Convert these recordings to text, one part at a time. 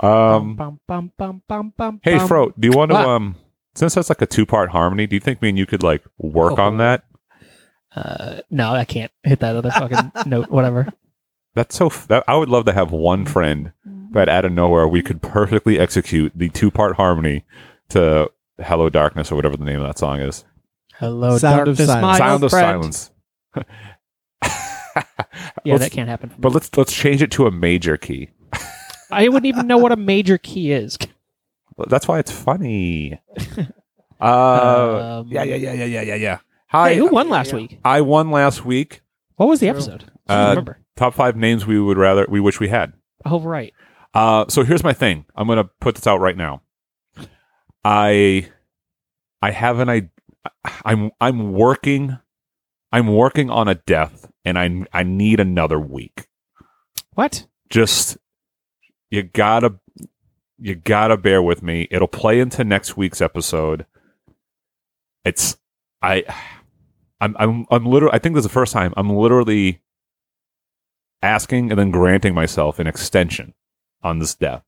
um. Bum, bum, bum, bum, bum, Hey, bum. Fro, do you want to what? um? Since that's like a two-part harmony, do you think me and you could like work Oh. on that? Uh, no, I can't hit that other fucking note. Whatever. That's so. F- that, I would love to have one friend Mm-hmm. that out of nowhere we could perfectly execute the two-part harmony to "Hello Darkness" or whatever the name of that song is. Hello, Sound of darkness, silence. my Sound old of friend. silence. Yeah, Let's- that can't happen. For me. But let's let's change it to a major key. I wouldn't even know what a major key is. That's why it's funny. Uh, Um, yeah, yeah, yeah, yeah, yeah, yeah, yeah. Hi, hey, who won last week? I won last week. What was the episode? I don't Uh, remember. Top five names we would rather we wish we had. Oh, right. Uh, so here's my thing. I'm gonna put this out right now. I I have an I I'm I'm working I'm working on a death and I I need another week. What? Just you gotta you gotta bear with me. It'll play into next week's episode. It's I I'm I'm I'm literally I think this is the first time I'm literally asking and then granting myself an extension on this death.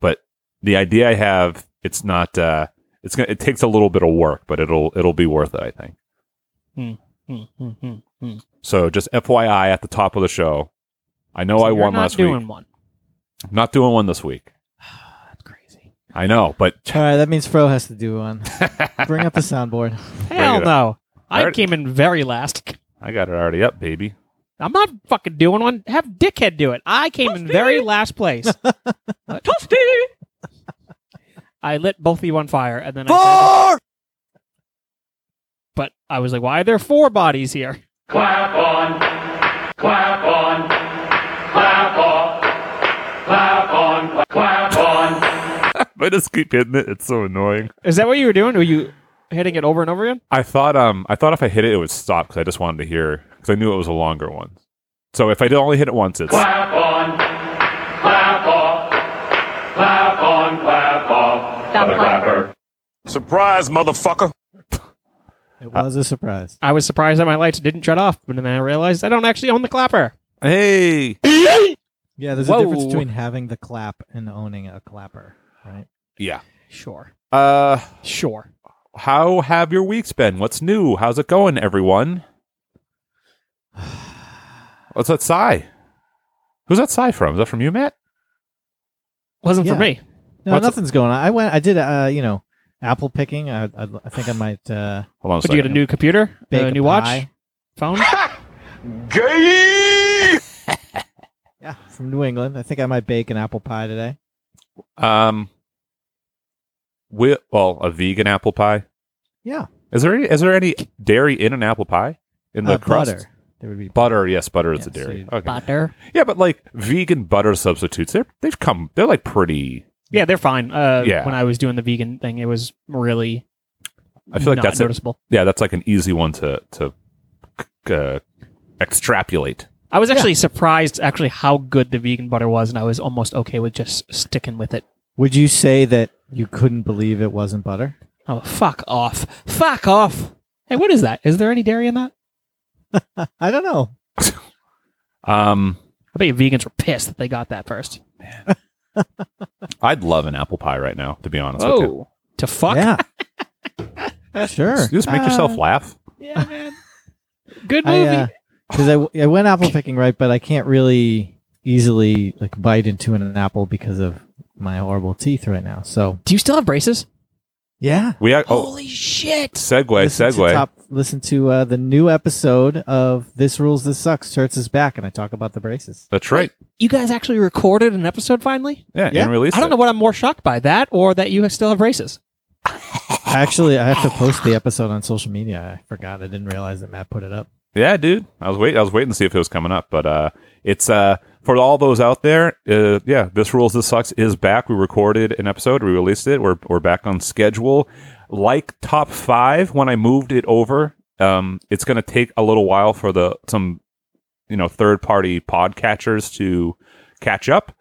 But the idea I have, it's not uh it's gonna it takes a little bit of work, but it'll it'll be worth it, I think. Hmm, hmm, hmm. So just FYI at the top of the show. I know So I you're won not last doing week. One. I'm not doing one this week. That's crazy. I know, but All right, that means Fro has to do one. Bring up the soundboard. Hell it up. no. I Alright. came in very last. I got it already up, baby. I'm not fucking doing one. Have Dickhead do it. I came in very last place. Toasty! I lit both of you on fire, and then I. Four! But I was like, why are there four bodies here? Clap on, clap on, clap off, clap on, clap on. I just keep hitting it. It's so annoying. Is that what you were doing? Were you hitting it over and over again? I thought um I thought if I hit it it would stop because I just wanted to hear because I knew it was a longer one. So if I did only hit it once, it's Clap on, clap off, clap on, clap off. Stop clapper. Surprise, motherfucker. It was a surprise. I was surprised that my lights didn't shut off, but then I realized I don't actually own the clapper. hey Yeah, there's Whoa. a difference between having the clap and owning a clapper, right? yeah. Sure. Uh, Sure. how have your weeks been? What's new? How's it going, everyone? What's that sigh? Who's that sigh from? Is that from you, Matt? Wasn't Yeah. for me. No, What's- nothing's going on. I went. I did. Uh, you know, apple picking. I, I, I think I might uh, Hold on a But you second. get a new computer, bake a a new watch, pie. phone. Gay! Yeah, from New England. I think I might bake an apple pie today. um, wi- well, a vegan apple pie. Yeah, Is there any, is there any dairy in an apple pie in the uh, crust? butter. There would be Butter, yes, butter is Yeah, a dairy. so Okay, Butter. yeah, but like vegan butter substitutes, they're they've come, they're like pretty. Yeah, they're fine. Uh, Yeah. When I was doing the vegan thing, it was really. I feel like not that's a, noticeable. yeah, that's like an easy one to to uh, extrapolate. I was actually surprised, actually, how good the vegan butter was, and I was almost okay with just sticking with it. Would you say that you couldn't believe it wasn't butter? Oh, fuck off! Fuck off! Hey, what is that? Is there any dairy in that? I don't know. Um, I bet you vegans were pissed that they got that first. Oh, I'd love an apple pie right now, to be honest with you. to fuck. Yeah. Sure. Just make Ah. yourself laugh. Yeah, man. Good I, movie. uh, because I, w- I went apple picking right, but I can't really easily like bite into an apple because of my horrible teeth right now. So Do you still have braces? yeah, We ac- oh, Holy shit! segue, listen segue. To top, listen to uh, the new episode of This Rules This Sucks. Turts is back, and I talk about the braces. That's right. You guys actually recorded an episode finally? Yeah, Yeah. and release. I don't know what I'm more shocked by, that or that you still have braces. Actually, I have to post the episode on social media. I forgot. I didn't realize that Matt put it up. Yeah, dude. I was wait. I was waiting to see if it was coming up, but uh, it's uh for all those out there. Uh, yeah, this rules. This sucks is back. We recorded an episode. We released it. We're we're back on schedule. Like top five, when I moved it over, um, it's gonna take a little while for the some, you know, third party podcatchers to catch up.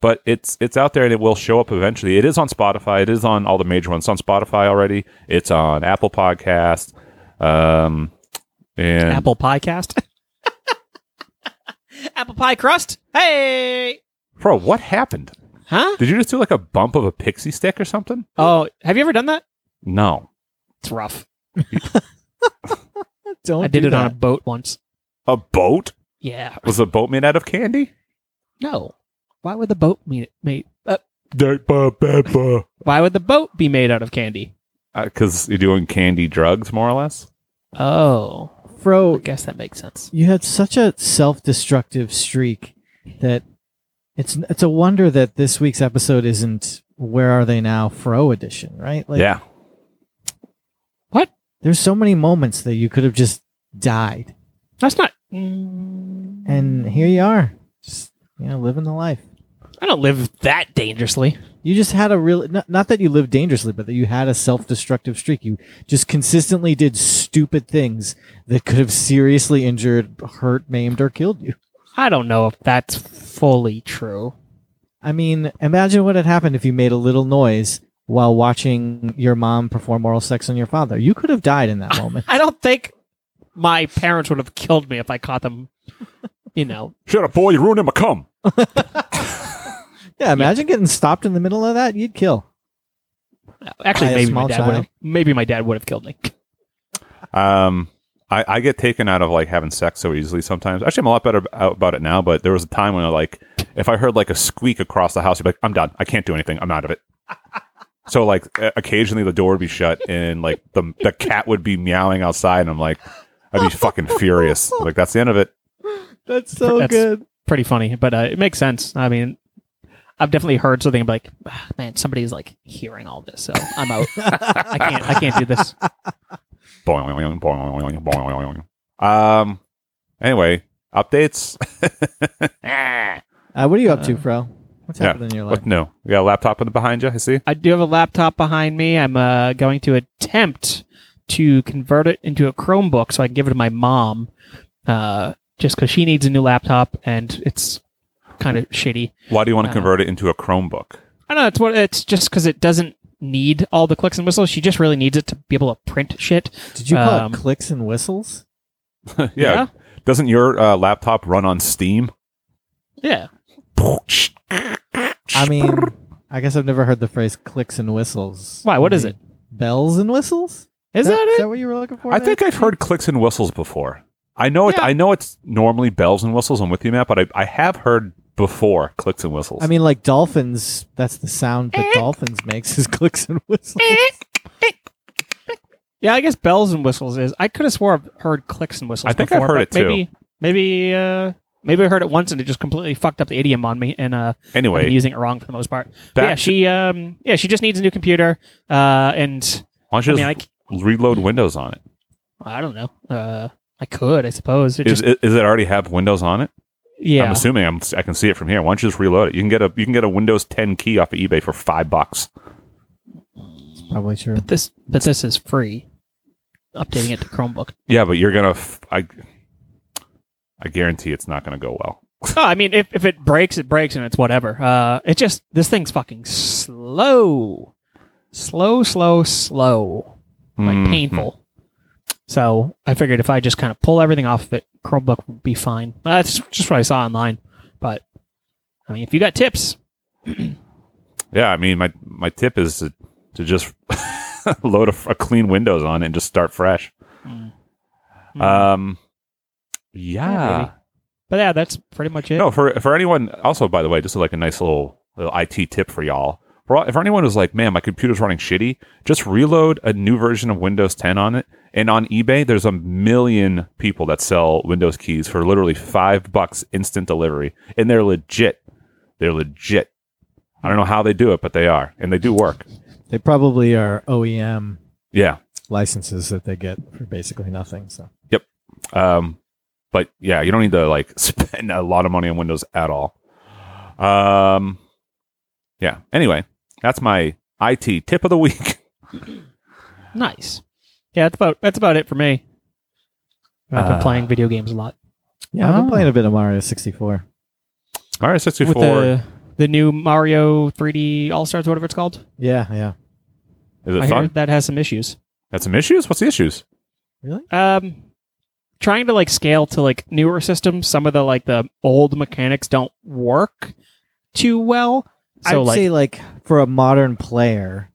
But it's it's out there and it will show up eventually. It is on Spotify. It is on all the major ones. It's on Spotify already. It's on Apple Podcast. Um, and Apple Podcast. Apple Pie Crust. Hey! Bro, what happened? Huh? Did you just do like a bump of a pixie stick or something? Oh, have you ever done that? No. It's rough. Don't I did do it on a that. boat once. A boat? Yeah. Was the boat made out of candy? No. Why would the boat be made? Uh, Because why would the boat be made out of candy? Uh, you're doing candy drugs, more or less. Oh, I Fro. guess that makes sense. You had such a self-destructive streak that it's it's a wonder that this week's episode isn't "Where Are They Now" Fro edition, right? Like, yeah. There's so many moments that you could have just died, That's not. and here you are, just you know, living the life. I don't live that dangerously. You just had a real not, not that you lived dangerously, but that you had a self-destructive streak. You just consistently did stupid things that could have seriously injured, hurt, maimed, or killed you. I don't know if that's fully true. I mean, imagine what had happened if you made a little noise while watching your mom perform oral sex on your father. You could have died in that moment. I don't think my parents would have killed me if I caught them. You know, Shut up, boy. You're ruining my cum. yeah, imagine getting stopped in the middle of that. You'd kill. actually, By a maybe my small dad would child. have. Maybe my dad would have killed me. Um, I, I get taken out of like having sex so easily sometimes. Actually, I'm a lot better ab- out about it now, but there was a time when I like, if I heard like a squeak across the house, I'd be like, I'm done. I can't do anything. I'm out of it. so like o- occasionally the door would be shut and like the, the cat would be meowing outside and I'm like, I'd be fucking furious. Like that's the end of it. That's so That's- good. Pretty funny, but uh, it makes sense. I mean, I've definitely heard something like, "Ah, man, somebody's like hearing all this, so I'm out. I can't. I can't do this. Boing, boing, boing, boing, boing. Um, anyway, updates. Uh, what are you up to, Fro? What's yeah. happening in your life? What? No, you got a laptop in the behind you. I see. I do have a laptop behind me. I'm uh, going to attempt to convert it into a Chromebook so I can give it to my mom, uh, just because she needs a new laptop and it's kind of shitty. Why do you want to Uh, convert it into a Chromebook? I don't know. It's what it's just because it doesn't need all the clicks and whistles. She just really needs it to be able to print shit. Did you call Um, it clicks and whistles? yeah. Yeah. Doesn't your uh, laptop run on Steam? Yeah. I mean, I guess I've never heard the phrase clicks and whistles. Why? What is it? Bells and whistles? Is that it? Is that what you were looking for? I there? think I've heard clicks and whistles before. I know it. Yeah. I know it's normally bells and whistles. I'm with you, Matt, but I, I have heard before clicks and whistles. I mean, like dolphins. That's the sound Eh. that dolphins makes is clicks and whistles. Yeah, I guess bells and whistles is. I could have swore I've heard clicks and whistles. I think I've before, heard but it too. Maybe, maybe, uh, maybe I heard it once and it just completely fucked up the idiom on me, and uh, I've been anyway, using it wrong for the most part. But back yeah, to- she, um, yeah, she just needs a new computer, uh, and why don't I you mean, I, just reload Windows on it? I don't know. Uh, I could, I suppose. It Is, just, is, it already have Windows on it? yeah, I'm assuming I'm, I can see it from here. Why don't you just reload it? You can get a you can get a Windows 10 key off of eBay for five bucks. Eh. Probably true. but this, but this is free. Updating it to Chromebook. Yeah, but you're gonna f- I I guarantee it's not gonna go well. Oh, I mean, if, if it breaks, it breaks, and it's whatever. Uh, it just this thing's fucking slow, slow, slow, slow, like Mhm. painful. So I figured if I just kind of pull everything off of it, Chromebook would be fine. Uh, That's just what I saw online. But I mean, if you got tips, Yeah, I mean my my tip is to, to just load of a clean Windows on it and just start fresh. Mm. Um, yeah. maybe. But yeah, that's pretty much it. No, for for anyone. Also, by the way, just like a nice little, little IT tip for y'all. For all, if anyone was like, "Man, my computer's running shitty," just reload a new version of Windows 10 on it. And on eBay, there's a million people that sell Windows keys for literally five bucks instant delivery, and they're legit. They're legit. I don't know how they do it, but they are, and they do work. They probably are OEM Yeah. licenses that they get for basically nothing. So Um, but yeah, you don't need to like spend a lot of money on Windows at all. Um, yeah. Anyway, that's my IT tip of the week. Nice. Yeah, that's about that's about it for me. I've been Uh, playing video games a lot. yeah, I've Ah. been playing a bit of Mario 64. All right, sixty-four. With the the new Mario 3D All Stars, whatever it's called. Yeah, yeah. Is it I fun? heard that has some issues. That's some issues. What's the issues? Um, trying to like scale to like newer systems, some of the like the old mechanics don't work too well. So I'd like say like for a modern player,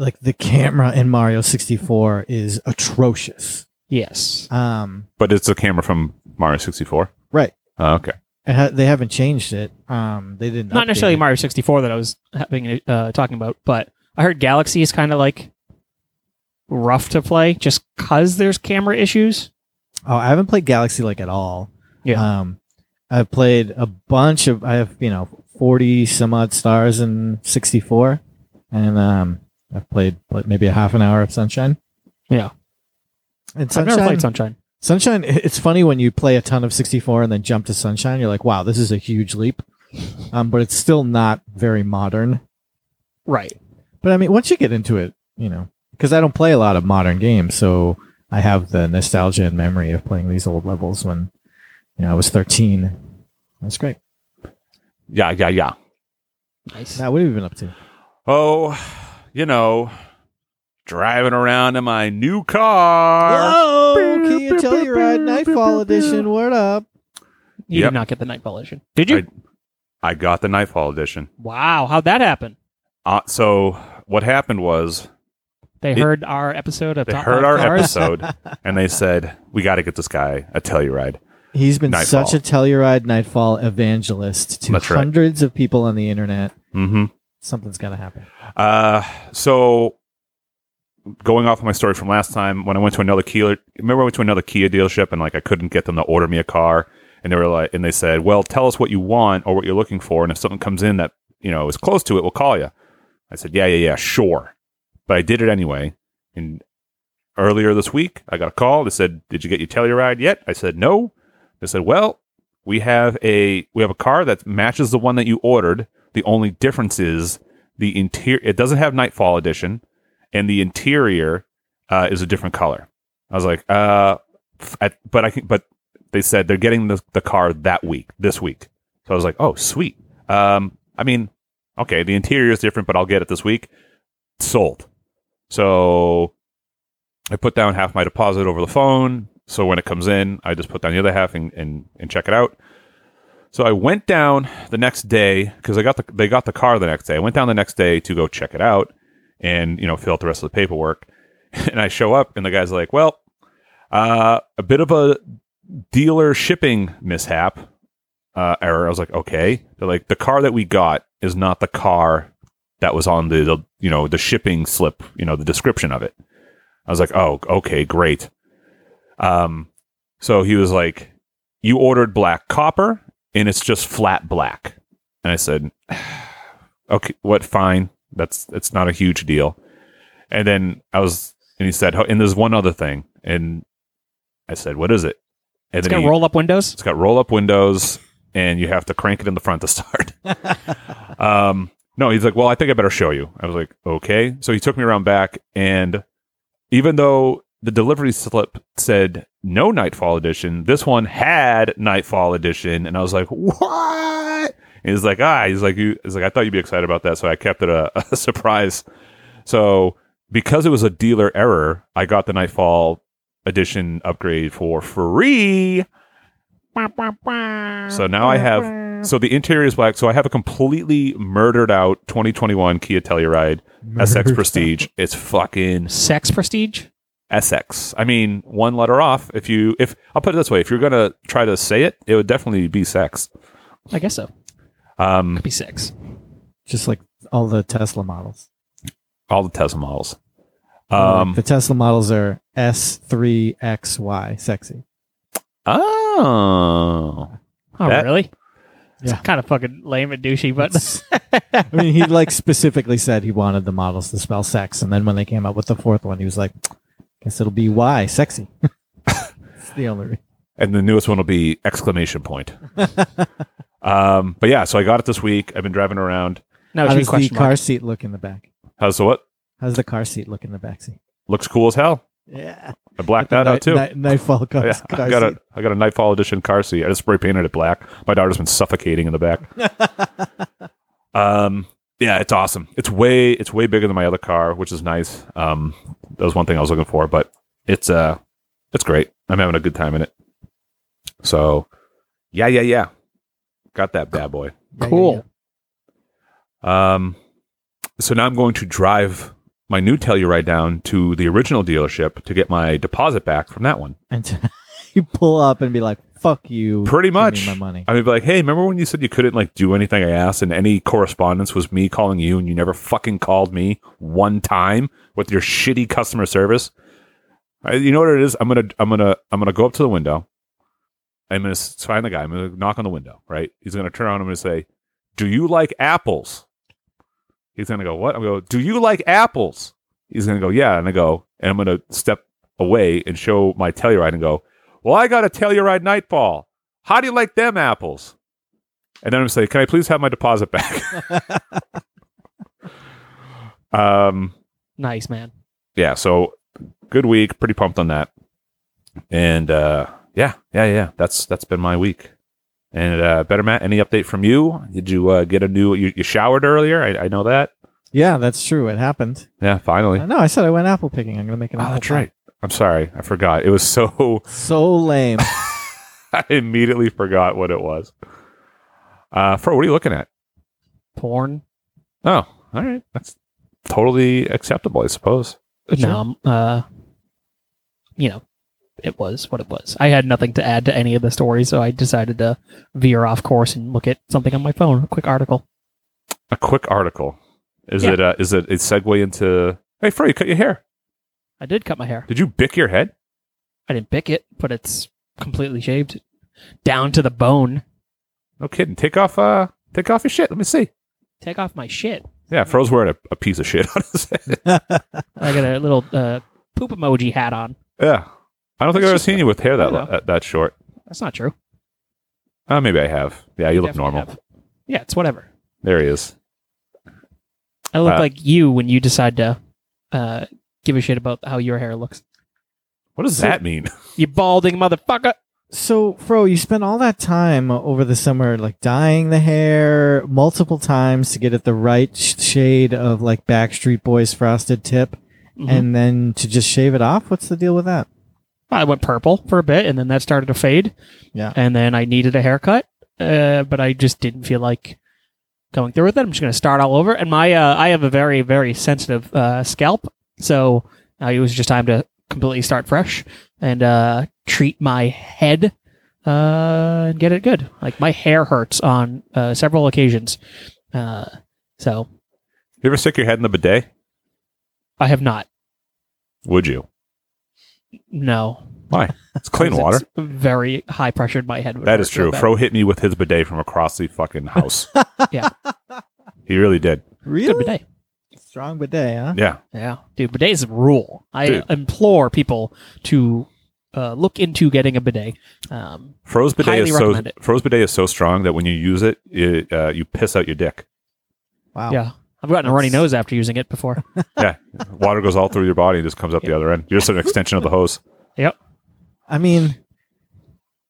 like the camera in Mario 64 is atrocious. yes, Um, But it's a camera from Mario sixty-four. Right. Oh, okay. it ha- they haven't changed it. Um, they didn't not update necessarily it. Mario 64 that I was having uh, talking about, but I heard Galaxy is kind of like rough to play just cuz there's camera issues. Oh, I haven't played Galaxy like at all. Yeah. Um, I've played a bunch of. I have you know forty some odd stars in sixty four, and um, I've played like maybe a half an hour of Sunshine. Yeah. And I've never Sunshine, played Sunshine. Sunshine. It's funny when you play a ton of sixty four and then jump to Sunshine. You're like, wow, this is a huge leap. Um, but it's still not very modern. Right. But I mean, once you get into it, you know, because I don't play a lot of modern games, so I have the nostalgia and memory of playing these old levels when you know I was thirteen. That's great. Yeah, yeah, yeah. Nice. Now, what have you been up to? Oh, you know, driving around in my new car. Whoa! Can you tell your ride Nightfall Edition? What up? You Yep. did not get the Nightfall edition. Did you? I- I got the Nightfall edition. wow, how'd that happen? Uh, so what happened was They It- heard our episode of They Top heard Five our Cars. episode and they said, "We got to get this guy a Telluride." He's been Nightfall. such a Telluride Nightfall evangelist to That's right. hundreds of people on the internet. Mm-hmm. Something's got to happen. Uh, so, going off of my story from last time, when I went to another Kia, remember I went to another Kia dealership and like I couldn't get them to order me a car, and they were like, and they said, "Well, tell us what you want or what you're looking for, and if something comes in that you know is close to it, we'll call you." I said, "Yeah, yeah, yeah, sure," but I did it anyway, and. Earlier this week, I got a call. They said, "Did you get your Telluride yet?" I said, "No." They said, "Well, we have a we have a car that matches the one that you ordered. The only difference is the interior. It doesn't have Nightfall Edition, and the interior uh, is a different color." I was like, "Uh, f- at, but I can, but they said they're getting the the car that week, this week." So I was like, "Oh, sweet." Um, I mean, okay, the interior is different, but I'll get it this week. Sold. So I put down half my deposit over the phone. So when it comes in, I just put down the other half and, and, and check it out. So I went down the next day because I got the they got the car the next day. I went down the next day to go check it out and you know fill out the rest of the paperwork. And I show up and the guy's like, "Well, uh, a bit of a dealer shipping mishap uh, error." I was like, "Okay." They're like, "The car that we got is not the car that was on the, the you know the shipping slip, you know the description of it." I was like, oh, okay, great. Um, so he was like, you ordered black copper and it's just flat black. And I said, okay, what? Fine. That's, it's not a huge deal. And then I was, and he said, oh, and there's one other thing. And I said, what is it? And It's then got he- roll up windows. it's got roll up windows, and you have to crank it in the front to start. um, no, he's like, well, I think I better show you. I was like, okay. So he took me around back, and even though the delivery slip said no Nightfall Edition, this one had Nightfall Edition, and I was like, what? And he's like, ah, he's like, you, he's like, I thought you'd be excited about that, so I kept it a, a surprise. So because it was a dealer error, I got the Nightfall Edition upgrade for free. So now I have So the interior is black. So I have a completely murdered out 2021 Kia Telluride SX Prestige. It's fucking Sex prestige? SX. I mean, one letter off. If you, if I'll put it this way, if you're gonna try to say it, it would definitely be sex. I guess so. Um, Could be sex. Just like all the Tesla models. all the Tesla models. Um, Um, the Tesla models are S3XY, sexy. oh, Oh, That- really? It's Yeah. kind of fucking lame and douchey, but I mean, he like specifically said he wanted the models to spell sex, and then when they came up with the fourth one, he was like, "Guess it'll be Y, sexy." it's the only. Reason. and the newest one will be exclamation point. um, but yeah, so I got it this week. I've been driving around. no, it How should be does the question car mark. seat look in the back? How's the what? How's the car seat look in the back seat? Looks cool as hell. Yeah, I blacked that out too. nightfall cars, Oh, Yeah, car I got seat. a I got a Nightfall edition car seat. I just spray painted it black. My daughter's been suffocating in the back. um, yeah, it's awesome. It's way it's way bigger than my other car, which is nice. Um, that was one thing I was looking for, but it's uh, it's great. I'm having a good time in it. So, yeah, yeah, yeah, got that bad boy. Yeah, yeah, Cool. yeah. Um, so now I'm going to drive my new Telluride down to the original dealership to get my deposit back from that one. And you pull up and be like, "Fuck you!" Pretty give me much. my money. I mean, be like, hey, remember when you said you couldn't like do anything I asked, and any correspondence was me calling you, and you never fucking called me one time with your shitty customer service. I, you know what it is? I'm gonna, I'm gonna, I'm gonna go up to the window. I'm gonna s- find the guy. I'm gonna knock on the window. Right? He's gonna turn around. I'm gonna say, "Do you like apples?" He's gonna go, "What?" I'm gonna go, "Do you like apples?" He's gonna go, "Yeah," and I go, and I'm gonna step away and show my Telluride and go, "Well, I got a Telluride Nightfall." How do you like them apples? And then I'm saying, can I please have my deposit back? um, nice man. yeah. So good week. Pretty pumped on that. And uh, yeah, yeah, yeah. That's that's been my week. And uh, better Matt, any update from you? Did you uh, get a new? You, you showered earlier. I, I know that. Yeah, that's true. It happened. Yeah, finally. I know. I said I went apple picking. I'm gonna make an. Oh, apple that's pie. right. I'm sorry, I forgot. It was so So lame. I immediately forgot what it was. Uh, Fro, what are you looking at? Porn. Oh, all right. That's totally acceptable, I suppose. No, um, uh, you know, it was what it was. I had nothing to add to any of the stories, so I decided to veer off course and look at something on my phone. A quick article. A quick article. Is Yeah. it? Uh, is it a segue into? Hey, Fro, you cut your hair. I did cut my hair. Did you bick your head? I didn't pick it, but it's completely shaved down to the bone. No kidding. Take off. Uh, take off your shit. Let me see. Take off my shit. Yeah, Fro's wearing a, a piece of shit on his head. I got a little uh, poop emoji hat on. yeah, I don't think I've ever seen you with hair that I don't know. that, that short. That's not true. Uh, maybe I have. Yeah, you look Definitely normal. have. Yeah, it's whatever. There he is. I look Uh, like you when you decide to uh, give a shit about how your hair looks. What does that mean? You balding motherfucker. so, Fro, you spent all that time over the summer like dyeing the hair multiple times to get it the right sh- shade of like Backstreet Boys frosted tip, Mhm. and then to just shave it off. What's the deal with that? I went purple for a bit, and then that started to fade. Yeah. And then I needed a haircut, uh, but I just didn't feel like going through with it. I'm just going to start all over. And my uh, I have a very very sensitive uh, scalp, so uh, it was just time to completely start fresh and uh, treat my head uh, and get it good. Like my hair hurts on uh, several occasions, uh, so You ever stick your head in the bidet? I have not. Would you? No. Why? It's clean Because water. it's Very high pressured my head. would That hurt is real true. bad. Fro hit me with his bidet from across the fucking house. Yeah. He really did. Really Good bidet. strong bidet, huh? Yeah. Yeah. Dude, bidet is a rule. I Dude. implore people to uh, look into getting a bidet. Um, Fro's bidet Highly is so recommend it. Fro's bidet is so strong that when you use it, it uh, you piss out your dick. Wow. Yeah. I've gotten a runny That's- nose after using it before. Yeah, water goes all through your body and just comes up the other end. You're just an extension of the hose. yep. I mean,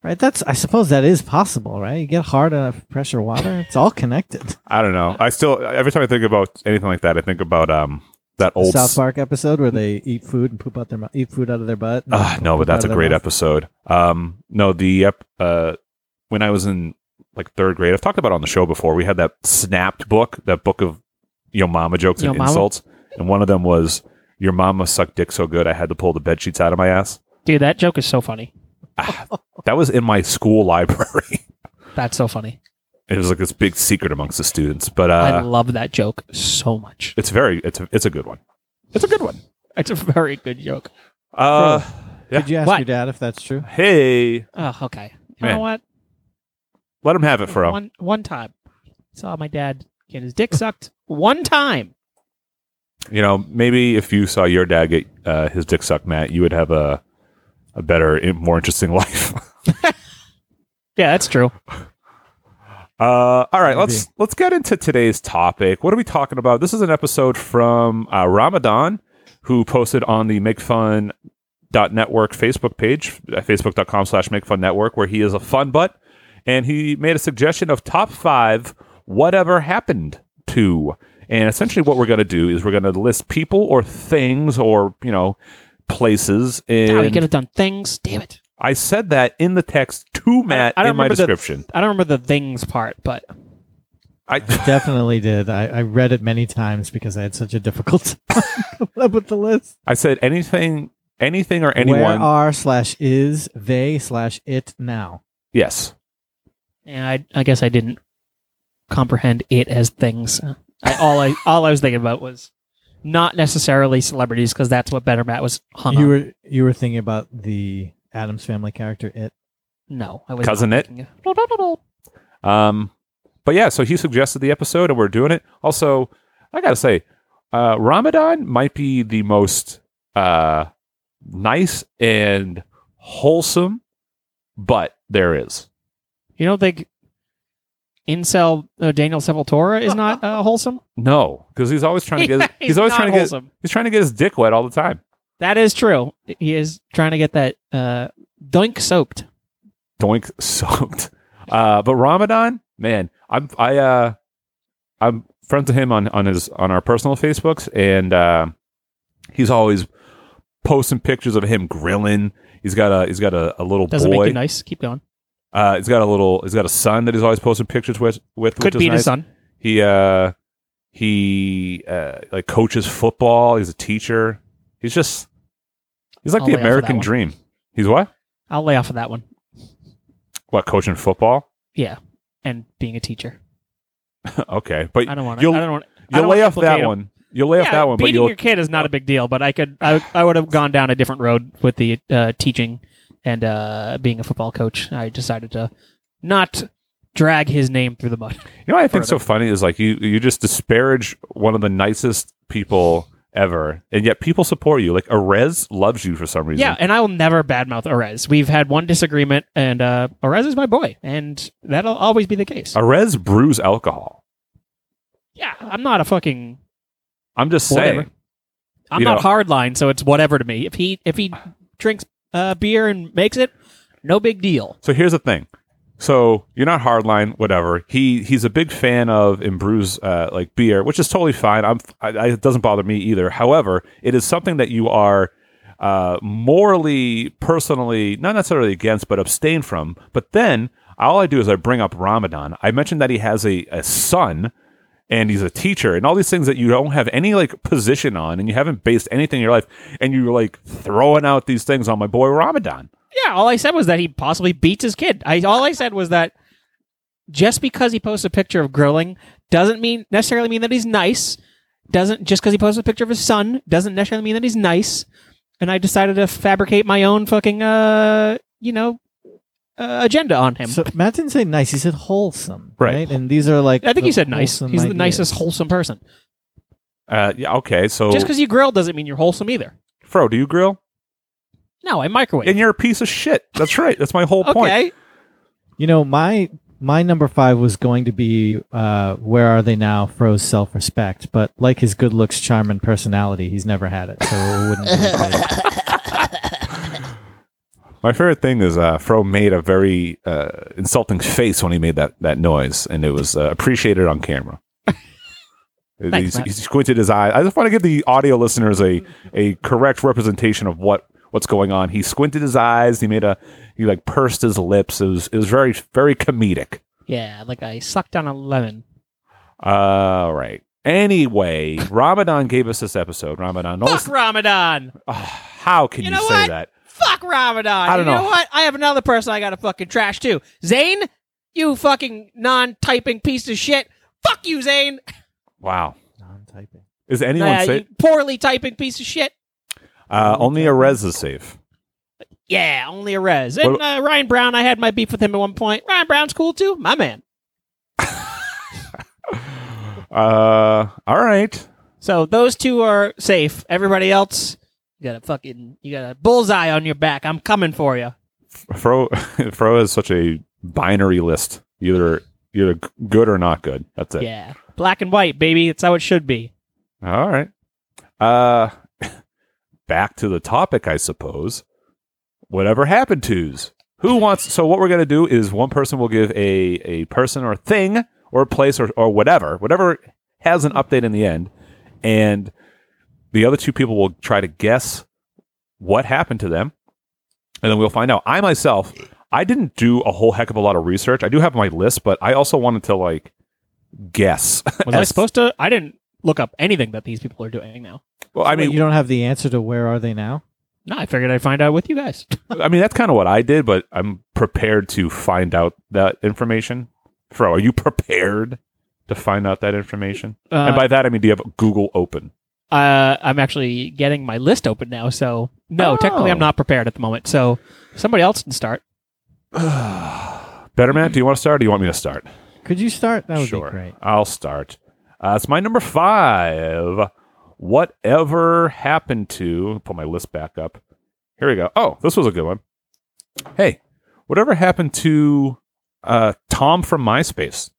right? That's I suppose that is possible, right? You get hard enough pressure water, it's all connected. I don't know. I still every time I think about anything like that, I think about um that old South Park episode where they eat food and poop out their mou- eat food out of their butt. and Ah, no, poop but that's a out of their great mouth. episode. Um, no, the ep- uh, when I was in like third grade. I've talked about it on the show before. We had that snapped book, that book of yo mama jokes Yo and Mama? insults, and one of them was your mama sucked dick so good I had to pull the bed sheets out of my ass. Dude, that joke is so funny. That was in my school library. That's so funny. it was like this big secret amongst the students, but I uh, love that joke so much. it's very it's a, it's a good one. It's a good one. It's a very good joke. Uh, yeah. Did you ask What? your dad if that's true? hey, Oh, okay. You Man. know what? let him have it, Fro. One one time, saw my dad get his dick sucked one time. You know, maybe if you saw your dad get uh, his dick sucked, Matt, you would have a a better, more interesting life. Yeah, that's true. Uh, all right, let's Maybe. let's get into today's topic. What are we talking about? This is an episode from uh, Ramadan, who posted on the Make Fun network Facebook page, uh, facebook.com slash make fun network, where he is a fun butt, and he made a suggestion of top five whatever happened to. And essentially, what we're going to do is we're going to list people or things or you know places. How And could have done things. Damn it. I said that in the text to Matt I don't in my remember the- description. I don't remember the things part, but I Definitely did. I, I read it many times because I had such a difficult time coming up with the list. I said anything, anything or Where anyone. are slash is they slash it now? yes. yeah, I, I guess I didn't comprehend it as things. I, all I all I was thinking about was not necessarily celebrities because that's what Better Matt was hung You on. were you were thinking about the Adams Family character it. no, I was Cousin not it? thinking of- blah, blah, blah, blah. Um, but yeah, so he suggested the episode, and we're doing it. Also, I gotta say, uh, Ramadan might be the most uh, nice and wholesome, but there is. You don't think incel uh, Daniel Sepultura is not uh, wholesome? No, because he's always trying to get. Yeah, His, he's, always not trying to wholesome. get. He's trying to get his dick wet all the time. That is true. He is trying to get that uh, doink soaked. Doink soaked. Uh, but Ramadan, man, I'm I uh, I'm friends with him on on his on our personal Facebooks, and uh, he's always posting pictures of him grilling. He's got a he's got a, a little Doesn't boy. make you nice. Keep going. Uh, he's got a little he's got a son that he's always posting pictures with. with Could which is be nice. his son. He uh, he uh, like coaches football. He's a teacher. He's just he's like I'll the lay off of that American one. dream. He's what? I'll lay off of that one. What coaching football? Yeah, and being a teacher. okay, but I don't want to. You'll- I don't want. You'll lay off that one. You'll lay Yeah, off that one, but beating you'll your kid is not a big deal. But I could. I, I would have gone down a different road with the uh, teaching and uh, being a football coach. I decided to not drag his name through the mud. You know what I think so funny is like you you just disparage one of the nicest people ever, and yet people support you. Like Arez loves you for some reason. Yeah, and I will never badmouth Arez. We've had one disagreement, and uh, Arez is my boy, and that'll always be the case. Arez brews alcohol. Yeah, I'm not a fucking. I'm just Whatever. saying. I'm You not know- hardline, so it's whatever to me. If he if he drinks uh, beer and makes it, no big deal. So here's the thing. So you're not hardline, whatever. He he's a big fan of and brews uh, like beer, which is totally fine. I'm I, I, it doesn't bother me either. However, it is something that you are uh, morally, personally, not necessarily against, but abstain from. But then all I do is I bring up Ramadan. I mentioned that he has a, a son and he's a teacher and all these things that you don't have any like position on and you haven't based anything in your life and you're like throwing out these things on my boy Ramadan. Yeah, all I said was that he possibly beats his kid. I all I said was that just because he posts a picture of grilling doesn't mean necessarily mean that he's nice. Doesn't just because he posts a picture of his son doesn't necessarily mean that he's nice. And I decided to fabricate my own fucking uh you know uh, agenda on him. So Matt didn't say nice. He said wholesome, Right. right? And these are like I think the he said nice. wholesome He's the ideas. nicest wholesome person. Uh, yeah, okay. So Just because you grill doesn't mean you're wholesome either. Fro, do you grill? No, I microwave. And you're a piece of shit. That's right. That's my whole point. okay. You know, my my number five was going to be uh, where are they now? Fro's self respect, but like his good looks, charm, and personality, he's never had it, so it wouldn't. Really be. My favorite thing is uh, Fro made a very uh, insulting face when he made that, that noise, and it was uh, appreciated on camera. Thanks, he, Matt. he squinted his eye. I just want to give the audio listeners a, a correct representation of what, what's going on. He squinted his eyes. He made a he like pursed his lips. It was it was very very comedic. Yeah, like I sucked on a lemon. All right. Anyway, Ramadan gave us this episode. Ramadan, always- Fuck Ramadan. Ugh, how can You you, know say what? that? Fuck Ramadan. I don't you know. know. what? I have another person I gotta fucking trash too. Zane, you fucking non-typing piece of shit. Fuck you, Zane. Wow. No, I'm typing. Is anyone Nah, safe? Uh, you poorly typing piece of shit. Uh, only a res is safe. Yeah, only a res. And What- uh, Ryan Brown, I had my beef with him at one point. Ryan Brown's cool too, my man. Uh, all right. So those two are safe. Everybody else, you got a fucking, you got a bullseye on your back. I'm coming for you. Fro Fro has such a binary list. Either either g- good or not good. That's it. Yeah, black and white, baby. That's how it should be. All right. Uh, back to the topic, I suppose. Whatever happened to's. Who wants? So what we're gonna do is one person will give a a person or thing or place or or whatever whatever has an update in the end, and the other two people will try to guess what happened to them, and then we'll find out. I myself, I didn't do a whole heck of a lot of research. I do have my list, but I also wanted to like guess. Was I supposed to? I didn't look up anything that these people are doing now. well, I Wait, mean, you don't have the answer to where are they now? No, I figured I'd find out with you guys. I mean, that's kind of what I did, but I'm prepared to find out that information. Fro, are you prepared to find out that information? and Uh, by that, I mean, do you have Google open? uh, I'm actually getting my list open now. So no, Oh. technically I'm not prepared at the moment. So somebody else can start. Better, Matt, do you want to start or do you want me to start? Could you start? That would sure. be great. I'll start. Uh, it's my number five. Whatever happened to, put my list back up. Here we go. Oh, this was a good one. Hey, whatever happened to uh, Tom from MySpace?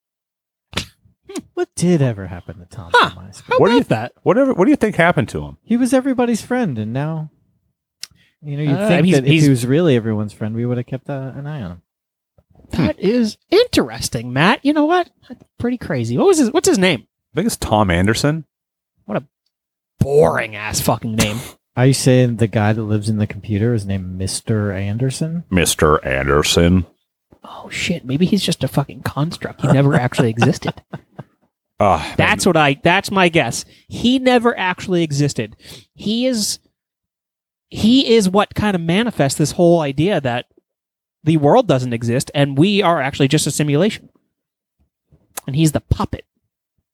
What did ever happen to Tom Huh. from MySpace? How What do you about that? Whatever, what do you think happened to him? He was everybody's friend, and now, you know, you'd Uh, think he's- that if he's- he was really everyone's friend, we would have kept uh, an eye on him. That is interesting, Matt. You know what? That's pretty crazy. What was his? What's his name? I think it's Tom Anderson. Boring ass fucking name. Are you saying the guy that lives in the computer is named Mr. Anderson? Mr. Anderson. oh shit! Maybe he's just a fucking construct. He never actually existed. Ah, That's what I. That's my guess. He never actually existed. He is. He is what kind of manifests this whole idea that the world doesn't exist and we are actually just a simulation. And he's the puppet.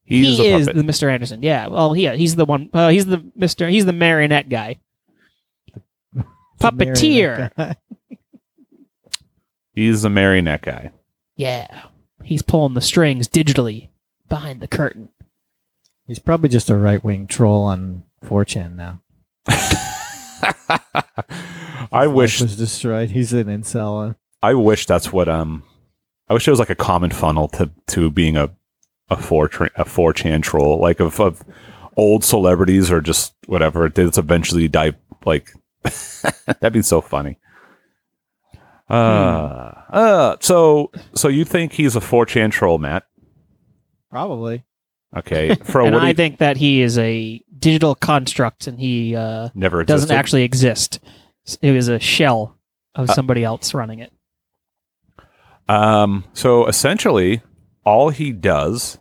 he is he a is puppet. the Mr. Anderson. Yeah. Well, he he's the one. Uh, he's the Mr. He's the marionette guy. Puppeteer. He's the marionette guy. Yeah. He's pulling the strings digitally behind the curtain. He's probably just a right wing troll on 4chan now. I His life wish. was destroyed. He's an incel. On. I wish that's what. Um, I wish it was like a common funnel to to being a a four tra- a four chan troll, like of, of old celebrities or just whatever. It's eventually die. Like that'd be so funny. Uh, uh, so so you think he's a four chan troll, Matt? Probably. Okay, for and what do I you- think that he is a digital construct, and he uh, never existed. doesn't actually exist. It was a shell of somebody else running it. Um, so essentially, all he does,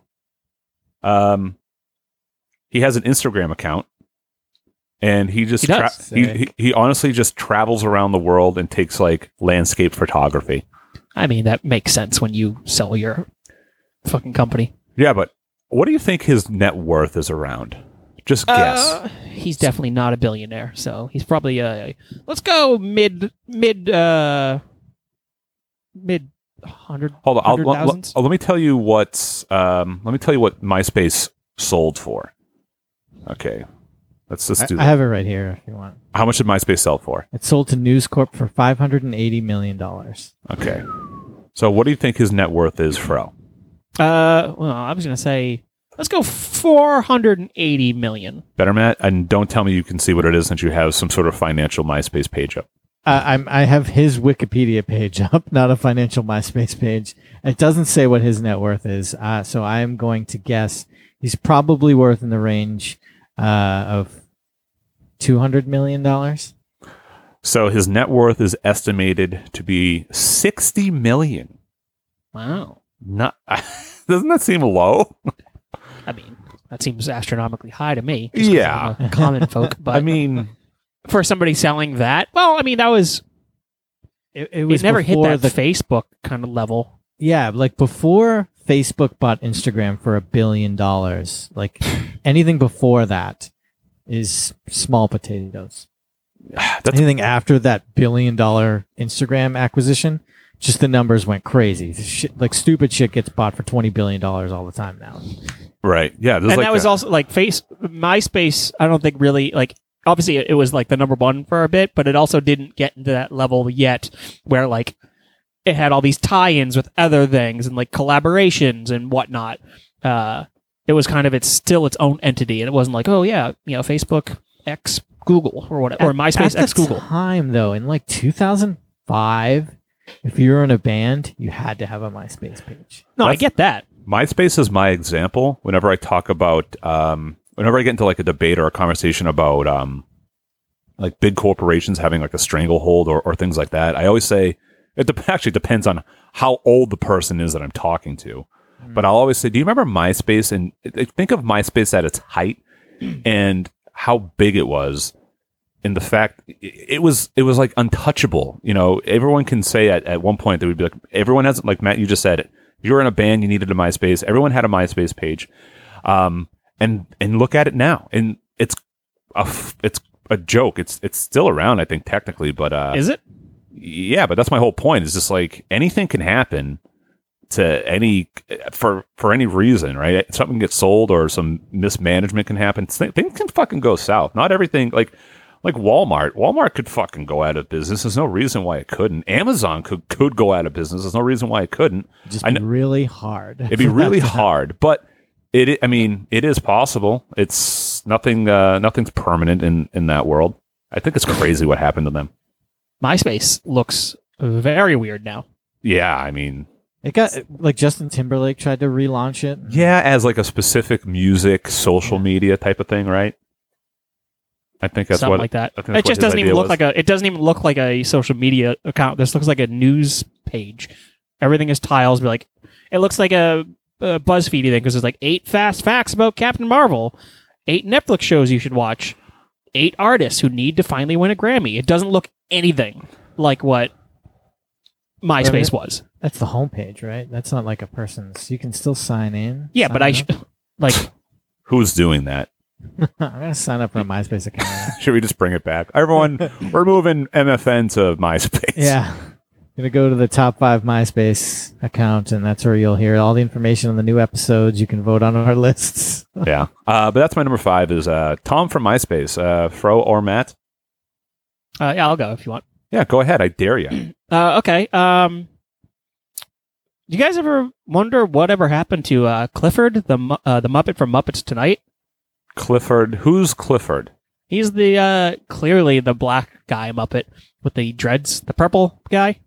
um, he has an Instagram account, and he just He does. he, he he honestly just travels around the world and takes like landscape photography. I mean, that makes sense when you sell your fucking company. Yeah, but what do you think his net worth is around? Just guess. Uh, he's definitely not a billionaire, so he's probably uh, let's go mid mid uh, mid hundred. Hold on, I'll, hundred let- thousands? let- let me tell you what's um, let me tell you what MySpace sold for. Okay, let's just I, do I that. have it right here if you want. How much did MySpace sell for? It sold to News Corp for $580 million. Well, Okay. So what do you think his net worth is, Fro? Uh, well, I was gonna say let's go four hundred and eighty million. Better Matt, and don't tell me you can see what it is since you have some sort of financial MySpace page up. Uh, I'm, I have his Wikipedia page up, not a financial MySpace page. It doesn't say what his net worth is, uh, so I am going to guess he's probably worth in the range uh, of $200 million. So his net worth is estimated to be sixty million. Wow. Not doesn't that seem low? I mean, that seems astronomically high to me. just 'cause Yeah. I'm a common folk, but I mean, for somebody selling that, well, I mean, that was It, it it never hit before that the Facebook kind of level. Yeah, like before Facebook bought Instagram for a billion dollars, like anything before that is small potatoes. that's anything after that billion dollar Instagram acquisition, just the numbers went crazy. Shit, like stupid shit gets bought for twenty billion dollars all the time now. right. Yeah, there's and like that was also like face MySpace. I don't think really like obviously it, it was like the number one for a bit, but it also didn't get into that level yet where like it had all these tie-ins with other things and like collaborations and whatnot. Uh, it was kind of it's still its own entity, and it wasn't like oh yeah, you know Facebook X Google or whatever or MySpace At X the Google. time though, in like two thousand five, if you were in a band, you had to have a MySpace page. No, I That's- get that. MySpace is my example whenever I talk about um, whenever I get into like a debate or a conversation about um, like big corporations having like a stranglehold or, or things like that. I always say it dep actually depends on how old the person is that I'm talking to. But I'll always say, do you remember MySpace? And I- think of MySpace at its height and how big it was and the fact i- it was it was like untouchable. You know, everyone can say at, at one point that would be like everyone has like Matt, you just said it. If you were in a band, you needed a MySpace. Everyone had a MySpace page, um, and and look at it now, and it's a f- it's a joke. It's it's still around, I think technically, but uh, Is it? yeah, but that's my whole point. Is just like anything can happen to any for for any reason, right? Something gets sold or some mismanagement can happen. Thi- Things can fucking go south. Not everything like like Walmart. Walmart could fucking go out of business. There's no reason why it couldn't. Amazon could could go out of business. There's no reason why it couldn't. Just I be kn- really hard. It'd be really hard, but it. i- I mean, it is possible. It's nothing. Uh, nothing's permanent in in that world. I think it's crazy what happened to them. MySpace looks very weird now. Yeah, I mean, It got like Justin Timberlake tried to relaunch it. Yeah, as like a specific music, social media type of thing, right? I think that's something what like that. I think that's It what his just doesn't even idea look was. like a. It doesn't even look like a social media account. This looks like a news page. Everything is tiles. But like, it looks like a, a BuzzFeed thing because there's like eight fast facts about Captain Marvel, eight Netflix shows you should watch, eight artists who need to finally win a Grammy. It doesn't look anything like what MySpace was. That's the homepage, right? That's not like a person's. You can still sign in. Yeah, but I sign sh- like Who's doing that? up. I'm gonna sign up for a MySpace account. Should we just bring it back? Everyone, we're moving MFN to MySpace. yeah, gonna go to the top five MySpace account, and that's where you'll hear all the information on the new episodes. You can vote on our lists. yeah. Uh, but that's my number five is uh, Tom from MySpace, uh, Fro or Matt. uh, yeah, I'll go if you want. Yeah, go ahead. I dare you. Uh, okay. Um, do you guys ever wonder whatever happened to uh, Clifford, the Mu- uh, the Muppet from Muppets Tonight? Clifford. Who's Clifford? He's the uh, clearly the black guy Muppet with the dreads, the purple guy.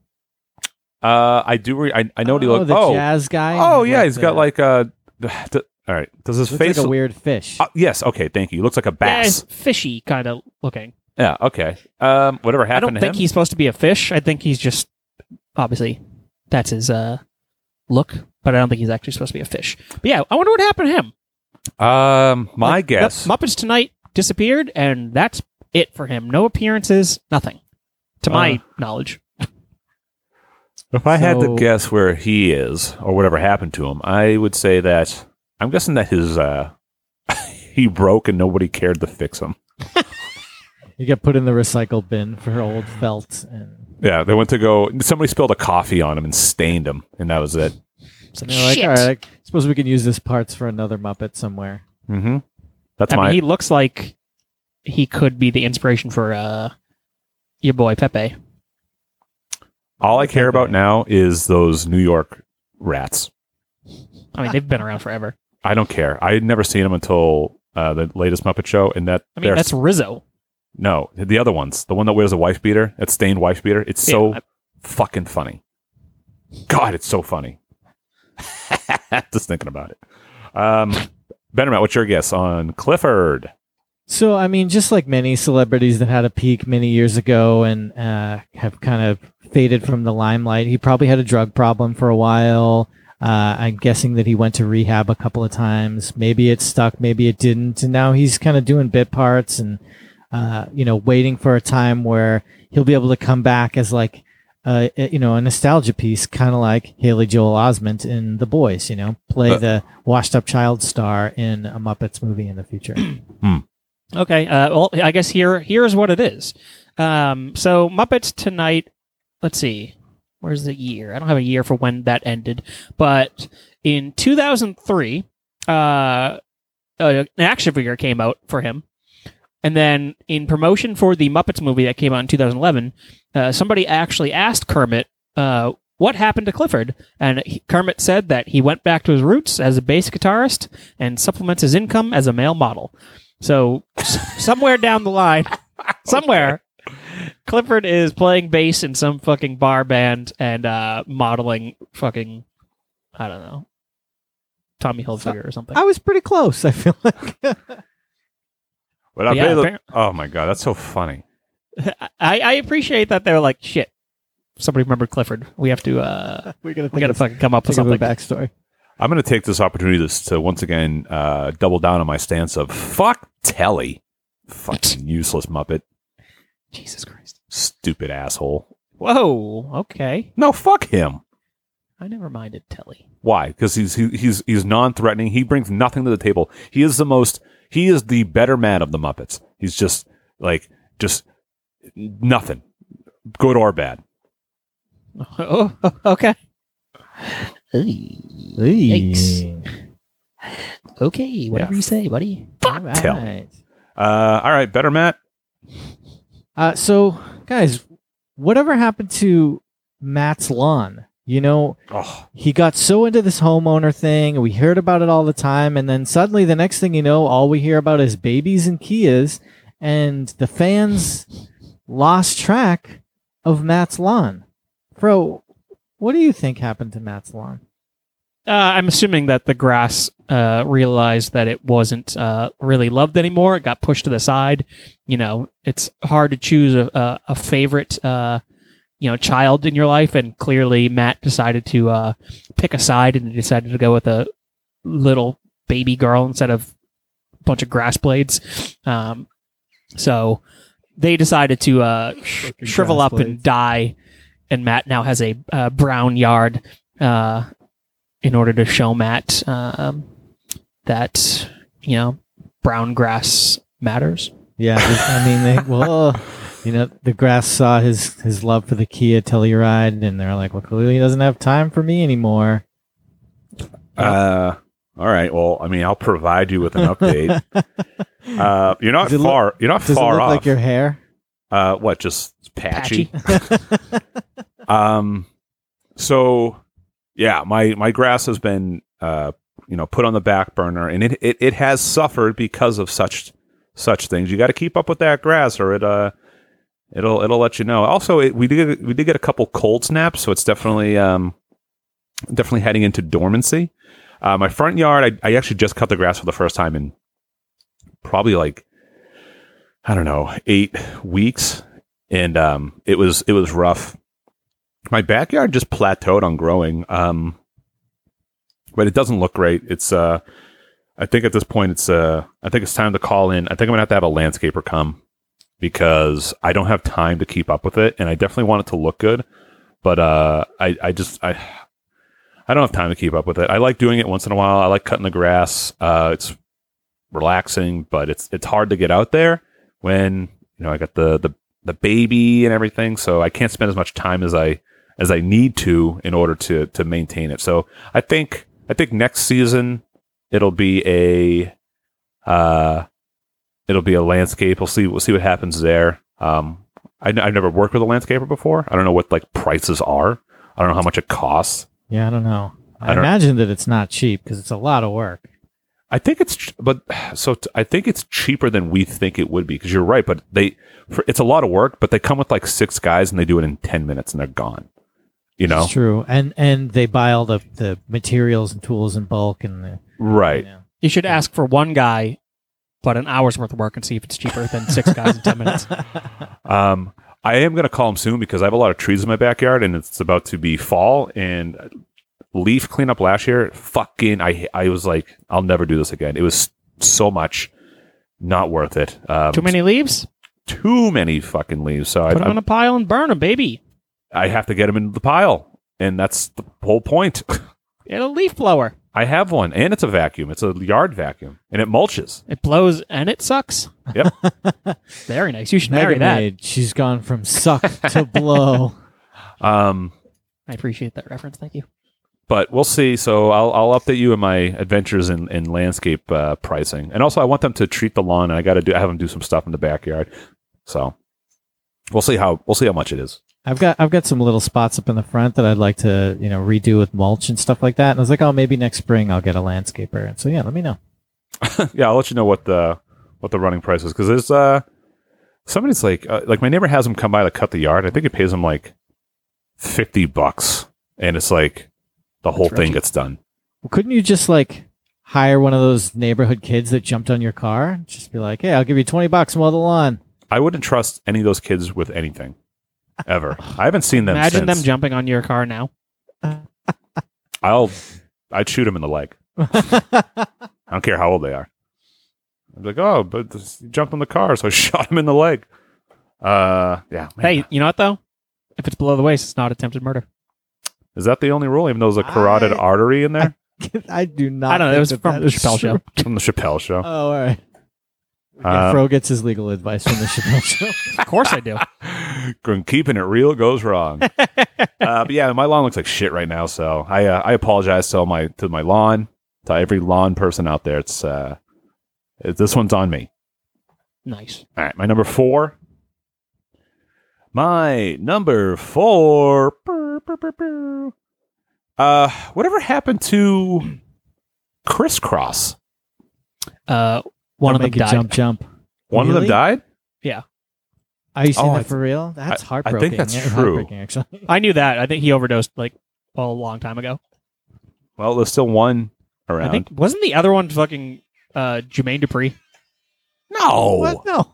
Uh, I do. Re- I, I know what he oh, looks. the Oh, jazz guy. oh He yeah. had He's the- got like a. all right. Does his looks face like a weird fish. Uh, yes. Okay. Thank you. He looks like a Yeah, he's bass. fishy kind of looking. Yeah. okay. Um. Whatever I happened don't to him? think he's supposed to be a fish. I think he's just obviously that's his uh, look, but I don't think he's actually supposed to be a fish. But yeah, I wonder what happened to him. Um, my Like, the guess. Muppets Tonight disappeared, and that's it for him. No appearances, nothing, to my Uh. knowledge. if I had to So- guess where he is or whatever happened to him, I would say that I'm guessing that his uh he broke and nobody cared to fix him. You get put in the recycle bin for old felt, and Yeah, they went to go. Somebody spilled a coffee on him and stained him, and that was it. So they're like, all right, I suppose we can use this parts for another Muppet somewhere. Mm-hmm. That's I my mean, he looks like he could be the inspiration for uh, your boy Pepe. all I care about now is those New York rats. I mean, they've been around forever. I don't care. I had never seen them until uh, the latest Muppet Show, and that I mean, they're- that's Rizzo. no the other ones, the one that wears a wife beater, that stained wife beater. It's so Yeah, I- fucking funny. God, it's so funny. Just thinking about it. Um, Bendermat, what's your guess on Clifford? So, I mean, just like many celebrities that had a peak many years ago and uh, have kind of faded from the limelight, he probably had a drug problem for a while. Uh, I'm guessing that he went to rehab a couple of times. Maybe it stuck, maybe it didn't. And now he's kind of doing bit parts and, uh, you know, waiting for a time where he'll be able to come back as like, uh, you know, a nostalgia piece, kind of like Haley Joel Osment in The Boys, you know, play Uh. the washed up child star in a Muppets movie in the future. Okay. Uh, well, I guess here here's what it is. Um, so Muppets tonight. Let's see. Where's the year? I don't have a year for when that ended, but in 2003, uh, uh, an action figure came out for him, and then in promotion for the Muppets movie that came out in 2011, uh, somebody actually asked Kermit uh, what happened to Clifford, and he, Kermit said that he went back to his roots as a bass guitarist and supplements his income as a male model. So s- somewhere down the line, somewhere, Clifford is playing bass in some fucking bar band and uh, modeling fucking, I don't know, Tommy Hilfiger or something. I was pretty close, I feel like. But I Yeah, bet the- apparent- oh my god, that's so funny. I, I appreciate that they're like shit. Somebody remembered Clifford. We have to. Uh, We're going we got to fucking come up with something. backstory. I'm going to take this opportunity to, to once again uh, double down on my stance of fuck Telly, fucking useless Muppet, Jesus Christ. stupid asshole. Whoa. Okay. No, fuck him. I never minded Telly. Why? Because he's he, he's he's non-threatening. He brings nothing to the table. He is the most. He is the better man of the Muppets. He's just like just nothing, good or bad. Oh. Okay. Yikes. Okay. Whatever you say, buddy. Fuck Tell. Uh, all right, better Matt. Uh, so, guys, whatever happened to Matt's lawn? You know, Oh, he got so into this homeowner thing. and We heard about it all the time. And then suddenly, the next thing you know, all we hear about is babies and Kias. And the fans lost track of Matt's lawn. Bro, what do you think happened to Matt's lawn? Uh, I'm assuming that the grass uh, realized that it wasn't uh, really loved anymore. It got pushed to the side. You know, it's hard to choose a, a, a favorite, uh, you know, child in your life, and clearly Matt decided to uh, pick a side and he decided to go with a little baby girl instead of a bunch of grass blades. Um, so they decided to uh, sh- Fucking shrivel grass up and blades. die, and Matt now has a uh, brown yard. Uh, in order to show Matt um, that you know brown grass matters. Yeah, I mean, they, well, you know, the grass saw his his love for the Kia Telluride, and they're like, well, clearly he doesn't have time for me anymore. Uh, all right. Well, I mean, I'll provide you with an update. uh, you're not Does it look- far. you're not Does far it look off. like your hair? uh, what? Just patchy. um, so yeah, my my grass has been uh, you know, put on the back burner, and it it, it has suffered because of such such things. You got to keep up with that grass, or it uh, it'll it'll let you know. Also, it, we did we did get a couple cold snaps, so it's definitely um, definitely heading into dormancy. Uh, my front yard, I, I actually just cut the grass for the first time in probably like I don't know eight weeks, and um, it was it was rough. My backyard just plateaued on growing, um, but it doesn't look great. It's uh, I think at this point it's uh, I think it's time to call in. I think I'm gonna have to have a landscaper come because I don't have time to keep up with it, and I definitely want it to look good, but uh, I I just I. I don't have time to keep up with it. I like doing it once in a while. I like cutting the grass. Uh, it's relaxing, but it's it's hard to get out there when you know I got the the the baby and everything, so I can't spend as much time as I as I need to in order to to maintain it. So I think I think next season it'll be a uh it'll be a landscape. We'll see we'll see what happens there. Um I, have never worked with a landscaper before. I don't know what like prices are. I don't know how much it costs. Yeah, I don't know. I, I don't- imagine that it's not cheap because it's a lot of work. I think it's ch- but so t- I think it's cheaper than we think it would be because you're right. But they for, it's a lot of work, but they come with like six guys and they do it in ten minutes and they're gone. You know, It's true, and and they buy all the the materials and tools in bulk, and the, right? you know. You should ask for one guy, but an hour's worth of work, and see if it's cheaper than six guys in ten minutes. Um, I am going to call him soon because I have a lot of trees in my backyard and it's about to be fall. And Leaf cleanup last year, fucking, I I was like, I'll never do this again. It was so much, not worth it. Um, Too many leaves? too many fucking leaves. So I, Put them I, in a pile and burn them, baby. I have to get them into the pile, and that's the whole point. Get a leaf blower. I have one, and it's a vacuum. It's a yard vacuum, and it mulches. It blows and it sucks. Yep. Very nice. You should Mega marry that. Maid, she's gone from suck to blow. Um, I appreciate that reference. Thank you. but we'll see. So I'll, I'll update you in my adventures in, in landscape uh, pricing, and also I want them to treat the lawn, and I got to do I have them do some stuff in the backyard. So we'll see how we'll see how much it is. I've got I've got some little spots up in the front that I'd like to you know redo with mulch and stuff like that. And I was like, oh, maybe next spring I'll get a landscaper. And so yeah, let me know. yeah, I'll let you know what the what the running price is because there's uh somebody's like uh, like my neighbor has him come by to cut the yard. I think it pays him like fifty bucks, and it's like the whole thing gets done. Well, couldn't you just like hire one of those neighborhood kids that jumped on your car? Just be like, hey, I'll give you twenty bucks and mow the lawn. I wouldn't trust any of those kids with anything ever. I haven't seen them. Imagine since. them jumping on your car now. I'll I'd shoot him in the leg. I don't care how old they are. I'm like, oh, but this, you jumped on the car, so I shot him in the leg. Uh, yeah. man. Hey, you know what though? If it's below the waist, it's not attempted murder. is that the only rule? Even though there's a carotid I- artery in there I do not. I don't know. It think was that from that the is Chappelle true. Show. from the Chappelle Show. Oh, all right. Uh, Fro gets his legal advice from the Chappelle Show. Of course I do. From keeping it real goes wrong. uh, but yeah, my lawn looks like shit right now. So I uh, I apologize to all my to my lawn to every lawn person out there. It's uh, it, this one's on me. nice. All right, my number four. My number four. Brr, brr, brr, brr. Uh, whatever happened to crisscross? Uh, one Don't of them make it died. jump, jump. One of them Really? died. Are you saying Oh, I that th- for real? That's I think heartbreaking. that's Yeah, true. heartbreaking, Actually, I knew that. I think he overdosed like a long time ago. Well, there's still one around. I think wasn't the other one fucking uh, Jermaine Dupree? no. What? No.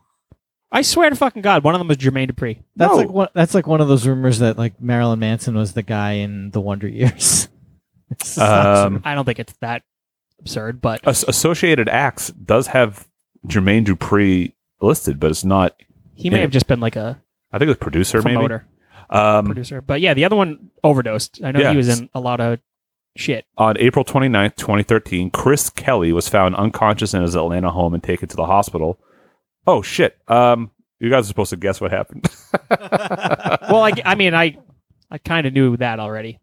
I swear to fucking god, one of them was Jermaine Dupree. That's No. like one. That's like one of those rumors that like Marilyn Manson was the guy in the Wonder Years. It's just not Um, true. I don't think it's that absurd, but As- Associated Acts does have Jermaine Dupri listed, but it's not. he may yeah. have just been like a I think it was producer, maybe. promoter, Um, producer. But yeah, the other one overdosed. I know Yeah. he was in a lot of shit. on April 29th, 2013, Chris Kelly was found unconscious in his Atlanta home and taken to the hospital. Oh, shit. Um, you guys are supposed to guess what happened. Well, I, I mean, I I kind of knew that already,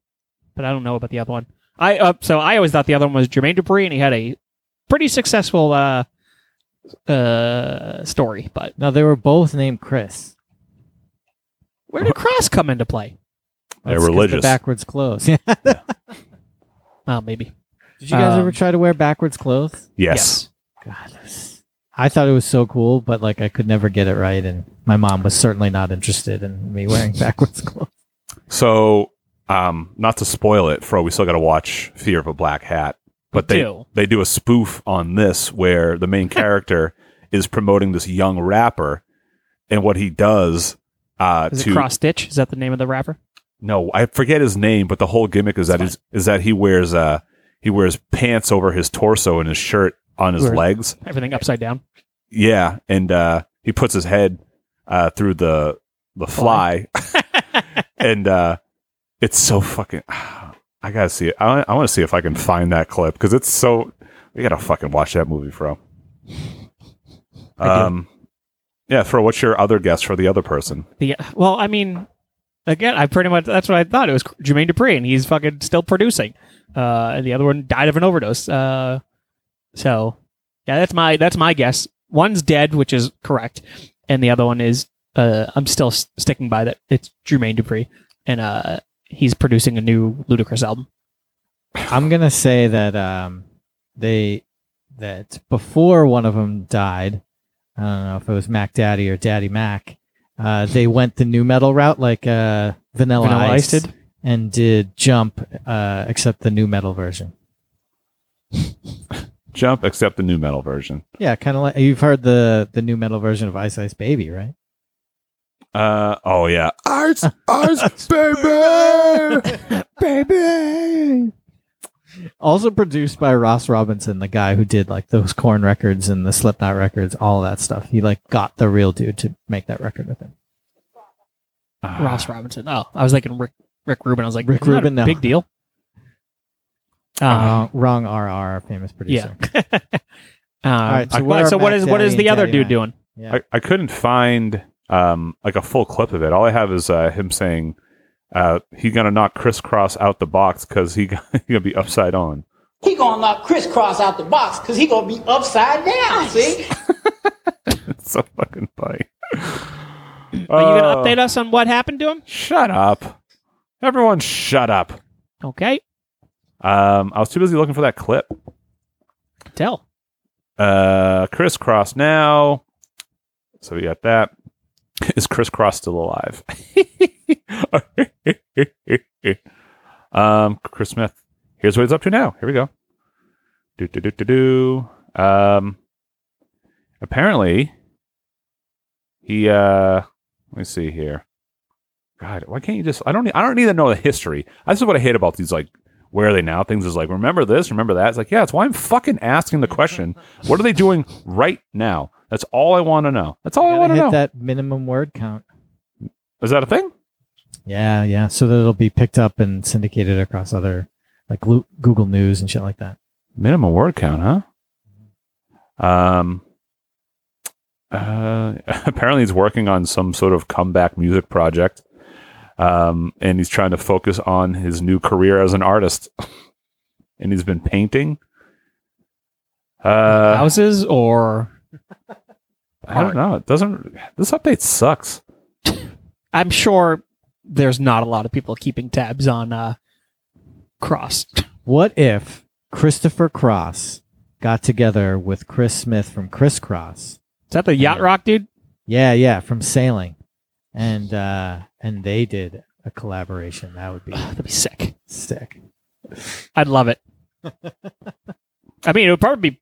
but I don't know about the other one. I uh, so I always thought the other one was Jermaine Dupree, and he had a pretty successful uh uh story. But no, they were both named Chris. where did Cross come into play? They're 'cause religious. backwards clothes. Yeah. Did Oh, maybe. you guys Um, ever try to wear backwards clothes? yes. God, it was- I thought it was so cool, but like I could never get it right, and my mom was certainly not interested in me wearing backwards clothes. So, um, not to spoil it, Fro, we still got to watch Fear of a Black Hat, but We they do. they do a spoof on this where the main character is promoting this young rapper, and what he does uh, Is to it Cross Stitch? Is that the name of the rapper? no, I forget his name, but the whole gimmick is that is, is that he wears uh he wears pants over his torso and his shirt on his Weird. legs. Everything upside down. Yeah, and uh, he puts his head uh, through the the fly, and uh, it's so fucking. I gotta see it. I, I want to see if I can find that clip because it's so. We gotta fucking watch that movie, Fro. Um, yeah, Fro. What's your other guess for the other person? The well, I mean, again, I pretty much that's what I thought. It was Jermaine Dupree, and he's fucking still producing. Uh, and the other one died of an overdose. Uh, so yeah, that's my that's my guess. One's dead, which is correct, and the other one is. Uh, I'm still s- sticking by that. It's Jermaine Dupree, and uh, he's producing a new Ludacris album. I'm gonna say that um, they that before one of them died, I don't know if it was Mac Daddy or Daddy Mac. Uh, they went the new metal route, like uh, Vanilla, Vanilla Ice, Ice did? and did Jump, uh, except the new metal version. Jump, except the new metal version. Yeah, kind of like you've heard the the new metal version of Ice Ice Baby, right? Uh oh yeah, ice, ice, baby, baby. Also produced by Ross Robinson, the guy who did like those corn records and the Slipknot records, all that stuff. He like got the real dude to make that record with him. Ah, Ross Robinson. Oh, I was thinking Rick Rick Rubin. I was like Rick "Isn't that a Rubin, no. big deal. Uh, Wrong, wrong RR, famous producer. Yeah. um, right, so so, where are what Mac is what Daddy is the and other Daddy dude Mac? doing? Yeah. I, I couldn't find um, like a full clip of it. All I have is uh, him saying uh, he's gonna knock crisscross out the box because he got- he gonna be upside on. He gonna knock crisscross out the box because he gonna be upside down. See, It's so fucking funny. Oh, Are you Oh. going to update us on what happened to him? Shut up, everyone! Shut up. Okay, Um, I was too busy looking for that clip. tell. Uh, crisscross now. So we got that. Is crisscross still alive? um, Chris Smith. Here's what he's up to now. Here we go. Do do do do do. Um, apparently, he. Uh, let me see here. God, why can't you just? I don't. Need, I don't need to know the history. This is what I hate about these like. Where are they now? Things is like, remember this, remember that. It's like, yeah, it's why I'm fucking asking the question. What are they doing right now? That's all I want to know. That's all Oh, I Gotta want to hit know. that minimum word count. Is that a thing? Yeah, yeah. So that it'll be picked up and syndicated across other like Lu- Google News and shit like that. Minimum word count, huh? Um. Uh, apparently, he's working on some sort of comeback music project, um, and he's trying to focus on his new career as an artist. and he's been painting. Uh, Houses or I don't know. It doesn't. This update sucks. I'm sure there's not a lot of people keeping tabs on uh, Cross. What if Christopher Cross got together with Chris Smith from Crisscross? Is that the yacht rock dude? Yeah, yeah, from sailing, and uh and they did a collaboration. That would be That'd be sick. sick. I'd love it. I mean, it would probably be.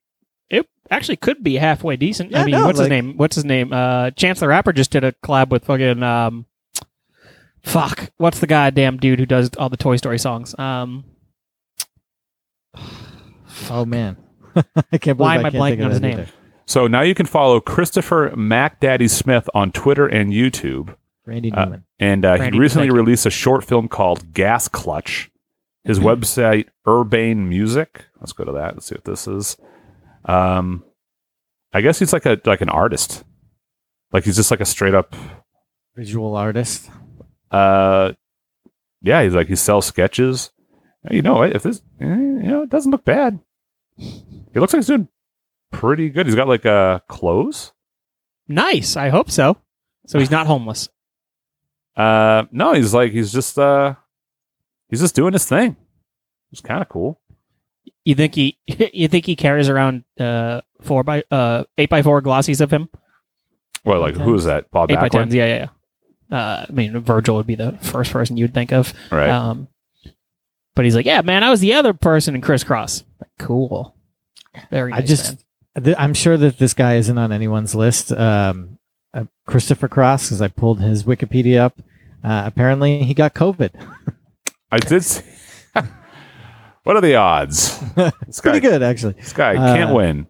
It actually could be halfway decent. Yeah, I mean, no, what's like- his name? What's his name? Uh, Chance the Rapper just did a collab with fucking um, fuck. What's the goddamn dude who does all the Toy Story songs? Um, Oh man, I can't believe Why am I I can't think blanking of on his that name? either. So now you can follow Christopher Mac Daddy Smith on Twitter and YouTube. Randy Uh, Newman. And uh, Brandy, he recently thank you. released a short film called Gas Clutch. His website, Urbane Music. Let's go to that. Let's see what this is. Um, I guess he's like a like an artist. Like he's just like a straight up. Visual artist. Uh, yeah, he's like he sells sketches. Hey, You know, what? if this, eh, you know, it doesn't look bad. He looks like he's doing pretty good. He's got like uh clothes. nice. I hope so. So he's not homeless. Uh, no, he's like he's just uh, he's just doing his thing. It's kind of cool. You think he? You think he carries around uh four by uh eight by four glossies of him? Well, like who is that? Bob Eight by tens. Backlund, Yeah, yeah. yeah. Uh, I mean, Virgil would be the first person you'd think of. right? Um, but he's like, yeah, man, I was the other person in crisscross. Like, cool. Very nice. I just, man. th- I'm sure that this guy isn't on anyone's list. Um, uh, Christopher Cross, because I pulled his Wikipedia up. Uh, apparently, he got COVID. I did. See, what are the odds? This guy, Pretty good, actually. This guy can't Uh, win.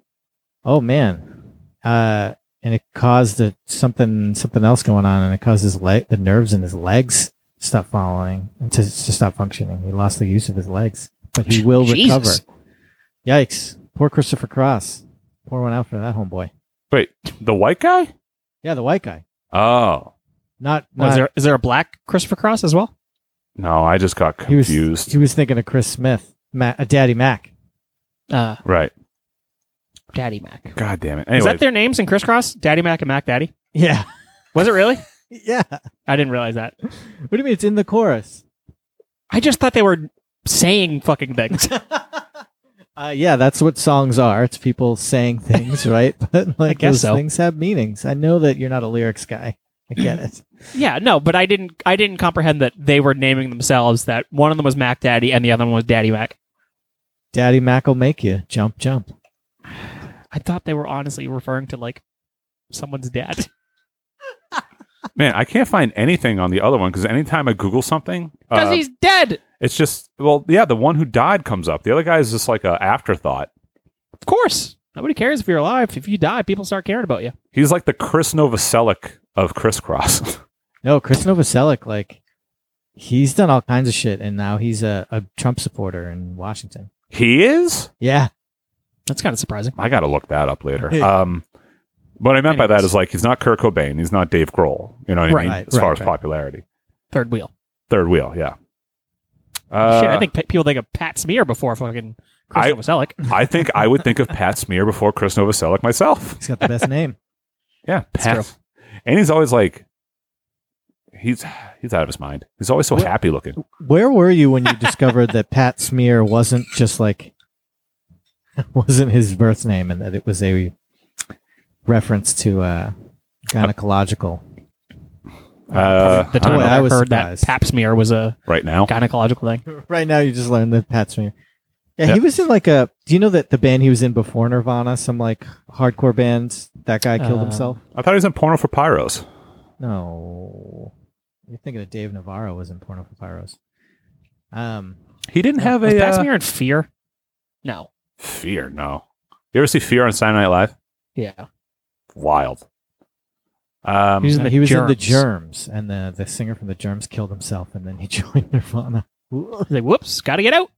Oh man, uh, and it caused a, something something else going on, and it caused his leg, the nerves in his legs, stopped following to to stop functioning. He lost the use of his legs, but he will recover. Jesus. Yikes! Poor Christopher Cross. Pour one out for that homeboy. Wait, the white guy? Yeah, the white guy. Oh Not, Well, is not- there is there a black Christopher Cross as well? no, I just got he was confused. he was thinking of Chris Smith, Ma uh, Daddy Mac. Uh, right? Daddy Mac. Is God damn it! that Anyway, their names in crisscross? Daddy Mac and Mac Daddy. Yeah, Was it really? yeah. What I didn't realize that. do you mean it's in the chorus? I just thought they were saying fucking things. Uh, yeah, that's what songs are. It's people saying things, right? But like guess those so. things have meanings. I know that you're not a lyrics guy. I get it. yeah, no, but I didn't. I didn't comprehend that they were naming themselves. That one of them was Mac Daddy and the other one was Daddy Mac. Daddy Mac will make you jump, jump. I thought they were honestly referring to like someone's dad. Man, I can't find anything on the other one because anytime I Google something, Because uh, he's dead. it's just well, yeah, the one who died comes up. The other guy is just like a afterthought. Of course. Nobody cares if you're alive. If you die, people start caring about you. He's like the Chris Novoselic of Crisscross. No, Chris Novoselic, like he's done all kinds of shit, and now he's a, a Trump supporter in Washington. he is. Yeah, That's kind of surprising. I got to look that up later. Um, what I meant by that Anyways. is like he's not Kurt Cobain. He's not Dave Grohl. You know what I mean? Right, As far as right, right. popularity, Third wheel. third wheel. Yeah. Uh, Oh, Shit, I think pe- people think of Pat Smear before fucking Chris I- Novoselic. I think I would think of Pat Smear before Chris Novoselic myself. he's got the best name. Yeah, Pat. And he's always like, he's he's out of his mind. He's always so happy looking. Where were you when you discovered that Pat Smear wasn't just like wasn't his birth name, and that it was a reference to uh, gynecological? Uh, the I don't time know. I, Oh, I was heard surprised. that Pap Smear was a know, right now, gynecological thing. right now, you just learned that Pat Smear. Yeah, Yeah. he was in like a. Do you know that the band he was in before Nirvana, some like hardcore bands, that guy killed Uh, himself? I thought he was in Porno for Pyros. No, you're thinking of Dave Navarro was in Porno for Pyros. Um, He didn't have Was a Pat uh, Smear in Fear? No. fear. No, you ever see Fear on Saturday Night Live? Yeah. Wild. Um, He's in no, the he was in the Germs. Germs, and the the singer from the Germs killed himself, and then he joined Nirvana. He's like, whoops, gotta get out.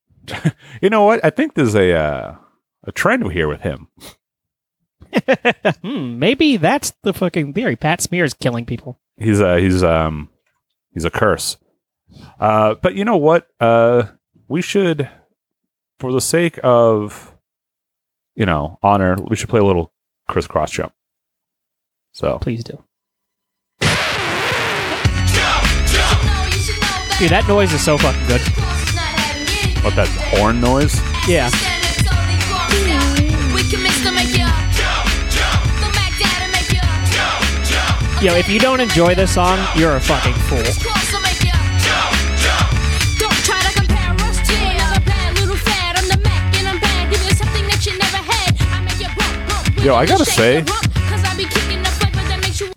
you know what? I think there's a uh, a trend here with him. Hmm, maybe that's the fucking theory. Pat Smear is killing people. He's a he's um he's a curse. Uh, but you know what? Uh, we should, for the sake of, you know, honor, we should play a little crisscross jump. So Please do. Dude, that noise is so fucking good. what that horn noise? Yeah. Yo, if you don't enjoy this song, you're a fucking fool. Yo, I gotta say-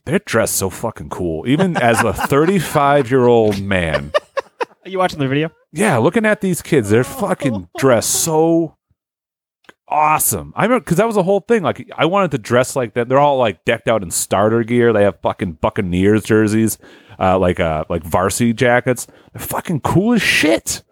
They're dressed so fucking cool. Even as a 35 year old man, Are you watching the video? yeah, looking at these kids, Oh. they're fucking dressed so awesome. I remember because that was the whole thing. Like, I wanted to dress like that. They're all like decked out in starter gear. They have fucking Buccaneers jerseys, uh, like uh, like varsity jackets. They're fucking cool as shit.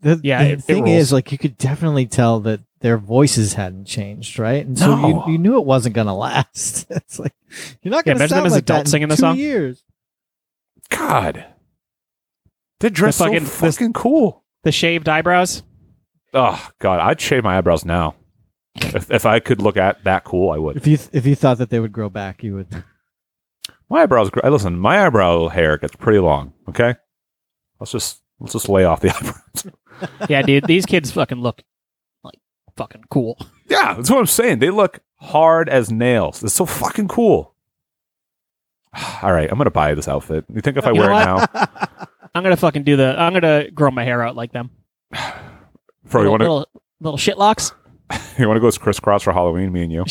The, Yeah, the it- it thing rules. is, like, you could definitely tell that their voices hadn't changed, right? And so No. you, you knew it wasn't going to last. it's like you're not Yeah, imagine going to them sound as like that adults in singing the two song. years. God, they're dressed fucking- so this- fucking cool. The shaved eyebrows? Oh God, I'd shave my eyebrows now. If, if I could look at that cool, I would. If you if you thought that they would grow back, you would. My eyebrows. gr- Listen, my eyebrow hair gets pretty long. Okay, let's just let's just lay off the eyebrows. Yeah, dude, these kids fucking look like fucking cool. yeah, that's what I'm saying. They look hard as nails. It's so fucking cool. All right, I'm gonna buy this outfit. You think if I You know wear it what? now, I'm gonna fucking do the. I'm gonna grow my hair out like them. bro? You little, want to little, little shit locks? you want to go as crisscross for Halloween? Me and you.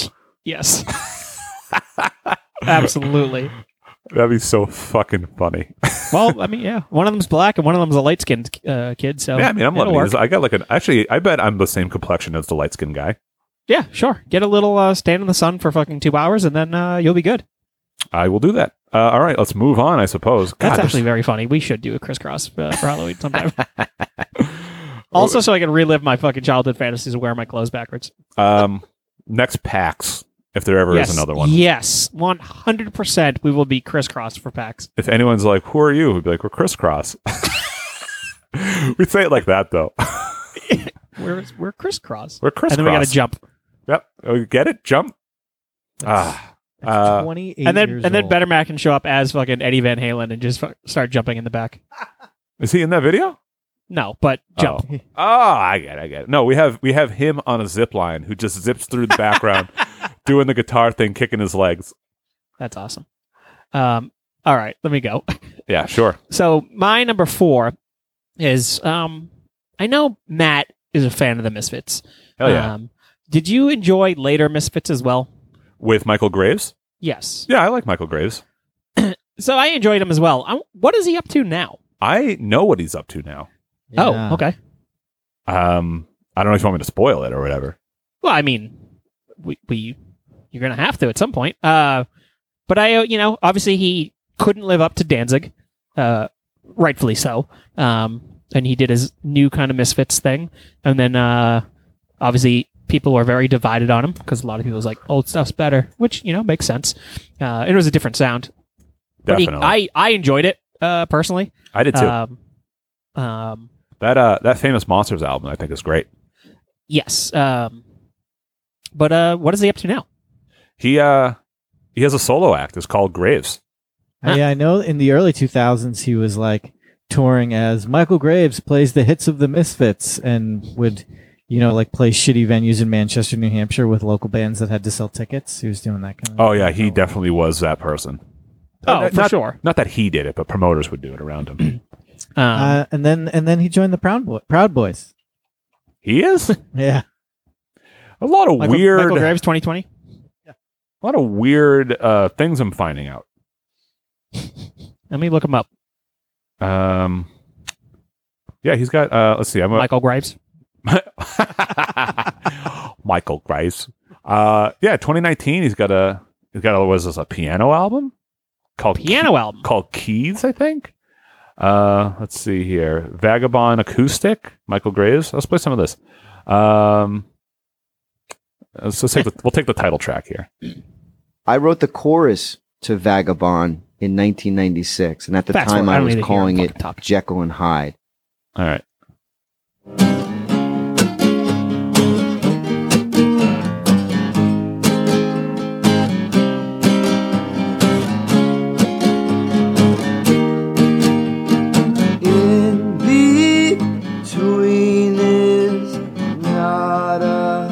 Yes. Absolutely. That'd be so fucking funny. Well, I mean, yeah. One of them's black and one of them's a light skinned uh, kid. So yeah, I mean, I'm it'll loving work. these. I got like an actually. I bet I'm the same complexion as the light skinned guy. Yeah, sure. Get a little uh, stand in the sun for fucking two hours, and then uh, you'll be good. I will do that. Uh, all right, let's move on. I suppose. God, That's there's- actually very funny. We should do a crisscross uh, for Halloween sometime. also, so I can relive my fucking childhood fantasies and wear my clothes backwards. Um, next PAX, if there ever yes, is another one. Yes, one hundred percent. We will be crisscrossed for packs. If anyone's like, "Who are you?" We'd be like, "We're crisscross." We'd say it like that, though. We're we're crisscross, We're crisscross. and then we got to jump, Yep. Oh, you get it? Jump. Ah. Uh, Twenty eight. and then and then Better Mac can show up as fucking Eddie Van Halen and just fu- start jumping in the back. is he in that video? No, but jump. Oh. Oh, I get it. I get it. No, we have we have him on a zip line who just zips through the background, doing the guitar thing, kicking his legs. That's awesome. Um, all right, let me go. Yeah, sure. So my number four is um I know Matt is a fan of the Misfits. Hell yeah. Um, did you enjoy later Misfits as well? With Michael Graves. Yes. Yeah, I like Michael Graves. So I enjoyed him as well. i what is he up to now? I know what he's up to now. Oh, okay. Um, I don't know if you want me to spoil it or whatever. Well, I mean, we, we you're gonna have to at some point. Uh, but I, uh, you know, obviously he couldn't live up to Danzig, uh, rightfully so. Um, and he did his new kind of misfits thing, and then uh, obviously people were very divided on him because a lot of people was like, old stuff's better, which you know makes sense. Uh, it was a different sound. But he- Definitely, I I enjoyed it uh, personally. I, did too. Um, um, that uh, that famous monsters album, I think, is great. yes. Um, but uh, what is he up to now? He uh, he has a solo act. It's called Graves. Uh, yeah, I know in the early 2000s, he was like touring as Michael Graves plays the hits of the Misfits and would, you know, like play shitty venues in Manchester, New Hampshire with local bands that had to sell tickets. He was doing that kind of Oh yeah, he definitely was that person. Oh, not- for not- sure. Not that he did it, but promoters would do it around him. Um, Uh, and then and then he joined the Proud, Boy- Proud Boys. he is Yeah. a lot of Michael, weird, Michael Graves 2020. a lot of weird uh, things. I'm finding out. Let me look him up. Um, yeah, he's got. Uh, let's see. I'm a, Michael Graves. Michael Graves. Uh, yeah, 2019. He's got a. He's got a. Was this a piano album called Piano album. called Keys, I think. Uh, let's see here. Vagabond Acoustic, Michael Graves. Let's play some of this. Um, let's, let's take the, we'll take the title track here. I wrote the chorus to Vagabond in 1996, and at the That's time what- I I don't was need to hear calling fucking it topic. Jekyll and Hyde. All right. In between is not a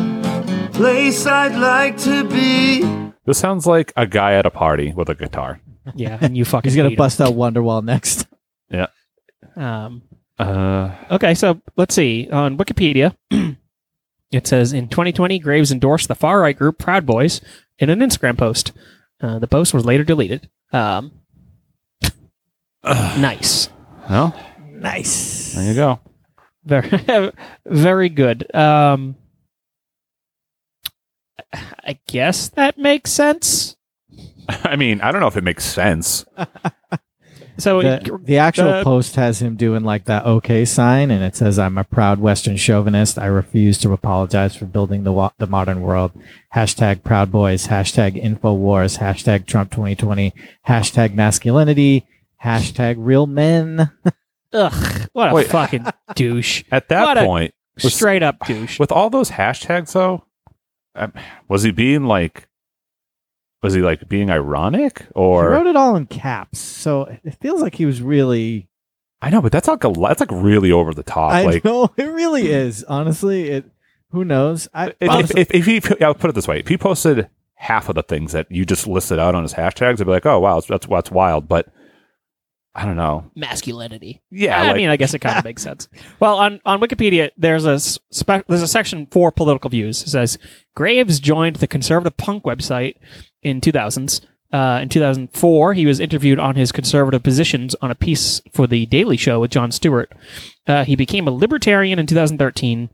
place I'd like to be. This sounds like a guy at a party with a guitar. Yeah, and you fucking. He's going to hate bust out Wonderwall next. him. Um, Uh, okay, so let's see on Wikipedia. it says in 2020, Graves endorsed the far right group Proud Boys in an Instagram post. Uh, the post was later deleted. Um, nice. well, Nice. there you go. Very, very good. Um, I guess that makes sense. I mean, I don't know if it makes sense. Oh, So The, the actual the- post has him doing like that okay sign, and it says, "I'm a proud Western chauvinist. I refuse to apologize for building the wa- the modern world." Hashtag Proud Boys. Hashtag Infowars. Hashtag Trump 2020. Hashtag masculinity. Hashtag real men. Ugh, what a Wait. fucking douche. At that What a- point, Was- Straight up douche. with all those hashtags, though, um, was he being like, was he like being ironic he or? wrote it all in caps, so it feels like he was really. I know, but that's like a, lo- that's like really over the top. I like, know it really is. Honestly, it. Who knows? I If, honestly, if, if, if he, I'll put it this way: if he posted half of the things that you just listed out on his hashtags, I'd be like, "Oh wow, that's that's, that's wild." But I don't know. masculinity. Yeah, I like, mean, I guess it kind of makes sense. Well, on, on Wikipedia, there's a s- spe- there's a section for political views. It says Graves joined the conservative punk website in 2000s. Uh, in 2004, he was interviewed on his conservative positions on a piece for the Daily Show with Jon Stewart. Uh, he became a libertarian in 2013,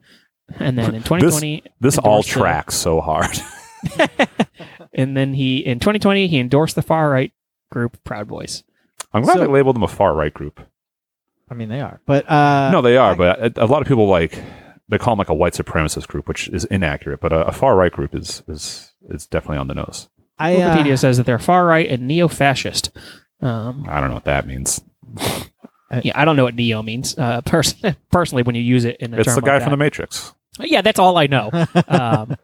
and then in 2020, this all endorsed the- tracks so hard. and then he in 2020 he endorsed the far right group Proud Boys. I'm glad So- they labeled them a far right group. I mean they are, but uh, no, they are, but a, a lot of people like they call them like a white supremacist group, which is inaccurate. But a, a far right group is is is definitely on the nose. I, uh, Wikipedia says that they're far right and neo-fascist. Um, I don't know what that means. yeah, I don't know what neo means uh, pers- personally when you use it in a It's term the guy like from the that. Matrix. yeah, that's all I know. Um,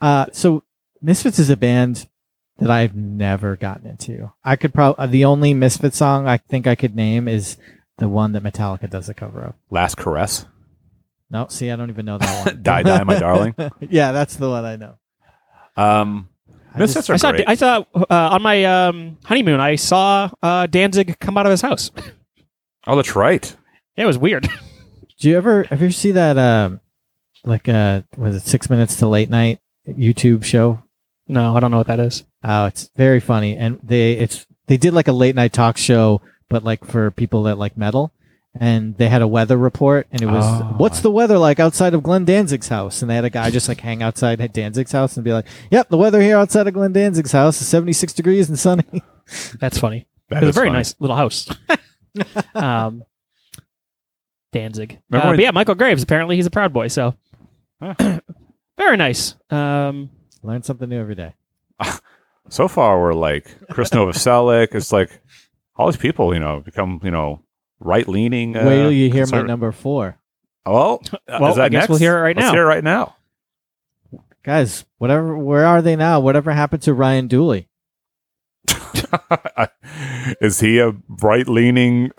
Uh, so Misfits is a band that I've never gotten into. I could probably the only Misfits song I think I could name is the one that Metallica does a cover of. Last caress, No, see, I don't even know that one. die die, my darling. yeah, that's the one I know. Um, I Misfits I are saw great. I saw uh, on my um, honeymoon I saw uh, Danzig come out of his house. oh, that's right. It was weird. Do you ever have you ever see that um like uh was it six minutes to late night YouTube show No, I don't know what that is. Oh, it's very funny, and they it's they did like a late night talk show, but like for people that like metal, and they had a weather report, and it was Oh. what's the weather like outside of Glenn Danzig's house, and they had a guy just like hang outside at Danzig's house and be like, "Yep, the weather here outside of Glenn Danzig's house is seventy six degrees and sunny." That's funny. That It's a is very funny. nice little house. um, Danzig. Uh, Remember when- but yeah, Michael Graves. Apparently, he's a Proud Boy. So very nice. Um, Learn something new every day. So far, we're like Chris Novoselic. It's like all these people, you know, become you know right leaning. Uh, Wait till you hear my conserv- number four, Well, Well, is that I guess next? we'll hear it right Let's now. Hear it right now. guys. Whatever, where are they now? Whatever happened to Ryan Dooley? is he a right leaning?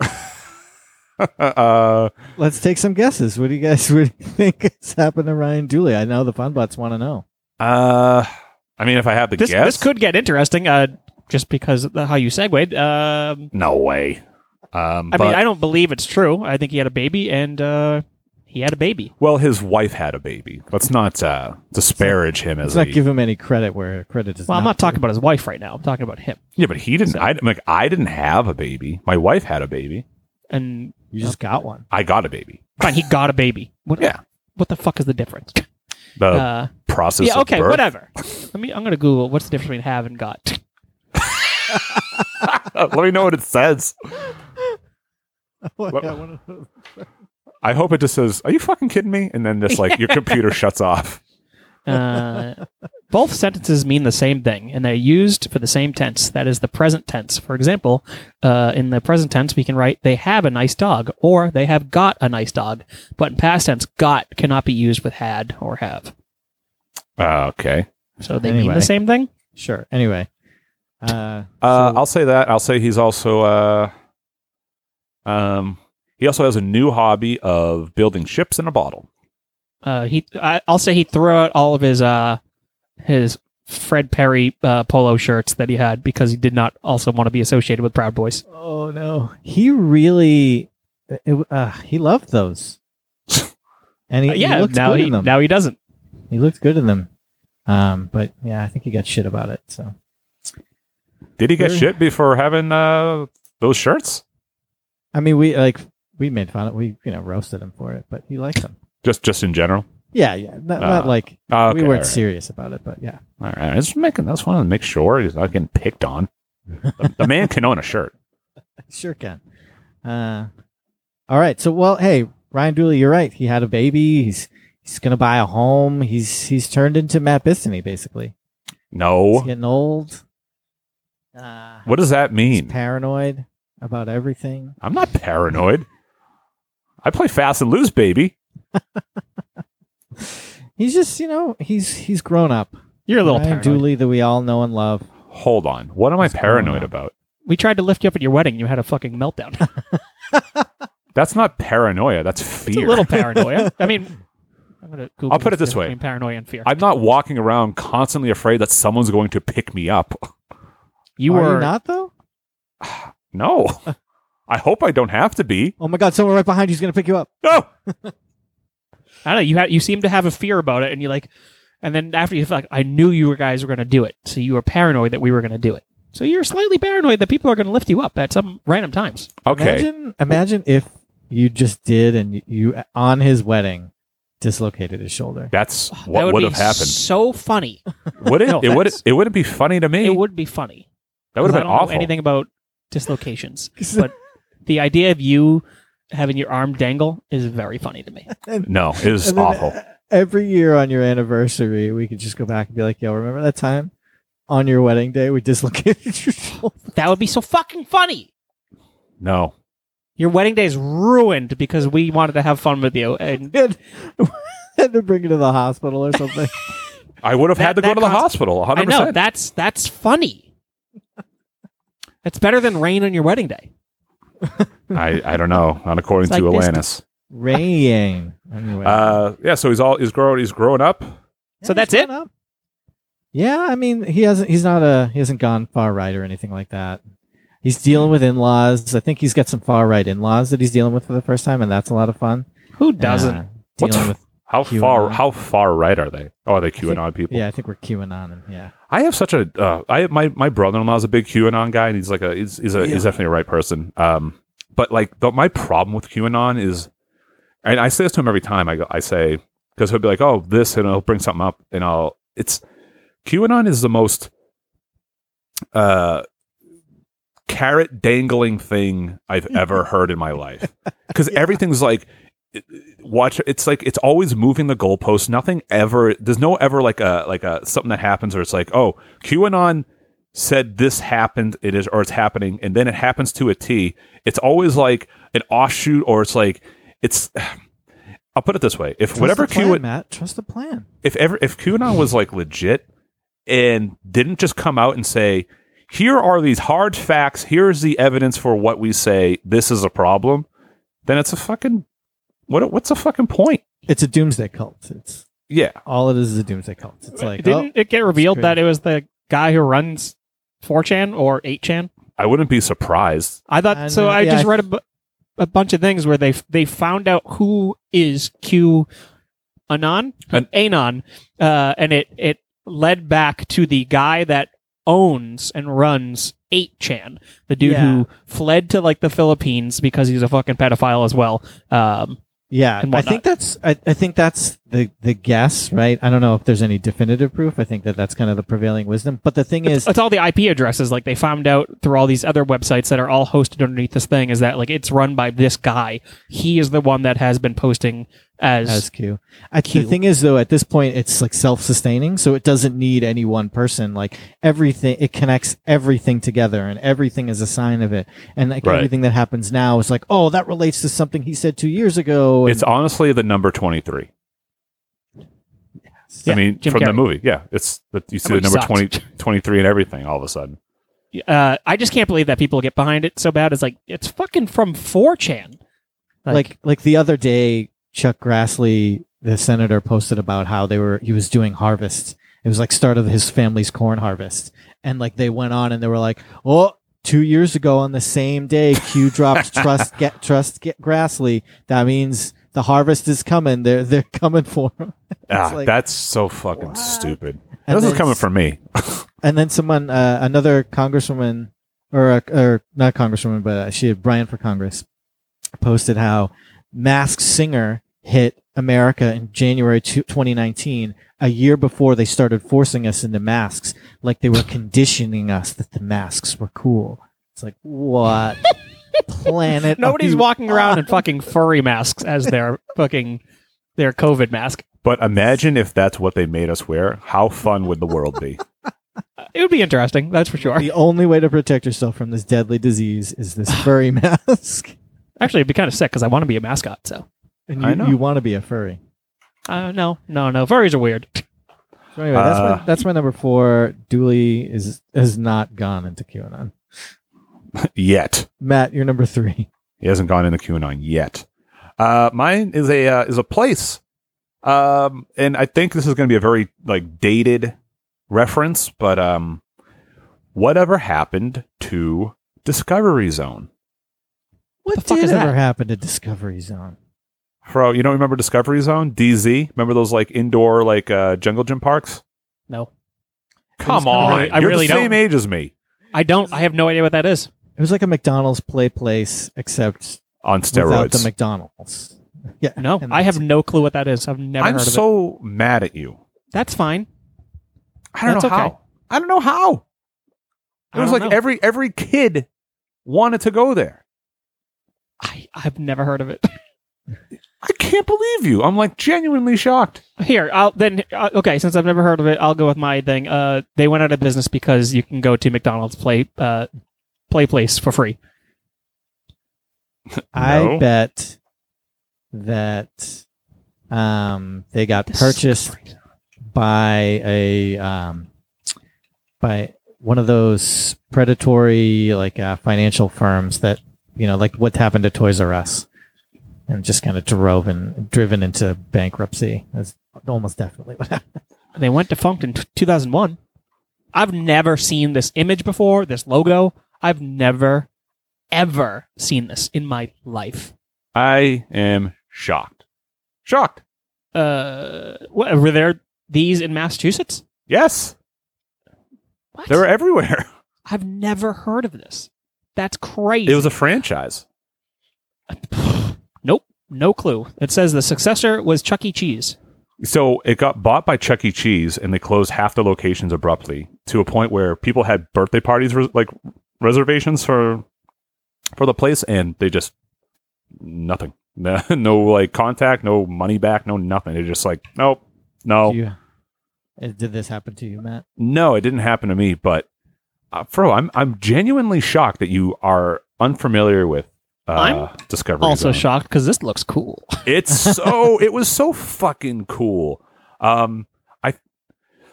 uh, Let's take some guesses. What do you guys what do you think has happened to Ryan Dooley? I know the Funbots want to know. uh, I mean, if I had to this guess, this could get interesting. Uh, just because of the- how you segued. Um, no way. Um, I but- mean, I don't believe it's true. I think he had a baby, and uh, he had a baby. well, his wife had a baby. Let's not uh, disparage him as Let's a not give him any credit where credit is. Well, I'm not not talking about his wife right now. I'm talking about him. yeah, but he didn't. I I'm like I didn't have a baby. My wife had a baby. And You just got one. I got a baby. fine, he got a baby. What, Yeah. Oh, What the fuck is the difference? The Uh, process. yeah. of Okay. birth. Whatever. Let me. I'm gonna Google what's the difference between have and got. Let me know what it says. What- I hope it just says, "Are you fucking kidding me?" And then just like your computer shuts off. Uh, both sentences mean the same thing, and they're used for the same tense. That is the present tense. For example, uh, in the present tense, we can write "they have a nice dog" or "they have got a nice dog." But in past tense, "got" cannot be used with "had" or "have." Uh, okay. So they mean Anyway. the same thing. Sure. Anyway, uh, Uh, so- I'll say that. I'll say he's also. Uh, um, he also has a new hobby of building ships in a bottle. Uh, he, I, I'll say he threw out all of his uh, his Fred Perry uh, polo shirts that he had because he did not also want to be associated with Proud Boys. oh no, he really, it, uh, he loved those, and he, Uh, yeah, he looked now good he in them. now he doesn't. he looked good in them. Um, but yeah, I think he got shit about it. So Did he get Very- shit before having uh, those shirts? I mean, we like we made fun of we you know roasted him for it, but he liked them. Just, just in general. Yeah, yeah, not, Ah, not like Uh, okay, we weren't all right. serious about it, but yeah. All right, I was just making that's one to make sure he's not getting picked on. the, the man can own a shirt. Sure can. Uh, all right. So, well, hey, Ryan Dooley, you're right. He had a baby. He's he's gonna buy a home. He's he's turned into Matt Bistany, basically. He's No, getting old. Uh, what does that he's mean? paranoid about everything. I'm not paranoid. I play fast and loose, baby. He's just, you know, he's he's grown up. You're a little Ryan paranoid. Dooley that we all know and love. Hold on. What am I What's going on? paranoid about? We tried to lift you up at your wedding. You had a fucking meltdown. That's not paranoia. That's it's a fear. little paranoia. I mean, I'm gonna Google I'll put it the this way. difference between paranoia and fear. I'm not walking around constantly afraid that someone's going to pick me up. you Are were you not though? No. I hope I don't have to be. Oh my God! Someone right behind you's gonna pick you up. No. I don't know. You had you seem to have a fear about it, and you like, and then after you felt like I knew you guys were gonna do it, so you were paranoid that we were gonna do it. So you're slightly paranoid that people are gonna lift you up at some random times. Okay. Imagine, imagine if you just did, and you, you on his wedding dislocated his shoulder. That's That what would have be happened. So funny. Would it? No, it would. that's- It wouldn't be funny to me. It would be funny. that would 'Cause have I been don't know awful. Anything about dislocations, but the idea of you having your arm dangle is very funny to me. No, it was And then awful. Every year on your anniversary, we could just go back and be like, "Yo, remember that time on your wedding day we dislocated your shoulder?" That would be so fucking funny. No. Your wedding day is ruined because we wanted to have fun with you, and And had to bring you to the hospital or something. I would have had to That- go to that the cons- hospital. 100%. I know that's that's funny. That's better than rain on your wedding day. I, I don't know. Not according It's to like this- Alanis. Rain. Anyway, Uh, yeah. So he's all he's grown. He's growing up. so that's it? Yeah, I mean, he hasn't. He's not a. He hasn't gone far right or anything like that. He's dealing with in-laws. I think he's got some far right in-laws that he's dealing with for the first time, and that's a lot of fun. Who Uh, doesn't? What dealing the- with How far? QAnon. How far right are they? Oh, are they QAnon people? Yeah, I think we're QAnon him. Yeah. I have such a uh, I my my brother in law is a big QAnon guy, and he's like a he's, he's a he's definitely a right person. Um, but like the, my problem with QAnon is, and I say this to him every time I go, I say because he'll be like, oh, this, and he'll bring something up, and I'll it's QAnon is the most uh carrot dangling thing I've ever heard in my life because everything's like watch it's like it's always moving the goalpost nothing ever there's no ever like a like a something that happens where it's like oh qanon said this happened it is or it's happening and then it happens to a t it's always like an offshoot or it's like it's i'll put it this way if Trust whatever the plan, qanon Matt. Trust the plan. if ever if qanon was like legit and didn't just come out and say here are these hard facts here's the evidence for what we say this is a problem then it's a fucking what what's the fucking point It's a doomsday cult. It's yeah all it is is a doomsday cult. It's like oh, Didn't it get revealed crazy. that it was the guy who runs 4chan or 8chan? I wouldn't be surprised. I thought I so. know, I yeah, just I- read a, bu- a bunch of things where they f- they found out who is Q anon An- anon, uh, and it it led back to the guy that owns and runs 8chan, the dude Yeah. who fled to like the Philippines because he's a fucking pedophile as well. Um, Yeah, and I whatnot. think that's I, I think that's the the guess, right? I don't know if there's any definitive proof. I think that that's kind of the prevailing wisdom. But the thing is, it's all the IP addresses. Like they found out through all these other websites that are all hosted underneath this thing is that like it's run by this guy. He is the one that has been posting as, as Q. I, the Q. thing is, though, at this point, it's like self-sustaining, so it doesn't need any one person. Like everything, it connects everything together, and everything is a sign of it. And like Right. everything that happens now is like, oh, that relates to something he said two years ago. It's honestly the number 23. Yeah, I mean, Jim from the Carrey. movie. Yeah. It's the, you see the Everybody number sucks. 20, 23 and everything all of a sudden. uh, I just can't believe that people get behind it so bad. It's like it's fucking from 4chan. like like the other day chuck grassley the senator posted about how they were he was doing harvest it was like start of his family's corn harvest and like they went on and they were like oh two years ago on the same day q drops trust get trust get grassley that means the harvest is coming they're they're coming for him Ah, like, that's so fucking stupid. And This is then coming s- from me. and then someone uh, another congresswoman or uh, or not congresswoman but uh, she had Brian for Congress posted how Masked Singer hit America in January two- 2019 a year before they started forcing us into masks like they were conditioning us that the masks were cool it's like what planet are nobody's you walking around in on? fucking furry masks as their fucking their COVID mask. But imagine if that's what they made us wear. How fun would the world be? It would be interesting, that's for sure. the only way to protect yourself from this deadly disease is this furry mask Actually, it'd be kind of sick because I want to be a mascot. So and I know. you, you want to be a furry uh, no, no, no, furries are weird. So anyway, that's Uh, my that's my number four. Dooley is has not gone into QAnon. Yet. Matt, you're number three. He hasn't gone into QAnon yet. Uh, mine is a uh, is a place, um, and I think this is going to be a very like dated reference, but um, whatever happened to Discovery Zone? What the fuck is ever that? happened to Discovery Zone? Bro, you don't remember Discovery Zone? DZ? Remember those like indoor like uh, jungle gym parks? No, Come I on, really- I you're really the same don't. age as me I don't. I have no idea what that is. It was like a McDonald's play place, except on without the steroids. McDonald's. Yeah, No, and I have that's- no clue what that is. I've never I'm heard of it. so mad at you. That's fine. I don't That's know okay. how. I don't know how. It I was don't like know. every every kid wanted to go there. I, I've never heard of it. I can't believe you. I'm like genuinely shocked. Here, I'll then. Uh, okay, since I've never heard of it, I'll go with my thing. Uh, they went out of business because you can go to McDonald's play uh, play place for free. I No. bet that um, they got purchased by a um, by one of those predatory like uh, financial firms that you know like what happened to Toys R Us and just kind of drove and driven into bankruptcy. That's almost definitely what happened. They went defunct in t- 2001. I've never seen this image before. This logo. I've never ever seen this in my life. I am shocked. Shocked. uh, what, were there these in Massachusetts? Yes, What? they were everywhere. I've never heard of this. That's crazy. It was a franchise. nope, no clue. It says the successor was Chuck E. Cheese. So it got bought by Chuck E. Cheese, and they closed half the locations abruptly to a point where people had birthday parties res- like reservations for for the place, and they just nothing, no, no like contact, no money back, no nothing. They're just like, nope, no, Do you, uh, did this happen to you, Matt? no. It didn't happen to me, but uh, Fro, I'm I'm genuinely shocked that you are unfamiliar with. Uh, I'm Discovery Zone. Also shocked because this looks cool. It's so it was so fucking cool. Um, I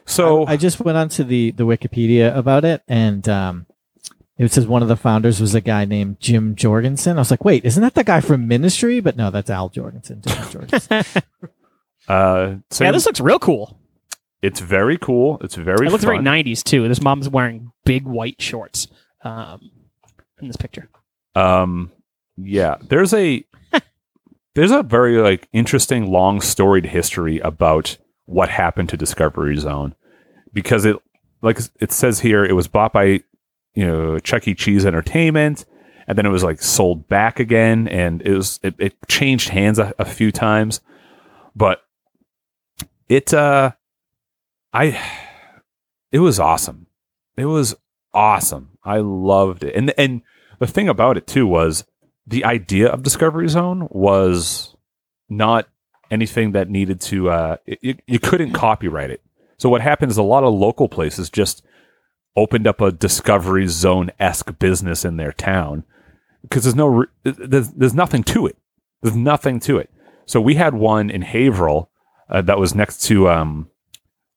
so I, I just went onto the the Wikipedia about it, and um, it says one of the founders was a guy named Jim Jorgensen. I was like, wait, isn't that the guy from Ministry? But no, that's Al Jorgensen. Jim Jorgensen. uh, Sam, yeah, this looks real cool. it's very cool. It's very. it looks very fun. '90s too. This mom's wearing big white shorts um, in this picture. Um, yeah, there's a there's a very like interesting long storied history about what happened to Discovery Zone because it like it says here it was bought by you know Chuck E. Cheese Entertainment and then it was like sold back again and it was it, it changed hands a, a few times, but it uh I it was awesome. It was awesome. I loved it. And and the thing about it too was the idea of Discovery Zone was not anything that needed to uh y- y- you couldn't copyright it. So what happened is a lot of local places just opened up a Discovery Zone esque business in their town because there's no re- there's, there's nothing to it. There's nothing to it. So we had one in Haverhill uh, that was next to um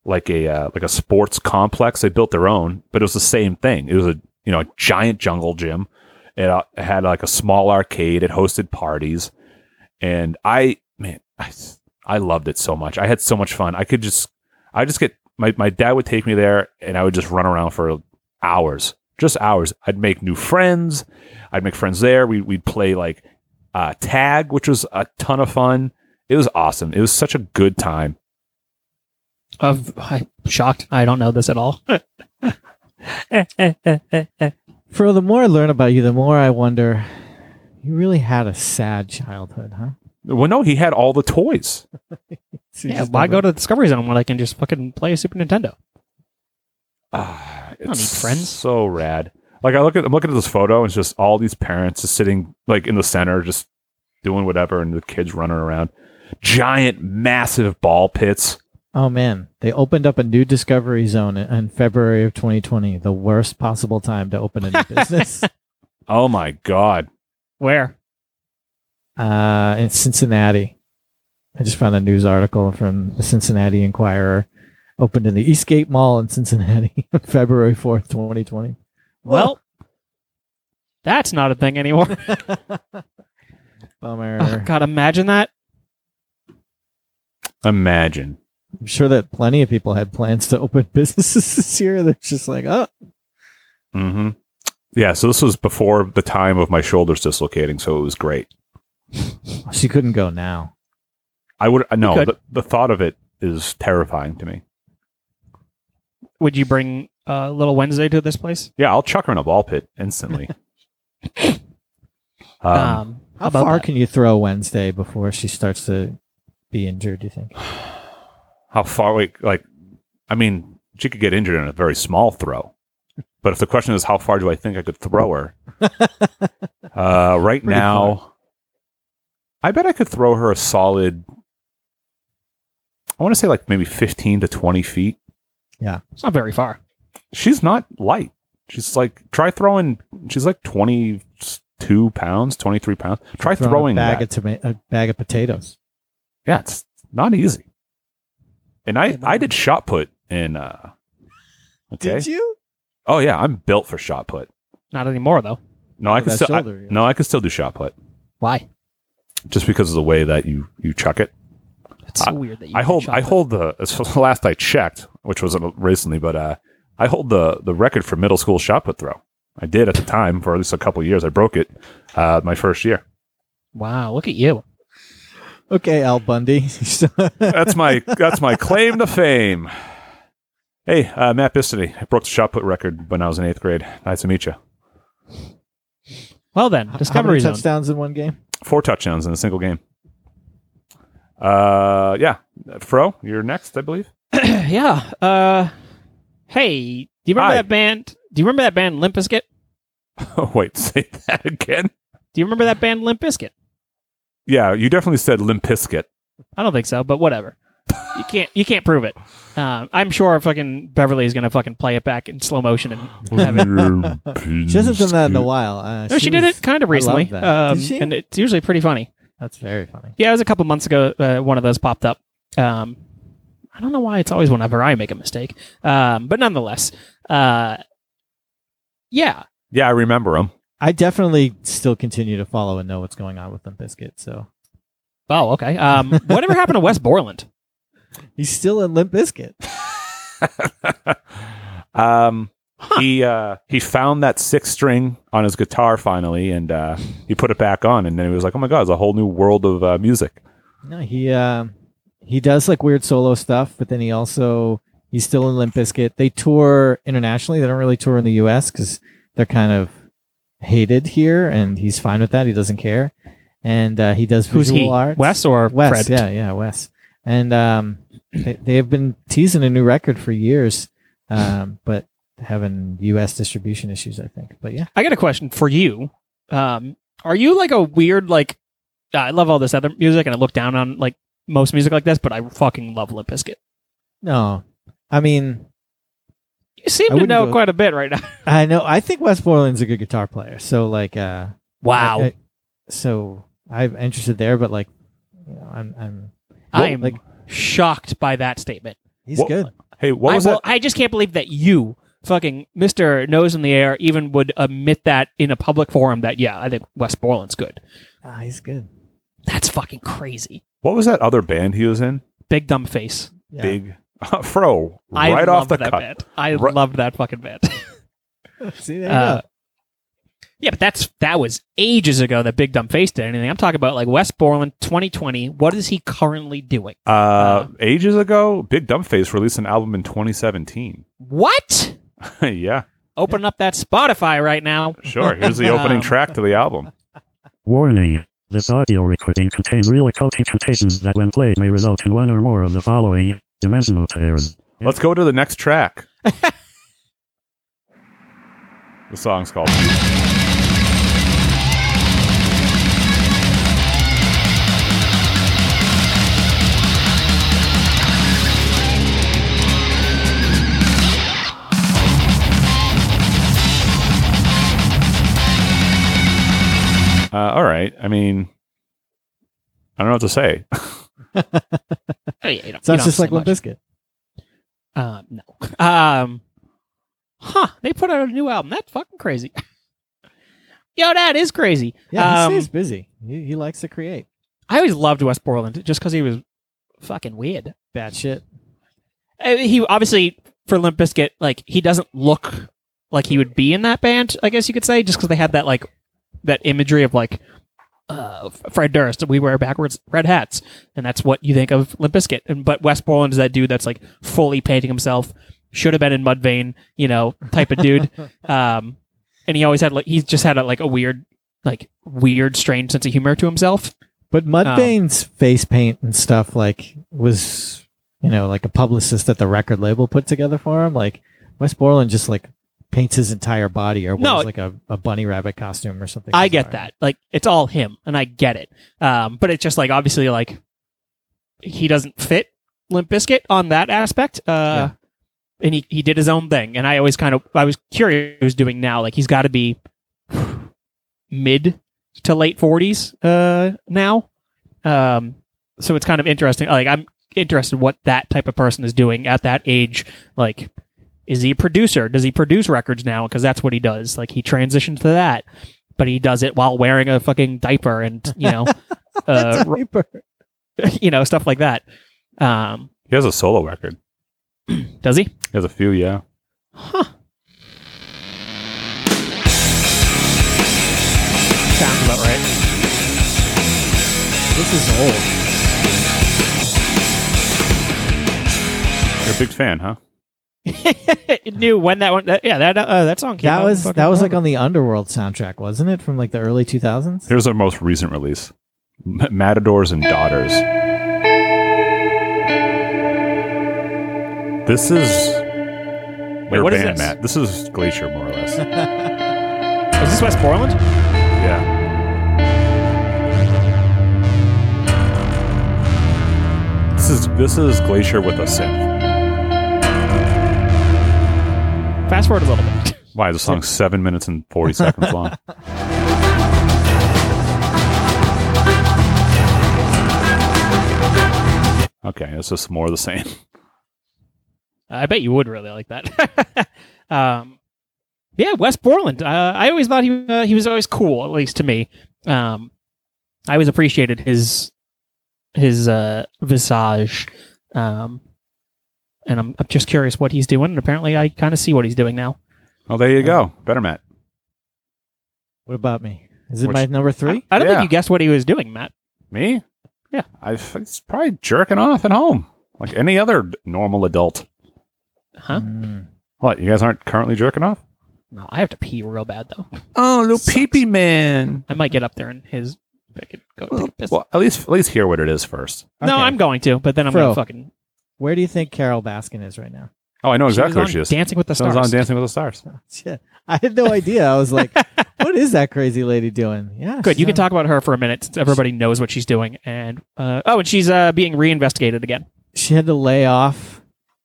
like a uh, like a sports complex. They built their own, but it was the same thing. It was a you know a giant jungle gym. It uh, had like a small arcade. It hosted parties, and I man, I, s- I loved it so much. I had so much fun. I could just I just get my my dad would take me there, and I would just run around for hours, just hours. I'd make new friends. I'd make friends there. We we'd play like uh, tag, which was a ton of fun. It was awesome. It was such a good time. Of I'm shocked. I don't know this at all. Fro, the more I learn about you, the more I wonder. You really had a sad childhood, huh? Well, no, he had all the toys. So you yeah, just why never- go to Discovery Zone when I can just fucking play a Super Nintendo? Ah, don't it's need friends. So rad. Like I look at, I'm looking at this photo, and it's just all these parents just sitting like in the center, just doing whatever, and the kids running around. Giant, massive ball pits. Oh man, they opened up a new Discovery Zone in- in February of 2020, the worst possible time to open a new business. Oh my god! Where? uh, in Cincinnati. I just found a news article from the Cincinnati Inquirer, opened in the Eastgate Mall in Cincinnati, February fourth, twenty twenty. Well, that's not a thing anymore. Bummer. Oh, God, imagine that. Imagine. I'm sure that plenty of people had plans to open businesses this year. They're just like, oh, hmm Yeah. So this was before the time of my shoulders dislocating, so it was great. she couldn't go now. I would no. could. The, the thought of it is terrifying to me. Would you bring uh, Little Wednesday to this place? Yeah, I'll chuck her in a ball pit instantly. um, How about far that? can you throw Wednesday before she starts to be injured? Do you think? how far away like i mean she could get injured in a very small throw but if the question is how far do i think i could throw her uh, right Pretty now i bet i could throw her a solid i want to say like maybe 15 to 20 feet It's not very far. she's not light she's like try throwing she's like 22 pounds 23 pounds try Throwing, throwing a bag that. of toma- a bag of potatoes. yeah it's not easy and i Yeah, but- i did shot put in uh okay you? oh yeah i'm built for shot put Not anymore, though. No, I Oh, can that still. I- shoulder, yeah. No, I can still do shot put Why? just because of the way that you you chuck it. It's so weird that you I can hold. shop I it. hold the. As the last I checked, which was recently, but uh, I hold the the record for middle school shot put throw. I did at the time for at least a couple years. I broke it uh, my first year. Wow, look at you. Okay, Al Bundy. So- That's my that's my claim to fame. Hey, uh, Matt Bistany. I broke the shot put record when I was in eighth grade. Nice to meet you. Well then, How Discovery many Zone. touchdowns in one game? Four touchdowns in a single game. Uh, yeah, Fro, you're next, I believe. yeah. Uh, hey, do you remember Hi. that band? Do you remember that band Limp Bizkit? Oh wait, say that again. Do you remember that band Limp Bizkit? Yeah, you definitely said Limpisket. I don't think so, but whatever. You can't you can't prove it. Um, I'm sure fucking Beverly is gonna fucking play it back in slow motion and have it. She hasn't done Limpisket. that in a while. Uh, No, she did was- it kind I of love recently, that. um, Did she? and it's usually pretty funny. That's very funny. Yeah, it was a couple months ago. Uh, one of those popped up. Um, I don't know why it's always whenever I make a mistake, um, but nonetheless, uh, yeah, Yeah, I remember him. I definitely still continue to follow and know what's going on with Limp Bizkit. So Oh, okay. Um, whatever happened to West Borland? he's still in Limp Bizkit. um, he uh, he found that sixth string on his guitar finally, and uh, he put it back on, and then he was like, "Oh my god, it's a whole new world of uh, music." No, he uh, he does like weird solo stuff, but then he also he's still in Limp Bizkit. They tour internationally. They don't really tour in the U.S. because they're kind of hated here, and he's fine with that. He doesn't care, and uh, he does Who's visual he? arts. Wes or Wes, Fred? yeah, yeah, Wes. And um, they, they have been teasing a new record for years, um, but having U.S. distribution issues, I think. But yeah, I got a question for you. Um, are you like a weird like? I love all this other music, and I look down on like most music like this, but I fucking love Limp Bizkit. no, I mean, You seem I to wouldn't know go- quite a bit right now. I know. I think Wes Borland's a good guitar player. So like, uh, Wow, I- I- so I'm interested there, but like, you know, I'm, I'm, I am like shocked by that statement. he's What- good. Hey, what I, was will- that? I just can't believe that you, fucking Mister Nose in the Air, even would admit that in a public forum. That yeah, I think West Borland's good. Ah, he's good. That's fucking crazy. What was that other band he was in? Big dumb face. Yeah. Big uh, Fro, I right off loved the that cut. band. I Right- loved that fucking band. See there. you Uh, go. yeah, but that's that was ages ago that Big Dumb Face did anything. I'm talking about like West Borland 2020. What is he currently doing? Uh, ages ago, Big Dumbface released an album in 2017. What? yeah, Open up that Spotify right now. sure. Here's the opening Um, track to the album. Warning. This audio recording contains real occult incantations that when played may result in one or more of the following dimensional tears. Let's go to the next track. the song's called. Uh, all right. I mean, I don't know what to say. Oh, yeah, you don't- you Sounds don't just say like Limp much. Bizkit. Uh, no. Um, huh? They put out a new album. That's fucking crazy. Yo, that is crazy. Yeah, Um, he stays busy. He, he likes to create. I always loved West Borland just because he was fucking weird. Bad shit. Uh, he obviously for Limp Bizkit, like he doesn't look like he would be in that band. I guess you could say just because they had that like that imagery of like uh, F- Fred Durst. We wear backwards red hats, and that's what you think of Limp Bizkit. And but West Borland is that dude that's like fully painting himself. Should have been in Mudvayne, you know, type of dude. um, and he always had like he's just had a, like a weird, like weird, strange sense of humor to himself. But um, Mudvayne's face paint and stuff like was, you know, like a publicist that the record label put together for him. Like Wes Borland just like paints his entire body or wears No, it- like a, a bunny rabbit costume or something. I get bizarre. that. Like it's all him, and I get it. Um, but it's just like obviously like he doesn't fit Limp Biscuit on that aspect. Uh, and he he did his own thing, and I always kind of I was curious what he was doing now. Like he's got to be mid to late forties uh, now. Um, so it's kind of interesting. Like I'm interested what that type of person is doing at that age. Like. Is he a producer? Does he produce records now? Because that's what he does. Like he transitions to that but he does it while wearing a fucking diaper and you know uh, r- you know stuff like that um He has a solo record. does he He has a few, yeah. sounds about right This is old. Big fan, huh? it knew when that one. That, yeah, that uh, that song came out. That was fucking that was like forever. on the Underworld soundtrack, wasn't it? From like the early 2000s. Here's our most recent release M- Matadors and Daughters. This is your what is band, this? Matt. This is Glacier, more or less. Is this Westmoreland? yeah. This is this is Glacier with a synth. Fast forward a little bit. Why the song's seven minutes and forty seconds long? Okay, it's just more of the same. I bet you would really like that. um, yeah, Westmoreland. Uh, I always thought he uh, he was always cool, at least to me. Um, I always appreciated his his uh, visage, um, and I'm, I'm just curious what he's doing. And apparently, I kind of see what he's doing now. Well, there you go. Better Matt. What about me? Is it Which- my number three? I, I don't Yeah. think you guessed what he was doing, Matt. Me? Yeah. I it's probably jerking off at home like any other d- normal adult. Huh? Mm. What? You guys aren't currently jerking off? No, I have to pee real bad though. Oh, little Sucks. peepee man. I might get up there and his. I could go take a piss. Well, at least at least hear what it is first. no, Okay. I'm going to, but then I'm Fro. going to fucking. Where do you think Carol Baskin is right now? Oh, I know exactly she was where she on is. Dancing with the She was Stars. on Dancing with the Stars. Shit. I had no idea. I was like, what is that crazy lady doing? Yeah. Good. she's You can on- talk about her for a minute since everybody knows what she's doing. And uh, oh, and she's uh, being reinvestigated again. She had to lay off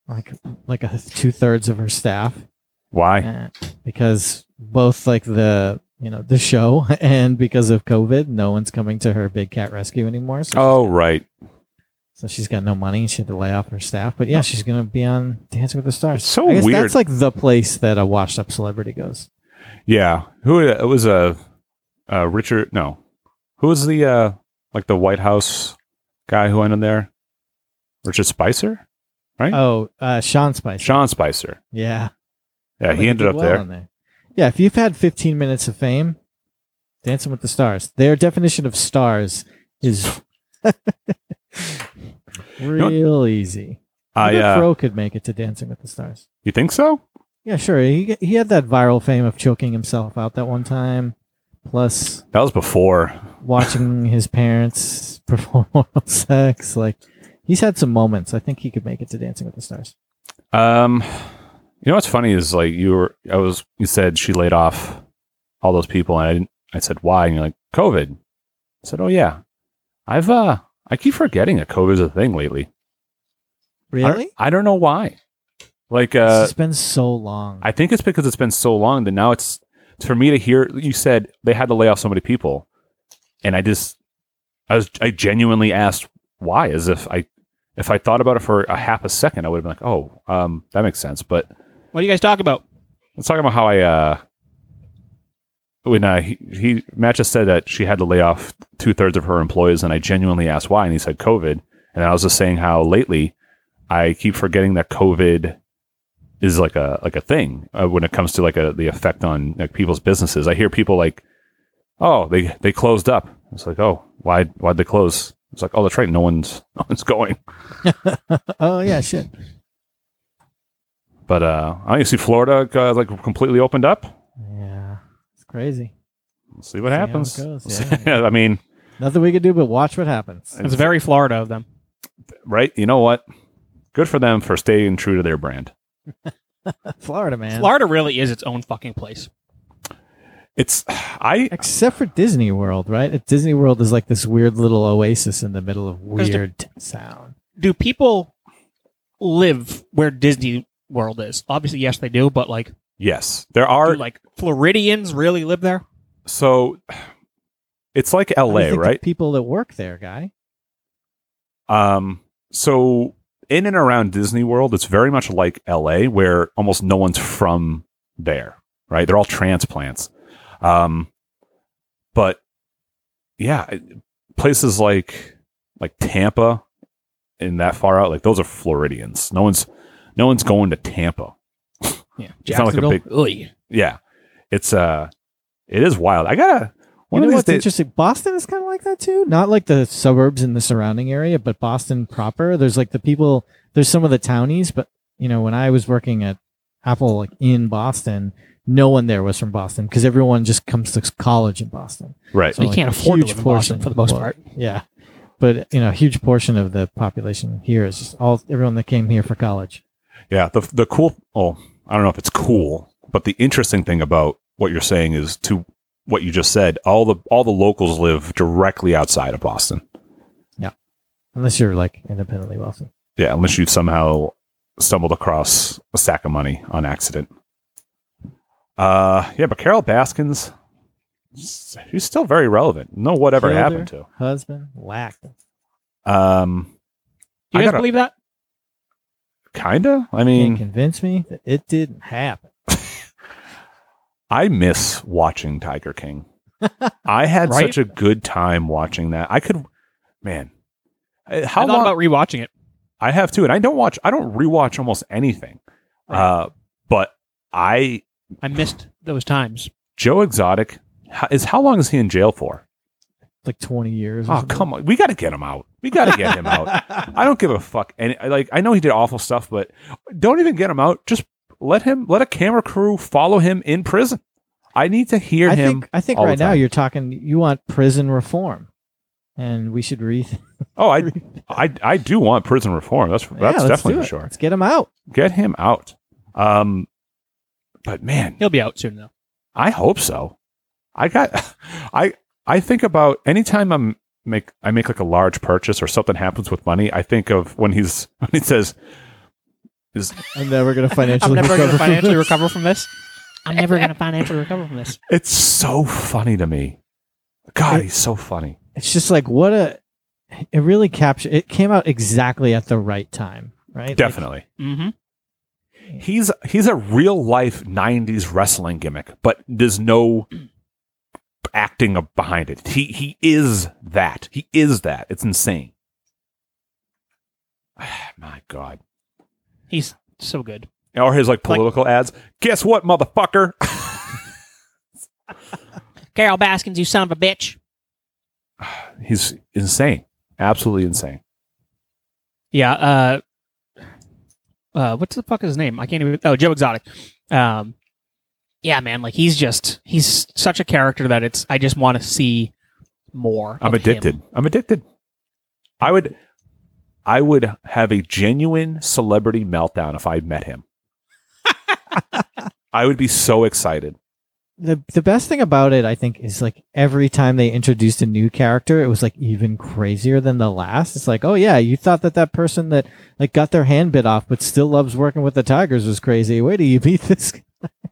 like like a two thirds of her staff Why? uh, because both like the you know the show and because of COVID, no one's coming to her big cat rescue anymore. So, Oh, right. so she's got no money. She had to lay off her staff. But yeah, she's gonna be on Dancing with the Stars. It's so I guess weird. That's like the place that a washed up celebrity goes. Yeah. Who it was a uh, Richard? No. Who was the uh like the White House guy who went in there? Richard Spicer, Oh, uh, Sean Spicer. Sean Spicer. Yeah. Yeah, Like, he ended up did well there. on Yeah, if you've had 15 minutes of fame, Dancing with the Stars. Their definition of stars is know what- real easy. I bet uh, Fro could make it to Dancing with the Stars. you think so? Yeah, sure. He he had that viral fame of choking himself out that one time, plus That was before. watching his parents perform oral sex. Like he's had some moments. I think he could make it to Dancing with the Stars. Um, you know what's funny is like you were, I was, you said she laid off all those people, and I didn't. I said why, and you're like COVID. I said, oh yeah, I've uh, I keep forgetting that COVID's a thing lately. I don't- Really? I, don't know why. Like this uh, has been so long. I think it's because it's been so long that now it's for me to hear you said they had to lay off so many people, and I just, I was, I genuinely asked why, as if I. If I thought about it for a half a second, I would have been like, "Oh, um, that makes sense." But What do you guys talk about? Let's talk about how I uh when uh, he, he Matt just said that she had to lay off two thirds of her employees, and I genuinely asked why, and he said COVID, and I was just saying how lately I keep forgetting that COVID is like a like a thing uh, when it comes to like a the effect on like people's businesses. I hear people like, oh, they they closed up. It's like, oh, why why'd they close? It's like, oh, that's right, no one's no one's going. oh yeah, shit. But uh, I you see Florida uh, like completely opened up. Yeah, it's crazy. We'll see what how it happens. goes, I mean. Nothing we could do but watch what happens. It's very Florida of them. right? You know what? Good for them for staying true to their brand. Florida, man. Florida really is its own fucking place. It's I Except for Disney World, right? At Disney World is like this weird little oasis in the middle of There's the- weird sound. Do people live where Disney World is? Obviously, yes, they do. But like, yes, there do, are like Floridians really live there? so it's like How do you LA, think the right? people that work there, guy. Um so in and around Disney World, it's very much like LA where almost no one's from there, right? They're all transplants. Um but yeah, it- places like like Tampa and that far out, like those are Floridians. No one's no one's going to Tampa. Yeah, It's not like a Jacksonville? big- Oy. yeah it's uh it is wild i gotta You one know of these what's days interesting? Boston is kind of like that too. Not like the suburbs and the surrounding area, but Boston proper. There's like the people. There's some of the townies, but you know, when I was working at Apple like in Boston, no one there was from Boston because everyone just comes to college in Boston. Right. So you can't a afford to huge live in Boston for the most well, part. Yeah. But you know, a huge portion of the population here is just all everyone that came here for college. Yeah, the the cool. Oh, I don't know if it's cool, but the interesting thing about what you're saying is to what you just said. All the all the locals live directly outside of Boston. Unless you're like independently wealthy. Yeah, unless you somehow stumbled across a sack of money on accident. Uh, yeah, but Carol Baskins, she's still very relevant. No, whatever Killed happened her to? Husband lacked. Um, Do I you guys gotta- believe that? kinda. I Can't mean, convince me that it didn't happen. I miss watching Tiger King. I had Right? such a good time watching that. I could, man. I- I How thought long? about rewatching it. I have too, and I don't watch. I don't rewatch almost anything. Uh, but I I missed those times. Joe Exotic ho- is how long is he in jail for? Like twenty years. or Oh something. come on, we got to get him out. We got to get him out. I don't give a fuck. And like I know he did awful stuff, but don't even get him out. Just let him. Let a camera crew follow him in prison. I need to hear I him. think, I think all the right now time. you're talking. You want prison reform, and we should re. Oh, I, I, I do want prison reform. That's Yeah, that's let's do definitely it. for sure. Let's get him out. Get him out. Um, but man, He'll be out soon though. I hope so. I got I I think about anytime I'm make I make like a large purchase or something happens with money, I think of when he's when he says is I'm never going to I'm financially never going recover. to from financially this. recover from this. I'm never going to financially recover from this. it's so funny to me. God, he's so funny. It's just like what a. It really captured. It came out exactly at the right time, right? Like, Definitely. Mm-hmm. He's he's a real life 90s wrestling gimmick, but there's no acting up behind it. He he is that. He is that. It's insane. My god. He's so good. or his like political ads. Guess what, motherfucker? Carol Baskins, you son of a bitch. He's insane, absolutely insane. Yeah. Uh, uh, what's the fuck is his name? I can't even. Oh, Joe Exotic. Um, yeah, man. Like he's just he's such a character that it's. I just want to see more. I'm of addicted. him. I'm addicted. I would, I would have a genuine celebrity meltdown if I met him. I would be so excited. The the best thing about it, I think, is like every time they introduced a new character, it was like even crazier than the last. It's like, oh yeah, you thought that that person that like got their hand bit off but still loves working with the tigers was crazy. Wait till you beat this. guy.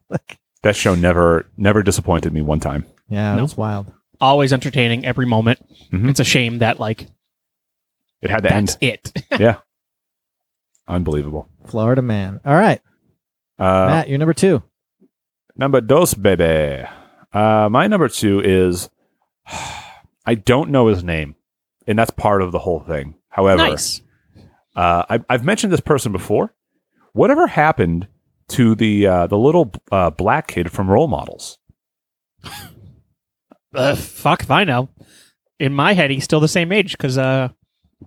like, That show never, never disappointed me one time. yeah, it No. was wild. Always entertaining every moment. Mhm. It's a shame that like It had to that's end. it. Unbelievable. Florida man. All right, Uh, Matt, you're number two. Number dos, baby. Uh, my number two is I don't know his name, and that's part of the whole thing. However, nice. uh, I, I've mentioned this person before. Whatever happened to the uh, the little uh, black kid from Role Models? Uh, fuck if I know. In my head, he's still the same age because uh,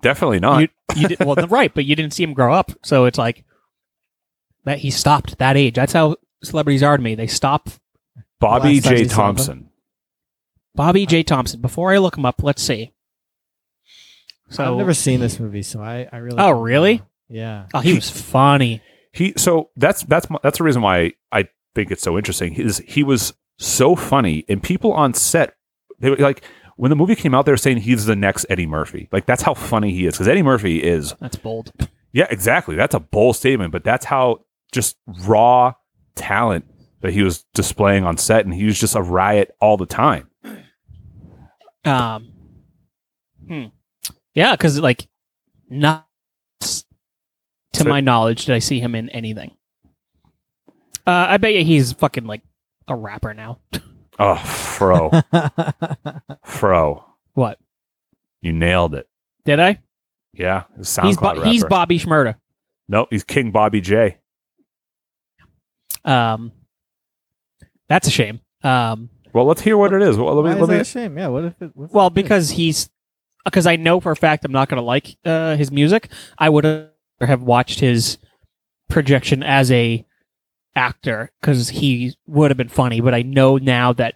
Definitely not. you, you did, well, right, but you didn't see him grow up, so it's like that he stopped at that age. That's how celebrities are to me. They stop. Bobby Last time J. you saw him. Thompson. Bobby J. Thompson. Before I look him up, let's see. So I've never seen this movie, so I, I really. Oh, don't know. really? Yeah. Oh, he was funny. He so that's that's my, that's the reason why I think it's so interesting. Is he was so funny, and people on set they were like when the movie came out, they were saying he's the next Eddie Murphy. Like that's how funny he is because Eddie Murphy is That's bold. Yeah, exactly. That's a bold statement, but that's how just raw talent that he was displaying on set, and he was just a riot all the time. Um, hmm. yeah, because like not to So- my knowledge did I see him in anything. Uh, I bet you he's fucking like a rapper now. Oh, fro, fro, What you nailed it. did I? Yeah, he's a SoundCloud he's Bo- rapper. he's Bobby Schmurda. no, he's King Bobby J. Um, that's a shame. Um, Well, let's hear what it is. Well, Why let me, is let that me. a shame? Yeah. What if it? what's well, the shame? because he's because I know for a fact I'm not going to like uh, his music. I would have watched his projection as a actor because he would have been funny, but I know now that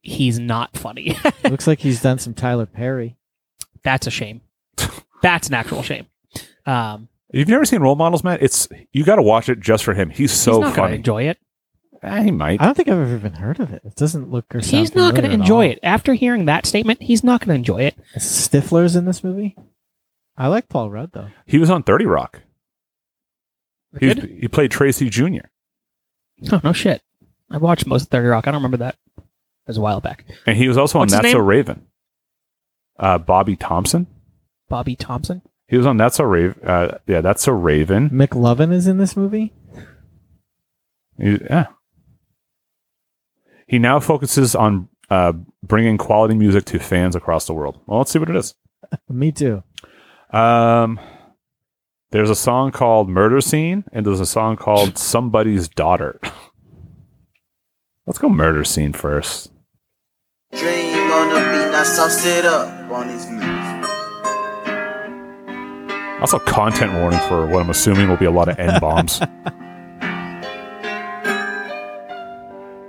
he's not funny. Looks like he's done some Tyler Perry. That's a shame. That's an actual shame. Um, You've never seen Role Models, Matt? It's you got to watch it just for him. He's so so he's not going to funny. enjoy it. Eh, he might. I don't think I've ever even heard of it. It doesn't look or sound He's not going to familiar at enjoy all. it. After hearing that statement, he's not going to enjoy it. Stifler's in this movie. I like Paul Rudd though. He was on Thirty Rock. He, was- Good? he played Tracy Jr. Oh no shit! I watched most of Thirty Rock. I don't remember that. It was a while back. and he was also on What's his That's a name? Raven. Uh, Bobby Thompson. Bobby Thompson. He was on That's a Raven. Uh, yeah, That's a Raven. McLovin is in this movie. He- yeah. He now focuses on uh, bringing quality music to fans across the world. Well, let's see what it is. Me too. Um, there's a song called Murder Scene, and there's a song called Somebody's Daughter. Let's go Murder Scene first. Dream on the beat, now sauce it up on these moves. Also, content warning for what I'm assuming will be a lot of N bombs.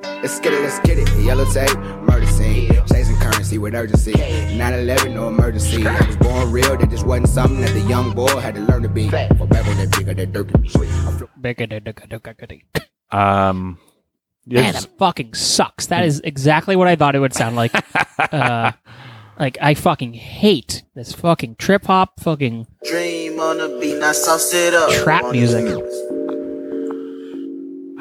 Let's get it, let's get it. Yellow tape, murder scene. Chasing currency with urgency. 9 11, no emergency. I was born real, that just wasn't something that the young boy had to learn to be. Or back on that bigger, that dirt. I'm fl- Man, Um, yeah, that fucking sucks. That is exactly what I thought it would sound like. uh, like I fucking hate this fucking trip hop fucking Dream on the beat, now sauce it up. Trap on these music. moves.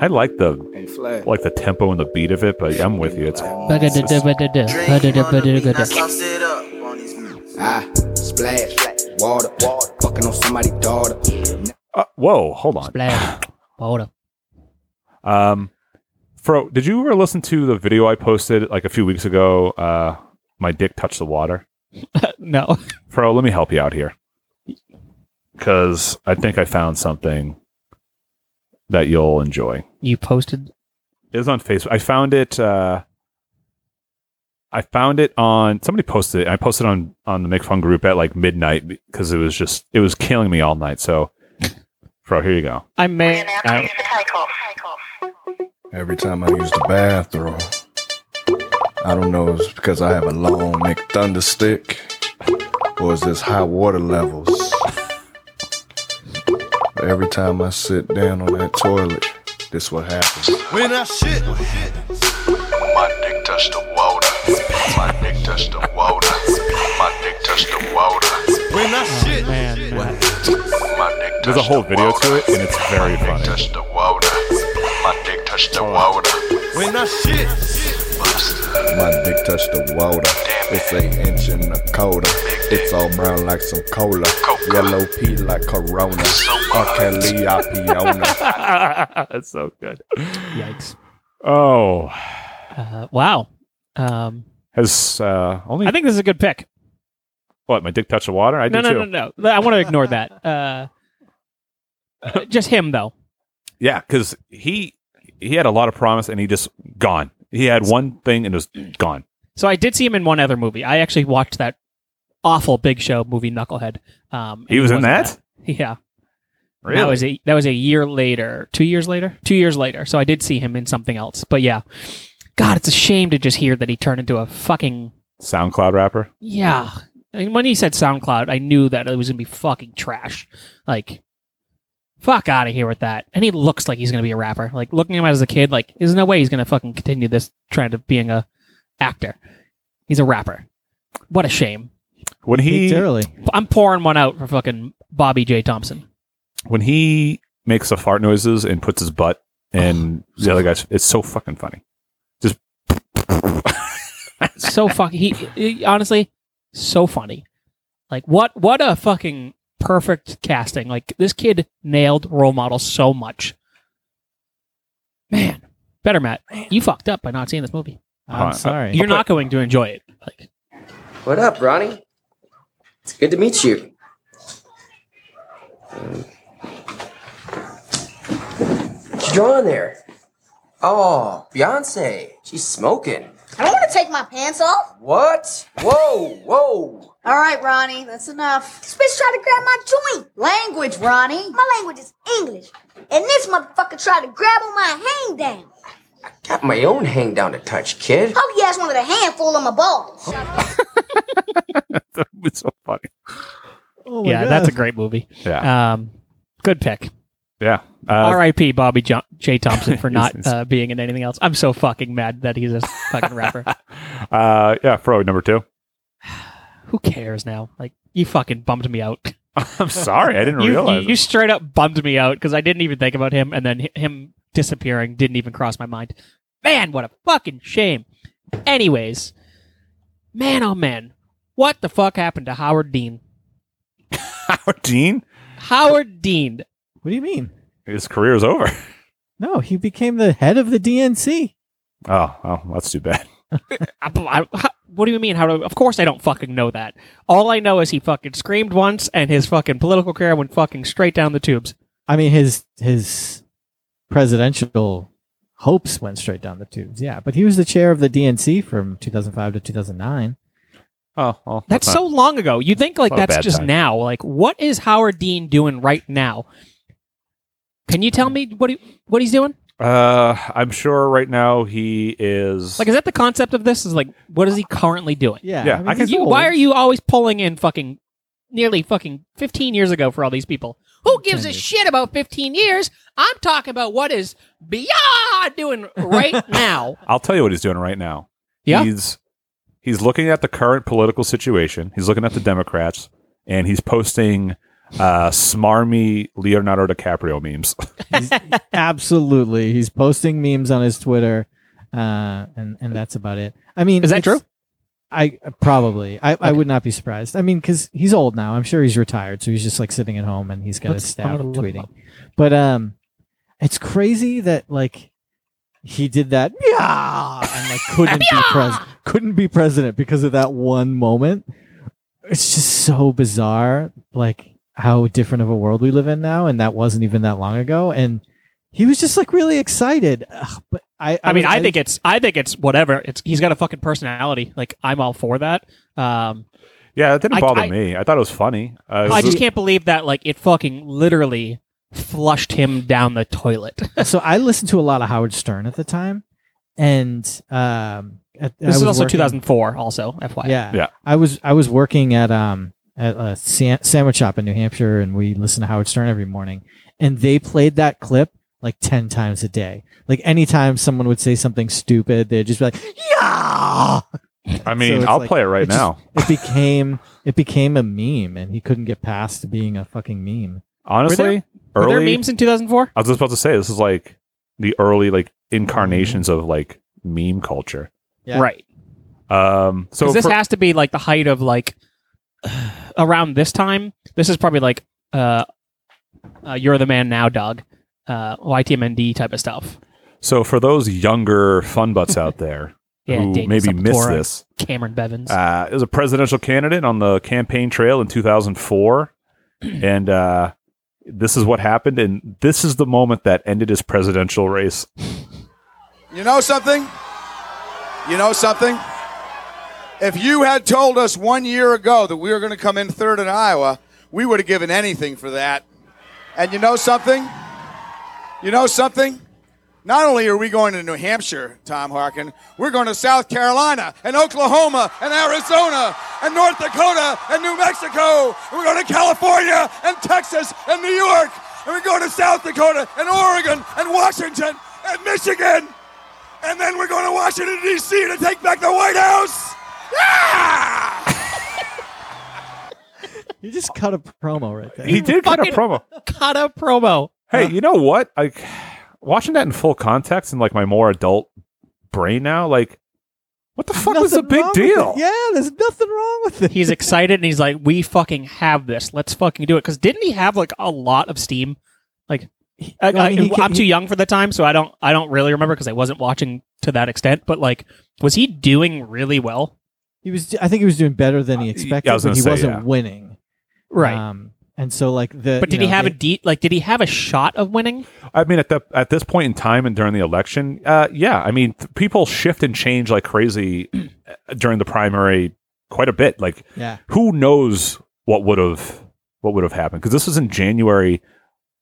I like the and flag. like the tempo and the beat of it, but I'm with you. It's uh, Dream on the beat, now sauce it up on these moves. Ah, splash, water, water. Fucking on somebody's daughter. uh, whoa, hold on. splash. Hold on. Um, Fro, did you ever listen to the video I posted like a few weeks ago? Uh, my dick touched the water. No. Fro, let me help you out here because I think I found something that you'll enjoy. You posted It was on Facebook. I found it. Uh, I found it on somebody posted it. I posted it on on the Make Fun group at like midnight because it was just it was killing me all night. So, Fro, here you go. I may I, Every time I use the bathroom, I don't know if it's because I have a long neck thunder stick or is this high water levels. But every time I sit down on that toilet, this what happens. When I shit, My dick touched the water. My dick touched the water. My dick touched the water. when I shit, man, man. My dick There's a whole video to it, and it's very funny. touched the water. My dick touched the water. when I shit, My dick touched the water. It's an inch and a quarter. It's all brown like some cola. Yellow pea like Corona. R. Kelly, I Piona. That's so good. yikes. Oh, Uh, wow. Um, has uh, only I think this is a good pick. what my dick touched the water. I no, did no, too. no, no. I want to ignore that. Uh, uh, just him though. Yeah, because he he had a lot of promise and he just gone. He had one thing and it was gone. So I did see him in one other movie. I actually watched that awful Big Show movie, Knucklehead. Um, and He was in wasn't that? in Yeah, that was a that was a year later, two years later, two years later. So I did see him in something else. But yeah, God, it's a shame to just hear that he turned into a fucking SoundCloud rapper. yeah. I mean, when he said SoundCloud, I knew that it was gonna be fucking trash. Like, fuck out of here with that. And he looks like he's gonna be a rapper. Like looking at him as a kid, like there's no way he's gonna fucking continue this trend of being a actor. He's a rapper. What a shame. When Pete he Durley. I'm pouring one out for fucking Bobby J. Thompson. when he makes the fart noises and puts his butt and Oh, the other guys, it's so fucking funny. so fucking he, he- honestly so funny like what what a fucking perfect casting like this kid nailed role model so much man better matt you fucked up by not seeing this movie I'm Uh, sorry. you're not going to enjoy it like What up, Ronnie? It's good to meet you. What you drawing there? Oh, Beyonce. She's smoking. I don't want to take my pants off. What? Whoa, whoa. All right, Ronnie, that's enough. This bitch tried to grab my joint. Language, Ronnie. My language is English. And this motherfucker tried to grab on my hang down. Got my own hang down to touch, kid. Hope he has Oh, one with a handful on my balls. that was so funny. Oh yeah, that's a great movie. Yeah. Um, good pick. Yeah. Uh, R.I.P. Bobby jo- J. Thompson for not He's- uh, being in anything else. I'm so fucking mad that he's a fucking rapper. Uh, yeah, Freud number two. Who cares now? Like you fucking bummed me out. I'm sorry, I didn't You- realize you, you straight up bummed me out because I didn't even think about him, and then hi- him disappearing didn't even cross my mind. Man, what a fucking shame. Anyways, man, oh man, what the fuck happened to Howard Dean? Howard Dean? Howard Dean. What do you mean? His career is over. No, he became the head of the DNC. Oh, oh, that's too bad. I- I- how- what do you mean? How do? Of course, I don't fucking know that. All I know is he fucking screamed once, and his fucking political career went fucking straight down the tubes. I mean, his his presidential hopes went straight down the tubes. Yeah, but he was the chair of the DNC from 2005 to 2009. Oh, well, That's so long ago. You think like Not a that's bad just time. now? Like, what is Howard Dean doing right now? Can you tell me what he, what he's doing? Uh, I'm sure right now he is. Like, is that the concept of this? Is like, what is he currently doing? Yeah, Yeah, I mean, I can- You- why are you always pulling in fucking nearly fucking 15 years ago for all these people? Who gives a shit about 15 years? I'm talking about what is beyond doing right now. I'll tell you what he's doing right now. Yeah? He's he's looking at the current political situation. He's looking at the Democrats, and he's posting uh, smarmy Leonardo DiCaprio memes. Absolutely, he's posting memes on his Twitter, uh, and and that's about it. I mean, Is that it's- true? I probably I, I would not be surprised. I mean, because he's old now. I'm sure he's retired, so he's just like sitting at home and he's got Let's- I'm his staff gonna look him tweeting. But um, it's crazy that like he did that yeah and like couldn't be pres couldn't be president because of that one moment. It's just so bizarre, like how different of a world we live in now, and that wasn't even that long ago. And he was just like really excited. Ugh, but I, I, mean, was- I think it's I think it's whatever. It's he's got a fucking personality. Like I'm all for that. Um, yeah, that didn't I- bother I- me. I thought it was funny. Uh, it I was just a- can't believe that like it fucking literally flushed him down the toilet. so I listened to a lot of Howard Stern at the time, and um, at, I This is was also working- 2004. Also, FYI. Yeah, Yeah. I was I was working at um at a san- sandwich shop in New Hampshire, and we listened to Howard Stern every morning, and they played that clip like ten times a day. Like anytime someone would say something stupid, they'd just be like, "Yeah." I mean, So it's I'll like- play it right just- now. it became it became a meme, and he couldn't get past being a fucking meme. Honestly, Were there- Were early there memes in 2004? I was just about to say this is like the early like incarnations Mm-hmm. of like meme culture. Yeah. Right. Um, so So this for- has to be like the height of like around this time. This is probably like uh, uh you're the man now, dog. Uh, YTMND type of stuff. so for those younger fun butts out there Yeah, who Daniel maybe missed Sepultura, this, Cameron Bevins. uh, it was a presidential candidate on the campaign trail in 2004, and uh, this is what happened, and this is the moment that ended his presidential race. You know something? You know something? If you had told us one year ago that we were going to come in third in Iowa, we would have given anything for that. And you know something? You know something? Not only are we going to New Hampshire, Tom Harkin, we're going to South Carolina and Oklahoma and Arizona and North Dakota and New Mexico. And we're going to California and Texas and New York. And we're going to South Dakota and Oregon and Washington and Michigan. And then we're going to Washington, D.C. to take back the White House. You just cut a promo right there. He did cut a fucking promo. Cut a promo. Hey, Uh-huh. you know what? I watching that in full context and like my more adult brain now, like what the fuck was the Nothing big wrong with it. deal? Yeah, there's nothing wrong with it. He's excited and he's like, "We fucking have this. Let's fucking do it." Because didn't he have like a lot of steam? Like, I, Well, I mean, he ca- am too he- young for the time, so I don't. I don't really remember because I wasn't watching to that extent. But like, was he doing really well? He was. I think he was doing better than he expected, I was but gonna he say, wasn't Uh, yeah. winning. Right. Um, and so, like the. Uh, But you did he know, have they- a de- like? Did he have a shot of winning? I mean, at the at this point in time and during the election, uh, yeah, I mean, th- people shift and change like crazy during the primary quite a bit. Like, Yeah. who knows what would have what would have happened? Because this was in January.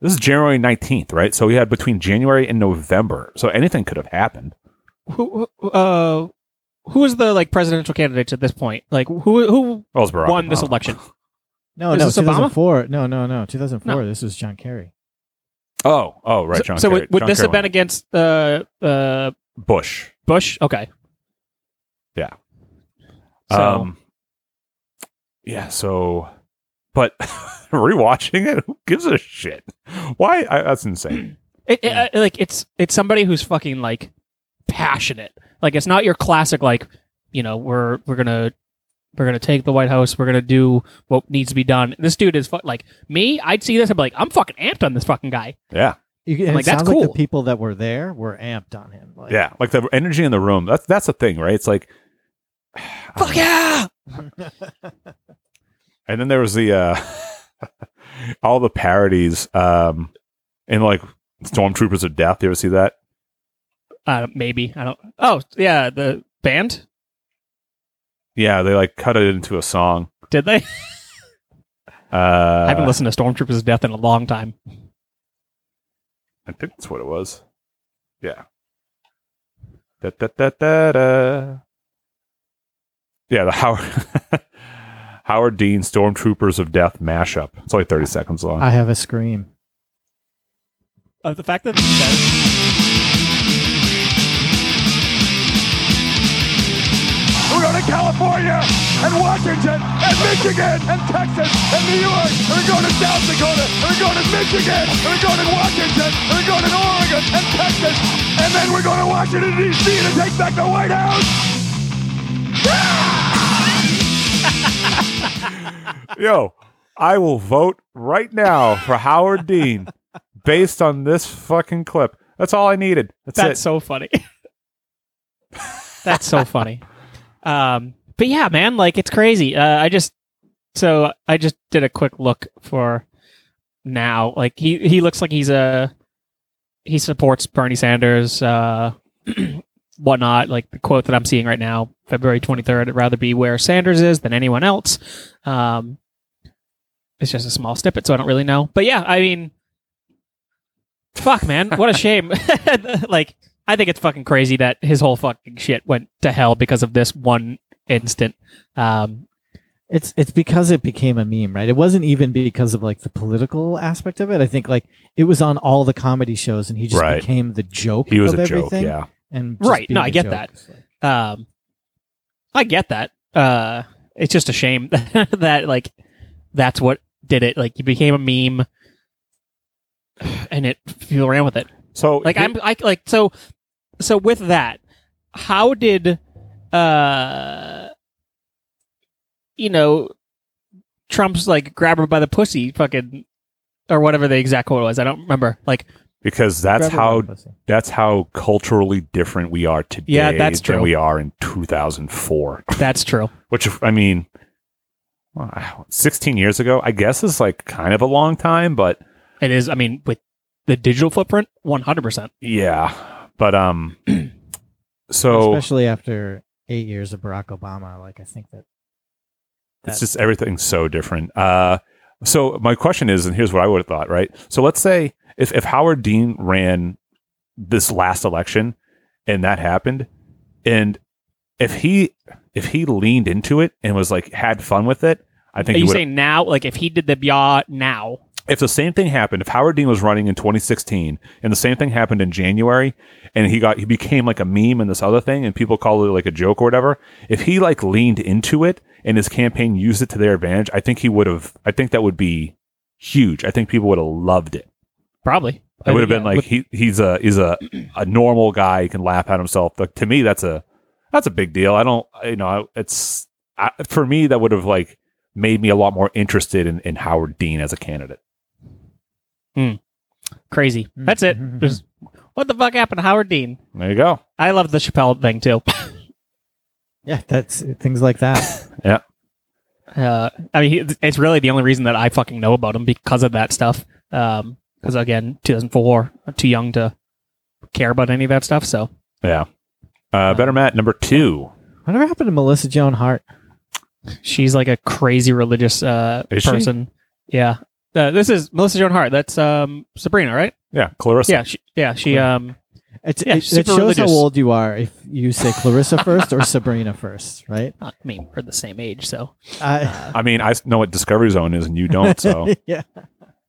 This is January nineteenth, right? So we had between January and November. So anything could have happened. Who, who- uh, who is the like presidential candidates at this point? Like who who Well, it's Barack won this Obama. election? No, Is no, this Obama? 2004. No, no, no, 2004. This was John Kerry. Oh, oh, right, John. so Kerry, would, would John this Kerry have been won. against uh uh Bush? Bush? Okay. Yeah. So- Um. Yeah. So, but rewatching it, who gives a shit? Why? I, that's insane. It, it- uh, like it's it's somebody who's fucking like passionate. Like it's not your classic like you know we're we're gonna we're gonna take the White House. We're gonna do what needs to be done. This dude is fu- like me. I'd see this. I'd be like, I'm fucking amped on this fucking guy. Yeah. You, and I'm it like, that's sounds like cool. the people that were there were amped on him. Like, yeah, like the energy in the room. That's that's the thing, right? It's like Fuck yeah! And then there was the uh all the parodies, um and like Stormtroopers of Death. You ever see that? Uh, maybe I don't. Oh yeah, the band Yeah, they like cut it into a song. did they? Uh I haven't listened to Stormtroopers of Death in a long time. I think that's what it was. Yeah. Da, da, da, da, da. Yeah, the Howard Howard Dean Stormtroopers of Death mashup. It's only thirty seconds long. I have a scream. Uh, the fact that, that We're going to California and Washington and Michigan and Texas and New York. We're going to South Dakota. We're going to Michigan. We're going to Washington. We're going to Oregon and Texas. And then we're going to Washington, D.C. to take back the White House. Yo, I will vote right now for Howard Dean based on this fucking clip. That's all I needed. That's, that's it. so funny. that's so funny. Um, but yeah, man, like it's crazy. Uh, I just so I just did a quick look for now. Like he he looks like he's a he supports Bernie Sanders, uh, whatnot. Like the quote that I'm seeing right now, February 23rd. I'd rather be where Sanders is than anyone else. Um, it's just a small snippet, so I don't really know. But yeah, I mean, fuck, man, what a shame. like, I think it's fucking crazy that his whole fucking shit went to hell because of this one instant. Um, It's it's because it became a meme, right? It wasn't even because of like the political aspect of it. I think like it was on all the comedy shows, and he just Right. became the joke. He was of a joke, everything. yeah. And just right? No, being I a get joke. that. Um, I get that. Uh, it's just a shame that like that's what did it. Like, you became a meme, and it you ran with it. So like here- I'm I like so so with that, how did uh you know Trump's like grab her by the pussy fucking or whatever the exact quote was. I don't remember. Like because that's Grab a how round pussy. that's how culturally different we are today Yeah, that's than true. we are in 2004. that's true. Which I mean wow, 16 years ago, I guess is like kind of a long time, but It is I mean with the digital footprint 100%. yeah. But um so especially after eight years of Barack Obama, like I think that it's just everything's so different. Uh, so my question is, and here's what I would have thought, right? So let's say if, if Howard Dean ran this last election and that happened, and if he if he leaned into it and was like had fun with it, I think Are he you would- saying now like if he did the yaw now if the same thing happened, if Howard Dean was running in 2016 and the same thing happened in January and he got he became like a meme and this other thing and people call it like a joke or whatever, if he like leaned into it and his campaign used it to their advantage, I think he would have I think that would be huge. I think people would have loved it. probably It would have Yeah, been like with- he he's a he's a a normal guy, he can laugh at himself. Like, to me that's a that's a big deal. I don't you know, it's I, for me that would have like made me a lot more interested in, in Howard Dean as a candidate. crazy. That's it. Just, what the fuck happened to Howard Dean? There you go. I love the Chappelle thing too. yeah, that's things like that. Yeah. Uh, I mean, he- it's really the only reason that I fucking know about him because of that stuff. Um, because again, 2004, I'm too young to care about any of that stuff. So Um, Yeah. Uh, better Matt number two. Whatever happened to Melissa Joan Hart? She's like a crazy religious uh, Is she? person. Yeah. Uh, this is Melissa Joan Hart. That's um, Sabrina, right? Yeah, Clarissa. Yeah, she, yeah, she. Um, It's, yeah, it, she's it super shows how religious. old you are if you say Clarissa first or Sabrina first, right? I mean, we're the same age, so I, I mean, I s- know what Discovery Zone is, and you don't. So yeah.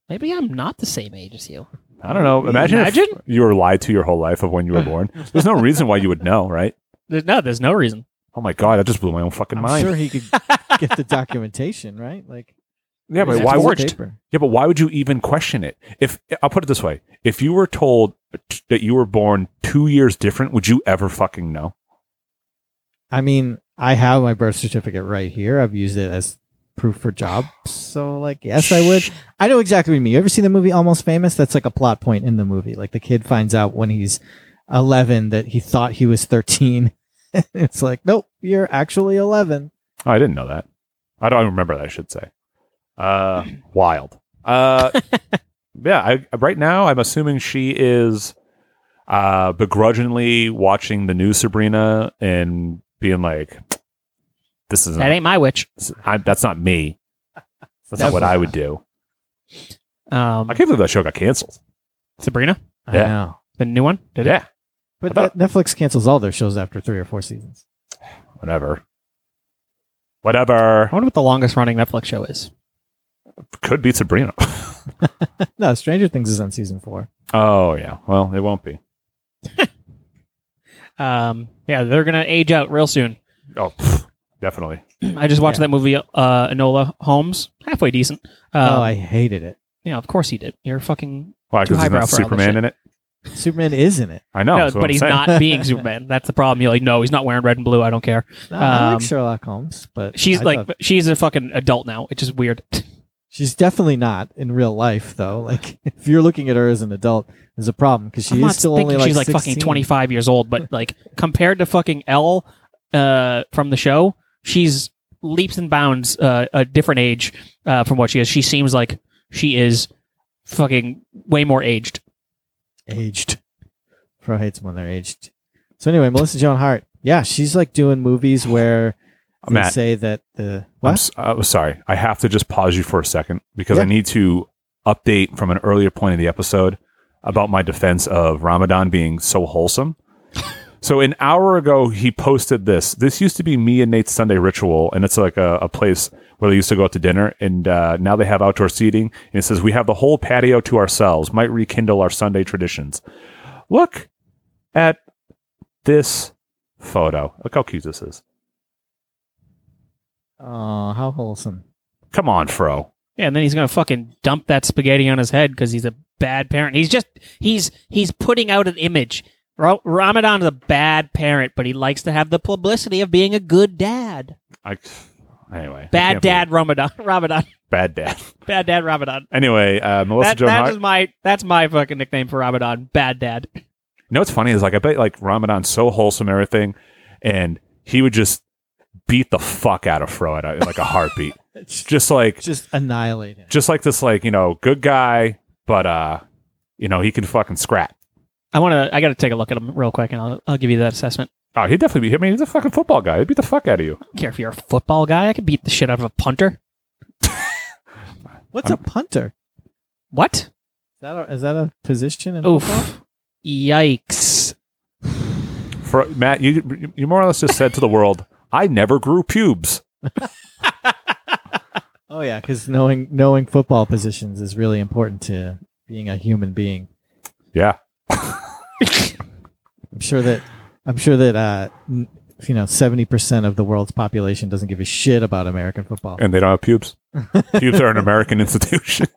Maybe I'm not the same age as you. I don't know. Imagine, if you were lied to your whole life of when you were born. There's no reason why you would know, right? There's, no, there's no reason. Oh my god, I just blew my own fucking I'm mind. sure he could get the documentation, right? Like, Yeah, but it's why on would paper. yeah, but why would you even question it? If I'll put it this way, if you were told t- that you were born two years different, would you ever fucking know? I mean, I have my birth certificate right here. I've used it as proof for jobs. So, like, yes, I would. I know exactly what you mean. You ever seen the movie Almost Famous? That's like a plot point in the movie. Like, the kid finds out when he's 11 that he thought he was 13. it's like, nope, you're actually 11. Oh, I didn't know that. I don't remember that. I should say, uh, wild. Uh, yeah. I, right now, I'm assuming she is uh, begrudgingly watching the new Sabrina and being like, "This is That ain't my witch." I, that's not me. That's not what I would do." Um, I can't believe that show got canceled. Sabrina. I Yeah. know. The new one. Did yeah. But Ne- Netflix cancels all their shows after three or four seasons. Whatever. Whatever. I wonder what the longest running Netflix show is. Could be Sabrina. no, Stranger Things is on season four. oh yeah. Well, it won't be. Um, yeah, they're gonna age out real soon. Oh, pff, definitely. I just watched that movie, uh, Enola Holmes, halfway decent. Uh, Um, oh, I hated it. yeah, of course he did. You're fucking Why? too Because highbrow not for all this shit. Superman in it. Superman is in it. I know. No, Oh, that's what but I'm he's saying. not being Superman. That's the problem. You're like, no, he's not wearing red and blue. I don't care. No, I Um, like Sherlock Holmes, but she's I like, thought- she's a fucking adult now, which is weird. She's definitely not in real life, though. Like, if you're looking at her as an adult, there's a problem because I'm she not is still thinking only like she's like 16. fucking 25 years old, but like compared to fucking Elle uh, from the show, she's leaps and bounds uh, a different age uh, from what she is. She seems like she is fucking way more aged. Aged. Pro hates when they're aged. So anyway, Melissa Joan Hart. Yeah, she's like doing movies where they Matt. say that I'm the what? s- uh, sorry. I have to just pause you for a second because I Yeah. need to update from an earlier point of the episode about my defense of Ramadan being so wholesome. so an hour ago, he posted this. This used to be me and Nate's Sunday ritual, and it's like a, a place where they used to go out to dinner, and uh, now they have outdoor seating. And it says we have the whole patio to ourselves. Might rekindle our Sunday traditions. Look at this photo. Look how cute this is. Oh, how wholesome. Come on, Fro. Yeah, and then he's gonna fucking dump that spaghetti on his head because he's a bad parent. He's just he's he's putting out an image. Ra- Ramadan is a bad parent, but he likes to have the publicity of being a good dad. I anyway. I can't believe- Bad dad Ramadan. Ramadan. Bad dad. Bad dad Ramadan. Anyway, uh, Melissa That, Joan that Hart. is my that's my fucking nickname for Ramadan. Bad dad. You know what's funny is like I bet like Ramadan's so wholesome and everything, and he would just beat the fuck out of Fro at a, like a heartbeat. just like Just annihilate him. just like this like you know good guy, but uh you know he can fucking scrap. I want to. I got to take a look at him real quick, and I'll I'll give you that assessment. Oh, he'd definitely be. I mean, he's a fucking football guy. He'd beat the fuck out of you. I don't care if you're a football guy. I could beat the shit out of a punter. What's a punter? What? Is that a, is that a position in football? Oof. Yikes. For Matt, you you more or less just said to the world, "I never grew pubes." Oh yeah, because knowing knowing football positions is really important to being a human being. Yeah, I'm sure that I'm sure that uh, n- you know seventy percent of the world's population doesn't give a shit about American football. and they don't have pubes. pubes are an American institution.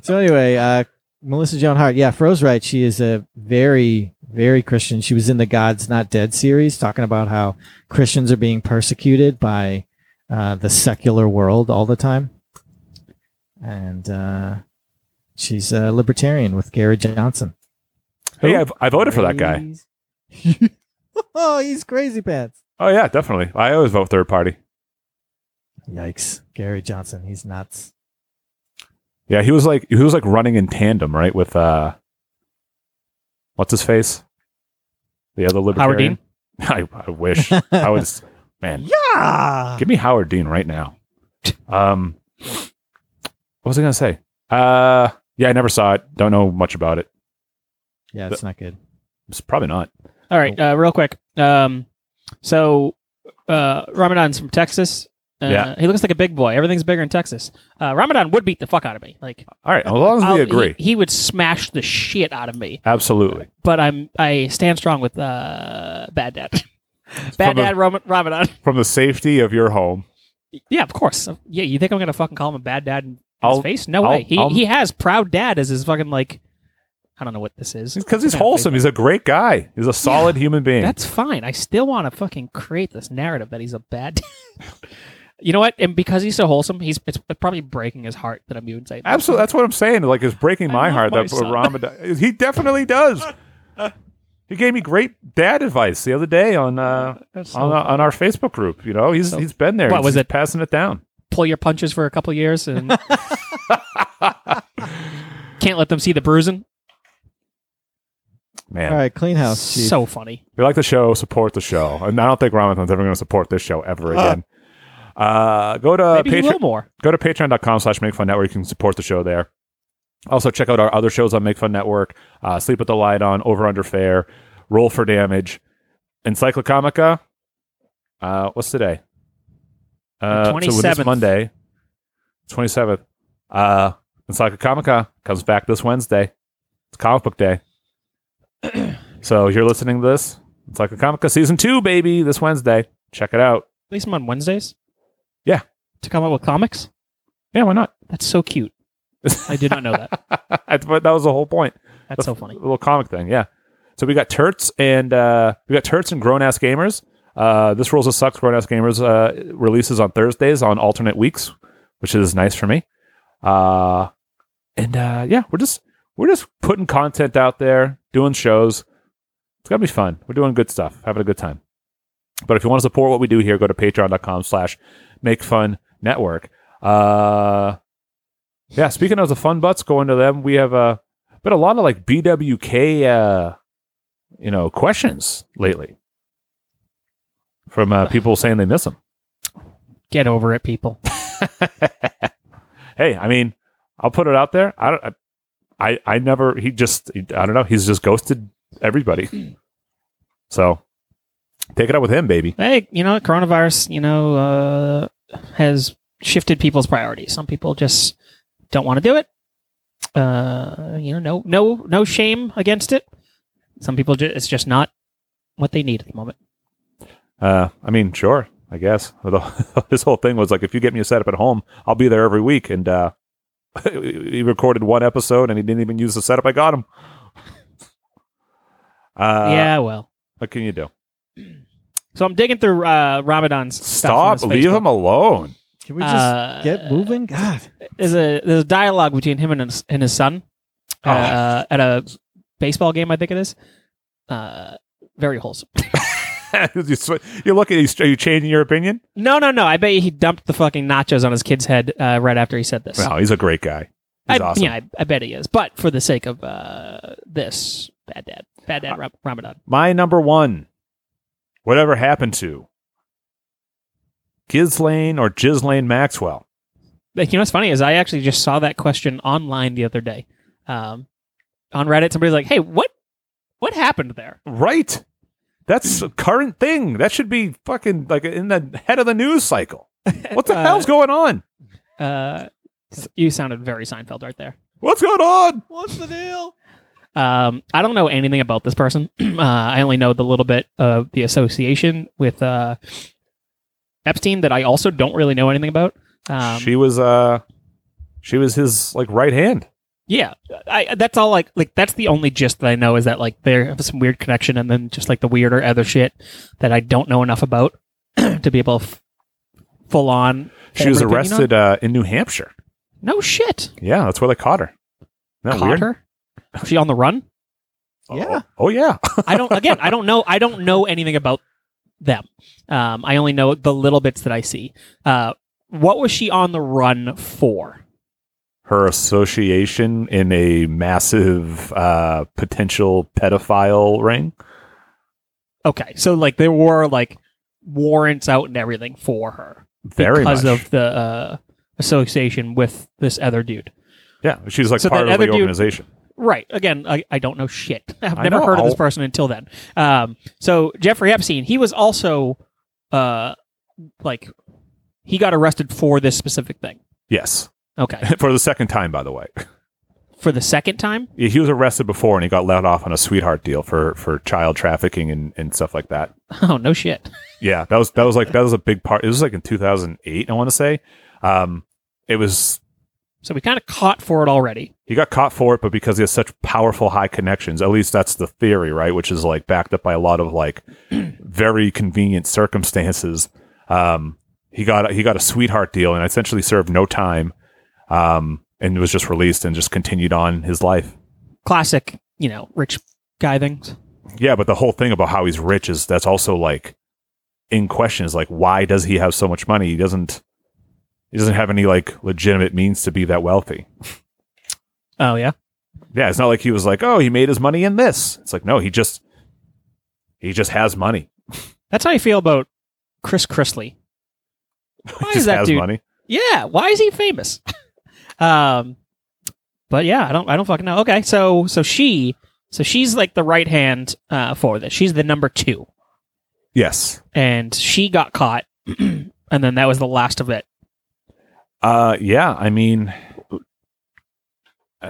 so anyway, uh, Melissa Joan Hart, yeah, Fro's right. She is a very, very Christian. She was in the God's Not Dead series, talking about how Christians are being persecuted by uh, the secular world all the time, and uh, she's a libertarian with Gary Johnson. Hey, I've, I voted for that guy. oh, he's crazy pants. Oh yeah, definitely. I always vote third party. Yikes, Gary Johnson, he's nuts. Yeah, he was like he was like running in tandem, right? With uh, what's his face? The other libertarian. I, I wish I would. Man. Yeah. Give me Howard Dean right now. Um, what was I going to say? Uh, yeah, I never saw it. Don't know much about it. Yeah, it's not good. It's probably not. All right, uh, real quick. Um, so uh, Ramadan's from Texas. Uh, Yeah. He looks like a big boy. Everything's bigger in Texas. Uh, Ramadan would beat the fuck out of me. Like, All right, as long as I'll- Oh, we agree. he, he would smash the shit out of me. Absolutely. But I'm I stand strong with uh, Bad Dad. Bad From a- Dad Ram- Ramadan. From the safety of your home. Yeah, of course. Yeah, you think I'm gonna fucking call him a bad dad in his I'll- face? No I'll- way. He I'll- he has proud dad as his fucking like. I don't know what this is Because he's wholesome. He's a great guy. He's a solid human being. That's fine. I still want to fucking create this narrative that he's a bad. you know what? And because he's so wholesome, he's it's probably breaking his heart that I'm even saying. that. Absolutely. That's what I'm saying. Like, it's breaking my heart my that son. Ramadan. He definitely does. He gave me great dad advice the other day on uh, That's so on, uh, on our Facebook group. You know, he's So- he's been there. What He's- was he's it? Passing it down. Pull your punches for a couple years and can't let them see the bruising. Man. All right, clean Oh, house. Chief. So funny. If you like the show, support the show. And I don't think Ramadan's ever going to support this show ever again. Uh, go to Maybe he will more. Go to patreon.com slash make fun network. You can support the show there. Also, check out our other shows on Make Fun Network uh, Sleep with the Light On, Over Under Fair, Roll for Damage, Encyclocomica. Uh, what's today? Uh, so this 27th. Monday, 27th. Uh, Encyclocomica comes back this Wednesday. It's comic book day. so you're listening to this. It's like a Comica season two, baby, this Wednesday. Check it out. At least I'm on Wednesdays. Yeah. To come up with comics. Yeah, why not? That's so cute. I did not know that. That's what- that was the whole point. That's The so f- funny. Little comic thing, yeah. So we got Turts and uh, we got Turts and Grown Ass Gamers. Uh, this Rules of Sucks Grown Ass Gamers uh, releases on Thursdays on alternate weeks, which is nice for me. Uh, and uh, yeah, we're just we're just putting content out there, doing shows. It's gonna be fun. We're doing good stuff, having a good time. But if you want to support what we do here, go to patreon.com slash make fun network. Uh, yeah, speaking of the fun butts going to them, we have uh, been a lot of like BWK uh, you know, questions lately from uh, people saying they miss them. Get over it, people. Hey, I mean, I'll put it out there. I don't I I, I never he just I don't know, he's just ghosted everybody. So take it up with him, baby. Hey, you know, coronavirus, you know, uh, has shifted people's priorities. Some people just don't want to do it. Uh, you know, no, no, no shame against it. Some people, ju- it's just not what they need at the moment. Uh, I mean, sure, I guess. Although this whole thing was like, if you get me a setup at home, I'll be there every week. And uh, he recorded one episode, and he didn't even use the setup I got him. Uh, yeah, well. What can you do? So I'm digging through uh, Ramadan's Stop. stuff on his Leave Facebook. him alone. Can we just Uh, get moving? God. There's a there's a dialogue between him and his, and his son Oh. uh, at a baseball game. I think it is. Uh, very wholesome. you sw- you're looking. you- Are you changing your opinion? No, no, no. I bet you he dumped the fucking nachos on his kid's head uh, right after he said this. No, he's a great guy. He's I, awesome. Yeah, I, I bet he is. But for the sake of uh, this, bad dad, bad dad Ram- Ramadan. My number one. Whatever happened to Ghislaine or Ghislaine Maxwell? Like, you know what's funny is I actually just saw that question online the other day. Um, on Reddit, somebody's like, "Hey, what, what happened there?" Right. That's Hmm. a current thing. That should be fucking like in the head of the news cycle. What the Uh, hell's going on? Uh, s- you sounded very Seinfeld right there. What's going on? What's the deal? Um, I don't know anything about this person. uh, I only know the little bit of the association with uh, Epstein that I also don't really know anything about. Um, she was uh she was his like right hand. yeah, I, that's all. Like, like that's the only gist that I know is that like they have some weird connection, and then just like the weirder other shit that I don't know enough about to be able to f- full on. She was form an opinion on. arrested uh in New Hampshire. No shit. Yeah, that's where they caught her. Isn't that Caught weird? her. Was she on the run? Yeah. Oh yeah. I don't. Again, I don't know. I don't know anything about them. Um, I only know the little bits that I see. Uh, what was she on the run for? Her association in a massive uh potential pedophile ring. Okay, so like there were like warrants out and everything for her Very because much. of the uh, association with this other dude. Yeah, she's like So part that of other the dude- organization. Right. Again, I, I don't know shit. I've I never know. heard of this person until then. Um, so Jeffrey Epstein, he was also, uh, like, he got arrested for this specific thing Yes. Okay. For the second time, by the way. for the second time. Yeah, He was arrested before and he got let off on a sweetheart deal for, for child trafficking and, and stuff like that. Oh no shit. Yeah, that was that was like that was a big part. It was like in 2008, I want to say. Um, it was So we kind of caught for it already. he got caught for it, but because he has such powerful high connections, at least that's the theory, right? Which is like backed up by a lot of like very convenient circumstances. Um, he got he got a sweetheart deal and essentially served no time, um, and was just released and just continued on his life. Classic, you know, rich guy things. Yeah, but the whole thing about how he's rich is that's also like in question is like why does he have so much money? He doesn't he doesn't have any like legitimate means to be that wealthy. Oh yeah. Yeah, it's not like he was like, "Oh, he made his money in this." It's like, "No, he just he just has money." That's how I feel about Chris Chrisley. Why just is that has dude? money. Yeah. Why is he famous? um, but yeah, I don't. I don't fucking know. Okay. So so she so she's like the right hand uh, for this. She's the number two, Yes. and she got caught, and then that was the last of it. Uh yeah, I mean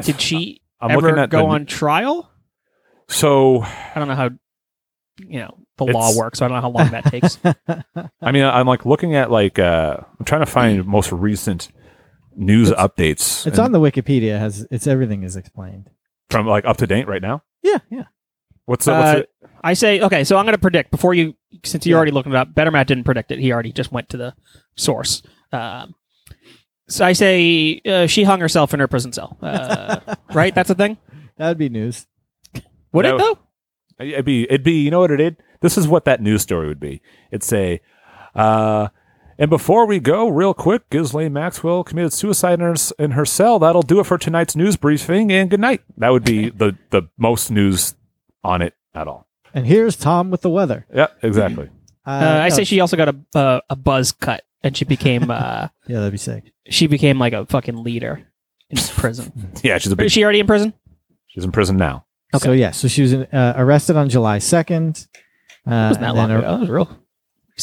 Did she I'm ever looking at go the- on trial? so I don't know how you know the law It's- works. I don't know how long that takes. I mean, I'm like looking at like uh I'm trying to find most recent news updates It's and- on the Wikipedia. Has it's everything is explained. from like up to date right now. Yeah, yeah. What's, the, what's Uh, it? I say okay, so I'm going to predict before you, since you already looked it up. Better Matt didn't predict it; he already just went to the source. Um, so I say uh, she hung herself in her prison cell. Uh, right, that's a thing. That would be news. Would That it though? It'd be, it'd be, you know what it did? This is what that news story would be. It'd say, uh, and before we go, real quick, Ghislaine Maxwell committed suicide in her, in her cell. That'll do it for tonight's news briefing, and good night. That would be the, the most news on it at all. And here's Tom with the weather. Yeah, exactly. Uh, Uh, I no, say she also got a uh, a buzz cut, and she became uh, Yeah, that'd be sick. she became like a fucking leader in prison. Yeah, she's a big, Is she already in prison? she's in prison now. So yeah, so she was in, uh, arrested on July second. Uh, Wasn't that and then long ar- ago. That was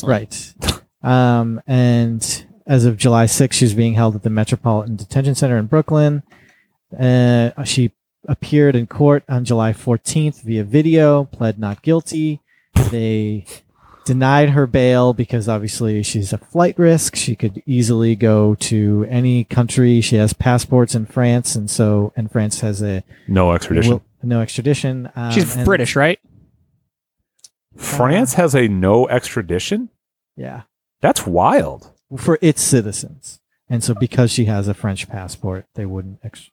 real. Right. Um, and as of July 6th, she was being held at the Metropolitan Detention Center in Brooklyn. Uh, she appeared in court on July 14th via video, pled not guilty. They denied her bail because obviously she's a flight risk. She could easily go to any country. She has passports in France, and so and France has a No extradition. will- no extradition. Um, She's and- British, right? France has a no extradition? Yeah, That's wild. for its citizens. And so because she has a French passport, they wouldn't ex-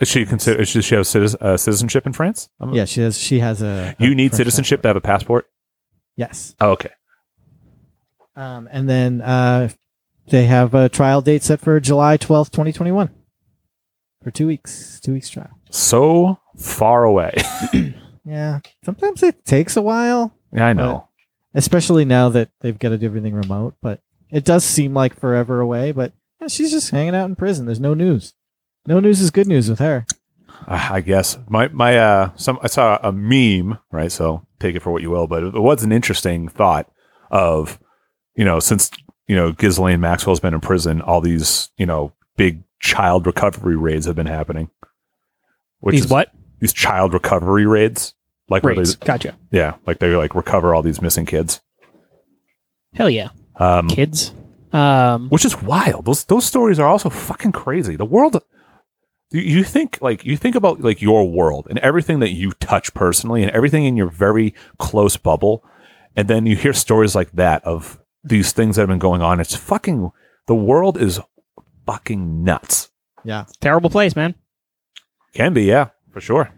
Is she consider? Does she have citizen, uh, citizenship in France? I'm- Yeah, she has. She has a. a You need French citizenship to have a Uh, passport. passport. Yes, Oh, okay. um, and then uh, they have a trial date set for July twelfth, twenty twenty one, for two weeks. Two weeks trial. So far away. Yeah, sometimes it takes a while, yeah, I know. especially now that they've got to do everything remote. But it does seem like forever away. But yeah, she's just hanging out in prison. There's no news. No news is good news with her. Uh, I guess my my uh some I saw a meme right, so take it for what you will, but it was an interesting thought of you know since you know Ghislaine Maxwell's been in prison, all these you know big child recovery raids have been happening. Which These what? These child recovery raids, like where Raids. they- Gotcha. yeah, like they like recover all these missing kids, Hell yeah, um, kids. Um, which is wild. Those those stories are also fucking crazy. The world you, you think like you think about like your world and everything that you touch personally and everything in your very close bubble and then you hear stories like that of these things that have been going on it's fucking the world is fucking nuts Yeah, terrible place, man. can be yeah for sure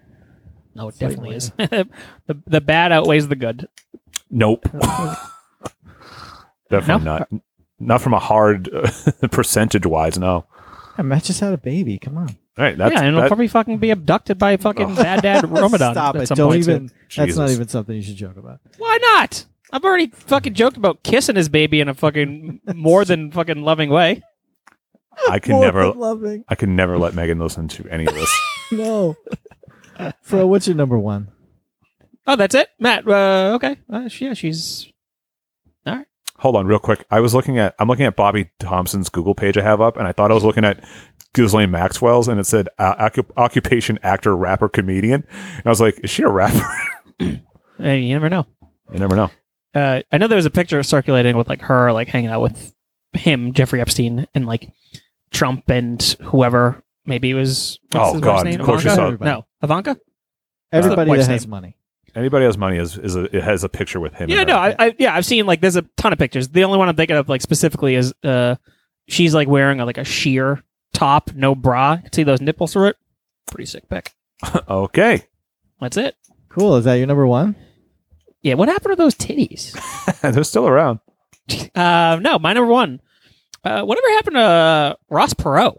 No, it definitely is. the the bad outweighs the good. nope definitely not not from a hard percentage wise no all Yeah, Matt just had a baby. Come on. right that's yeah, and it'll that- Oh. probably fucking be abducted by fucking bad dad Ramadan Stop at it! some Don't point. even. soon. That's not Jesus. even something you should joke about. Why not? I've already fucking joked about kissing his baby in a fucking more than fucking loving way. I can More never than loving. I can never let Megan listen to any of this. No. Fro, what's your number Uh, one? Oh, that's it, Matt. Uh, okay, uh, she- yeah, she's Hold on, real quick. I was looking at I'm looking at Bobby Thompson's Google page I have up, and I thought I was looking at Ghislaine Maxwell's, and it said uh, occup- occupation actor, rapper, comedian. And I was like, is she a rapper? Hey, uh, you never know. you never know. Uh, I know there was a picture circulating with like her, like hanging out with him, Jeffrey Epstein, and like Trump and whoever. Maybe it was. what's Oh, his God, wife's name? of course you Ivanka? saw it. No, Ivanka. That's the Everybody that wife's has name. money. Anybody who has money is, is a, it has a picture with him. in Yeah, it. no, I, I yeah, I've seen like there's a ton of pictures. The only one I'm thinking of like specifically is uh, she's like wearing a, like a sheer top, no bra. You can see those nipples through it. Pretty sick pic. okay. That's it. Cool. Is that your number one? Yeah, what happened to those titties? They're still around. Uh, no, my number one. Uh, whatever happened to uh, Ross Perot?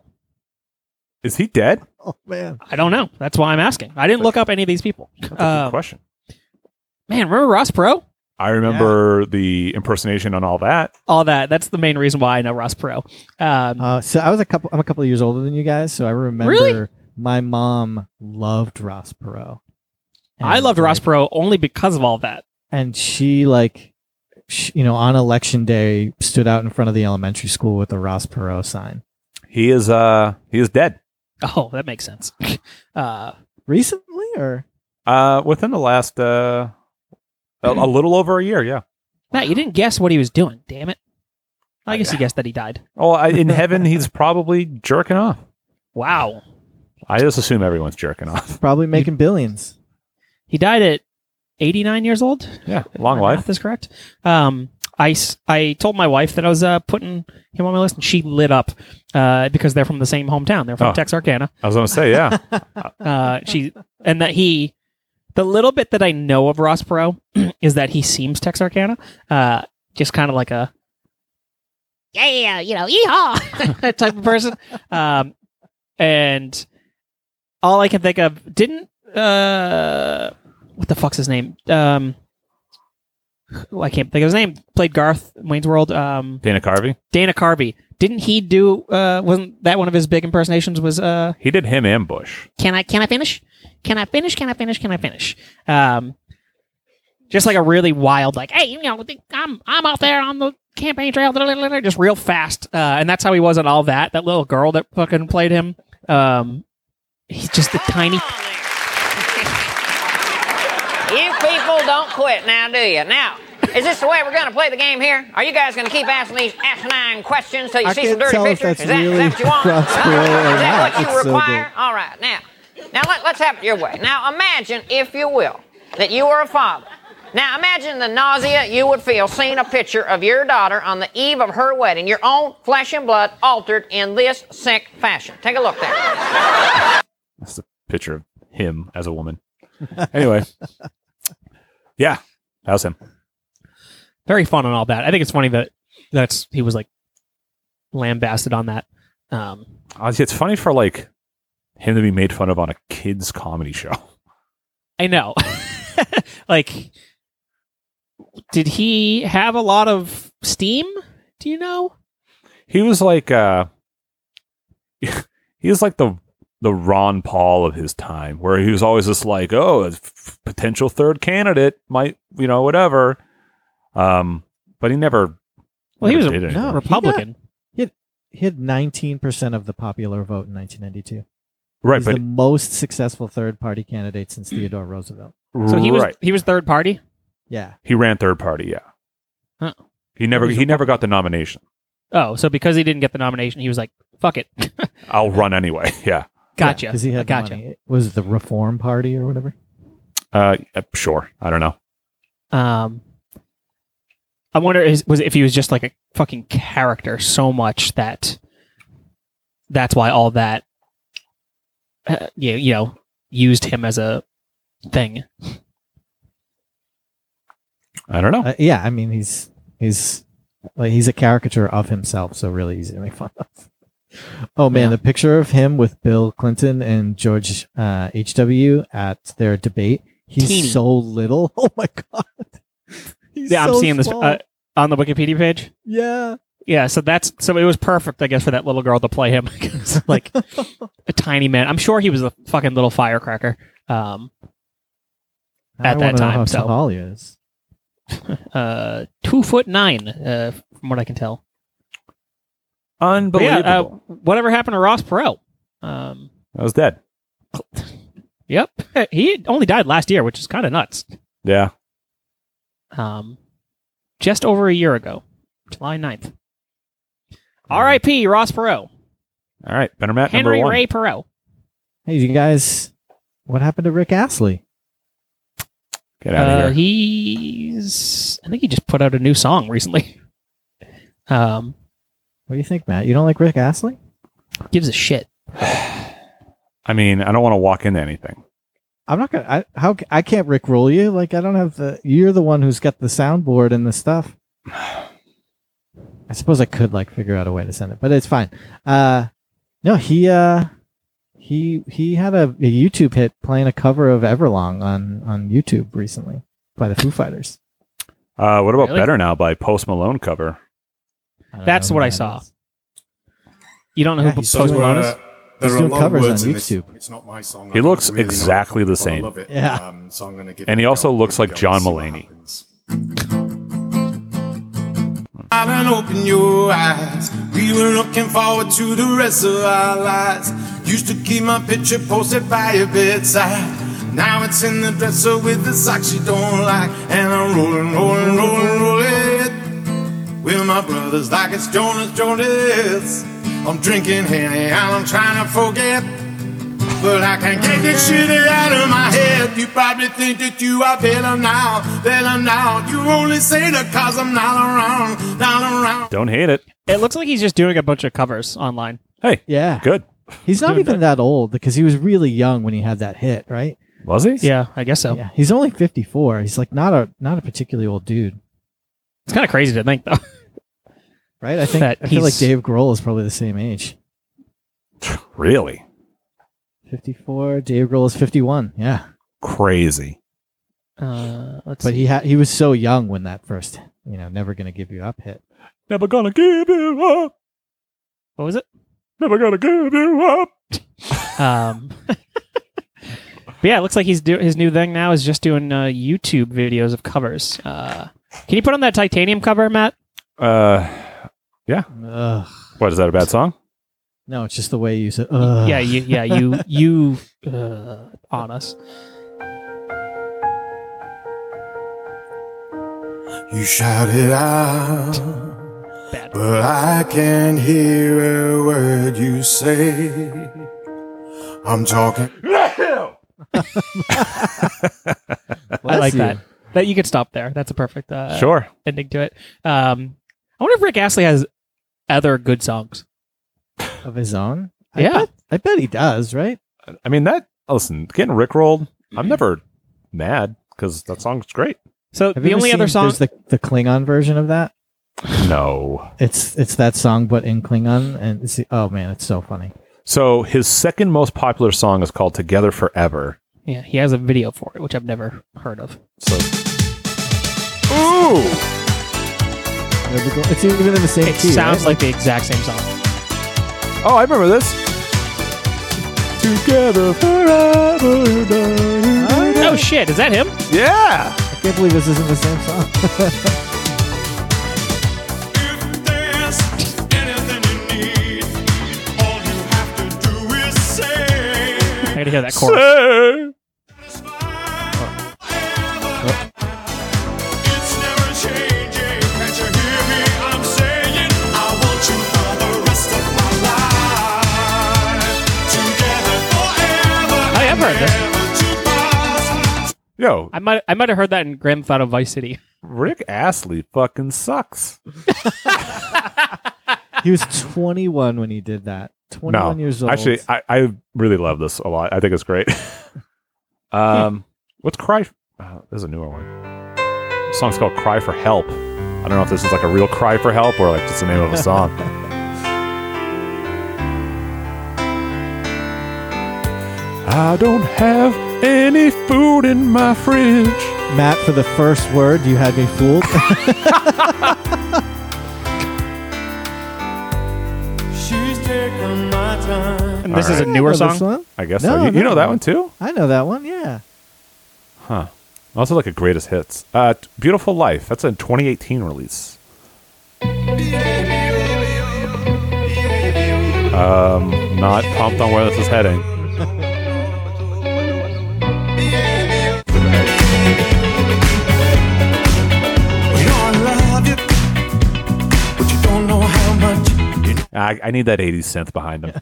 Is he dead? Oh man, I don't know. That's why I'm asking. I didn't look up any of these people. Um, question. Man, remember Ross Perot? I remember the impersonation on all that. All that. That's the main reason why I know Ross Perot. Um, Uh, so I was a couple. I'm a couple of years older than you guys, so I remember Really? my mom loved Ross Perot, Oh, I loved Ross Perot only because of all that. and she like, sh you know, on election day stood out in front of the elementary school with a Ross Perot sign. He is uh he is dead. Oh, that makes sense. uh, Recently, or Uh within the last uh a, a little over a year, yeah. Matt, you didn't guess what he was doing. Damn it. I guess you guessed that he died. Oh, I, in heaven he's probably jerking off. Wow. I just assume everyone's jerking off. probably making billions. He died at 89 years old. Yeah, long My life. math is correct. Um, I, s- I told my wife that I was uh, putting him on my list, and she lit up uh, because they're from the same hometown. They're from Oh. Texarkana. I was gonna say, yeah. Uh, she and that he, the little bit that I know of Ross Perot is that he seems Texarkana, uh, just kind of like a yeah, you know, yeehaw type of person. Um, and all I can think of didn't uh, what the fuck's his name? Um, who- I can't think of his name. Played Garth in Wayne's World. Um, Dana Carvey. Dana Carvey. Didn't he do? Uh, wasn't that one of his big impersonations? Was uh, He did him and Bush. can I can I finish? Can I finish? Can I finish? Can I finish? Um, just like a really wild, like, hey, you know, I'm I'm out there on the campaign trail, blah, blah, blah, blah, just real fast, uh, and that's how he was on all that. That little girl that fucking played him, um, he's just a tiny. You people don't quit now, do you? Now, is this the way we're going to play the game here? Are you guys going to keep asking these asinine questions till you I see some dirty can't tell if pictures? that's is, that, is really that what you want? Ross Huh? Perot or Is that not. what you It's so good. require? All right, now, now let, let's have it your way. Now, imagine, if you will, that you are a father. Now, imagine the nausea you would feel seeing a picture of your daughter on the eve of her wedding, your own flesh and blood altered in this sick fashion. Take a look there. That's a picture of him as a woman. Anyway. yeah. That was him. very fun and all that. I think it's funny that that's he was like lambasted on that. Um, Honestly, Uh, It's funny for like him to be made fun of on a kids comedy show. I know. like, did he have a lot of steam? Do you know? He was like uh he was like the the Ron Paul of his time, where he was always just like, "Oh, a f- potential third candidate might, you know, whatever." Um, but he never. Well, he never was a did anything. No, Republican. He had, he had 19% of the popular vote in 1992. Right, He's but- the most successful third party candidate since Mm. Theodore Roosevelt. So he was Right. he was third party. Yeah. He ran third party. Yeah, Huh. he never he never got the nomination. Oh, so because he didn't get the nomination, he was like, "Fuck it, I'll run anyway. Yeah, gotcha." Because he had gotcha. money. It was the Reform Party or whatever. uh, sure. I don't know. Um, I wonder is, was if he was just like a fucking character so much that that's why all that uh, you you know used him as a thing. I don't know. Uh, yeah, I mean he's he's like he's a caricature of himself, so really easy to make fun of. Oh man, the picture of him with Bill Clinton and George uh, H.W. at their debate. He's Teeny. so little. Oh my god. yeah, I'm so seeing small. this uh, on the Wikipedia page. Yeah. Yeah, so that's so it was perfect, I guess, for that little girl to play him, 'Cause, like a tiny man. I'm sure he was a fucking little firecracker um, I at wanna that know time. how so tall he is. uh, two foot nine, uh, from what I can tell. Unbelievable. But yeah, uh, whatever happened to Ross Perot? Um, I was dead. yep, he only died last year, which is kind of nuts. Yeah. Um, just over a year ago, July 9th. R.I.P. Ross Perot, All right. Better Matt Hmm. number Henry one. Ray Perot. Hey, you guys, what happened to Rick Astley? Get out of Uh, here. he's. I think he just put out a new song recently. Um, what do you think, Matt? You don't like Rick Astley? Gives a shit. I mean, I don't want to walk into anything. I'm not gonna. I, how ca- I can't Rick roll you? Like I don't have the. You're the one who's got the soundboard and the stuff. I suppose I could like figure out a way to send it, but it's fine. Uh, no, he uh, he he had a, a YouTube hit playing a cover of Everlong on on YouTube recently by the Foo Fighters. Uh, what about Really? Better Now by Post Malone cover? That's what I saw. You don't know who Post Malone is? He's doing covers on It's, not my song. He I looks really like exactly it, the but I same. love it. Yeah. Um, so I'm gonna give And it he a also go. looks like Go John and see what Mulaney. happens. And open your eyes. We were looking forward to the rest of our lives. Used to keep my picture posted by your bedside. Now it's in the dresser with the socks you don't like. And I'm rolling, rolling, rolling, rolling. With my brothers like it's Jonas Jonas. I'm drinking Henny and I'm trying to forget. But I can't get this shit out of my head. You probably think that you are better now, better now. You only say that cause I'm not around, not around. Don't hate it. It looks like he's just doing a bunch of covers online. Hey, yeah, good. He's not even that old because he was really young when he had that hit, right? Was he? Yeah, I guess so. Yeah, he's only 54. He's like not a not a particularly old dude, It's kind of crazy to think, though. right? I think That I feel like he's- Dave Grohl is probably the same age. Really? 54. Dave Grohl is 51. Yeah, Crazy. Uh, let's but he had he was so young when that first you know never gonna give you up hit. Never gonna give you up. What was it? Never gonna give you up. Um, but yeah, it looks like he's do- his new thing now is just doing uh, YouTube videos of covers. Uh, can you put on that titanium cover, Matt? Uh, yeah. Ugh. What is that a bad song? No, it's just the way you said. Ugh. Yeah, you, yeah, you, you, uh, on us. You shout it out, but I can't hear a word you say. I'm talking. I like you. that. That you could stop there. That's a perfect uh, Sure. ending to it. Um, I wonder if Rick Astley has other good songs. of his own. Yeah. I bet, I bet he does. Right? I mean that. Listen, getting rickrolled. I'm never mad because that song's great. So Have you ever seen- there's the the Klingon version of that. No. It's it's that song, but in Klingon, and it's, oh man, it's so funny. So his second most popular song is called "Together Forever." Yeah, he has a video for it, which I've never heard of. So, ooh, It's even in the same it key. sounds right? like the exact same song. Oh, I remember this. Together forever. Oh shit, is that him? Yeah. I can't believe this isn't the same song. I gotta hear that chorus. Say. I have heard this. Yo, I might I might have heard that in Grand Theft Auto Vice City. Rick Astley fucking sucks. he was 21 when he did that. 21 no, years old. Actually, I, I really love this a lot. I think it's great. um, what's cry? Uh, there's a newer one. The song's called "Cry for Help." I don't know if this is like a real cry for help or like just the name of a song. I don't have any food in my fridge. Matt, for the first word, you had me fooled. She's taken my time. And this is a newer Another song? I guess so. You- you know that one too? I know that one. Yeah. Huh. Also, like a greatest hits. Uh, t- Beautiful Life. That's a 2018 release. Um, not pumped on where this is heading. You know I love you, but you don't know how much. I, I need that 80s synth behind him.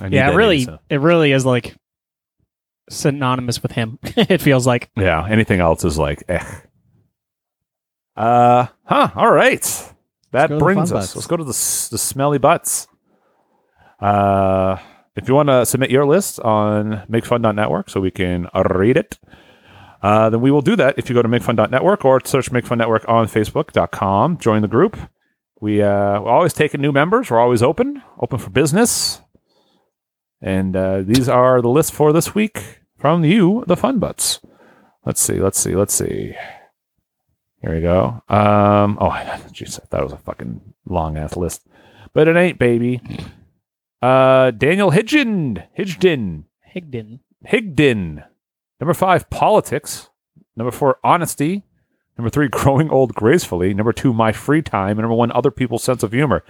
I need yeah, that 80s it really, synth. it really is like synonymous with him. it feels like. Yeah. Anything else is like, eh. Uh, huh. All right. That go to the brings fun us. butts. Let's go to the, s- the smelly butts. Uh, if you want to submit your list on makefun.network so we can read it, uh, then we will do that if you go to makefun.network or search Make Fun Network on facebook.com. Join the group. We, uh, we're always taking new members. We're always open, open for business. And uh, these are the lists for this week from you, the Fun Butts. Let's see, let's see, let's see. Here we go. Um, oh, jeez, I thought it was a fucking long ass list, but it ain't, baby. Uh, Daniel Higdon, Higdon, Higdon, Higdon. Number five, politics. Number four, honesty. Number three, growing old gracefully. Number two, my free time. And number one, other people's sense of humor.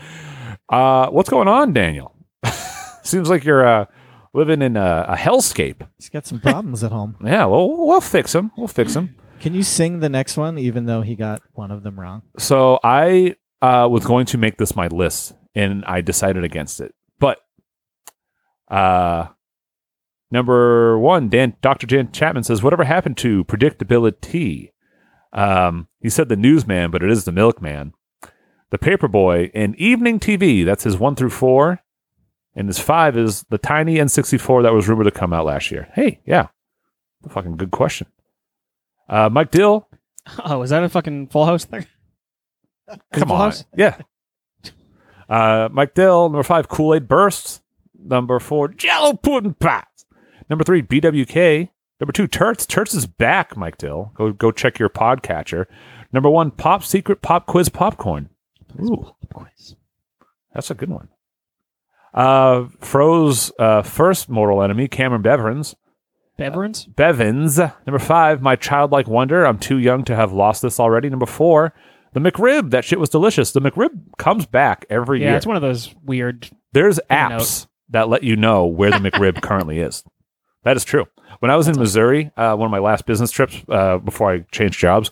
Uh, what's going on, Daniel? Seems like you're uh, living in a, a hellscape. He's got some problems at home. Yeah, well, we'll fix him. We'll fix him. Can you sing the next one, even though he got one of them wrong? So I uh, was going to make this my list, and I decided against it. But uh, number one, Dan, Dr. Dan Chapman says, "Whatever happened to predictability?" Um, he said the newsman, but it is the milkman, the paperboy, and evening TV. That's his one through four, and his five is the tiny N64 that was rumored to come out last year. Hey, yeah, fucking good question. Uh, Mike Dill, Oh, is that a fucking Full House thing? Come Full on. House? Yeah. Uh, Mike Dill, number five, Kool Aid Bursts. Number four, Jello Pudding Pops. Number three, BWK. Number two, Turts. Turts is back, Mike Dill. Go go check your podcatcher. Number one, Pop Secret Pop Quiz Popcorn. Ooh. That's a good one. Uh, Fro's uh, first mortal enemy, Cameron Beverins. Beverins? Bevins. Number five, My Childlike Wonder. I'm too young to have lost this already. Number four, The McRib. That shit was delicious. The McRib comes back every yeah, year. it's one of those weird. There's know. apps that let you know where the McRib currently is. That is true. When I was in Missouri, uh, one of my last business trips uh, before I changed jobs,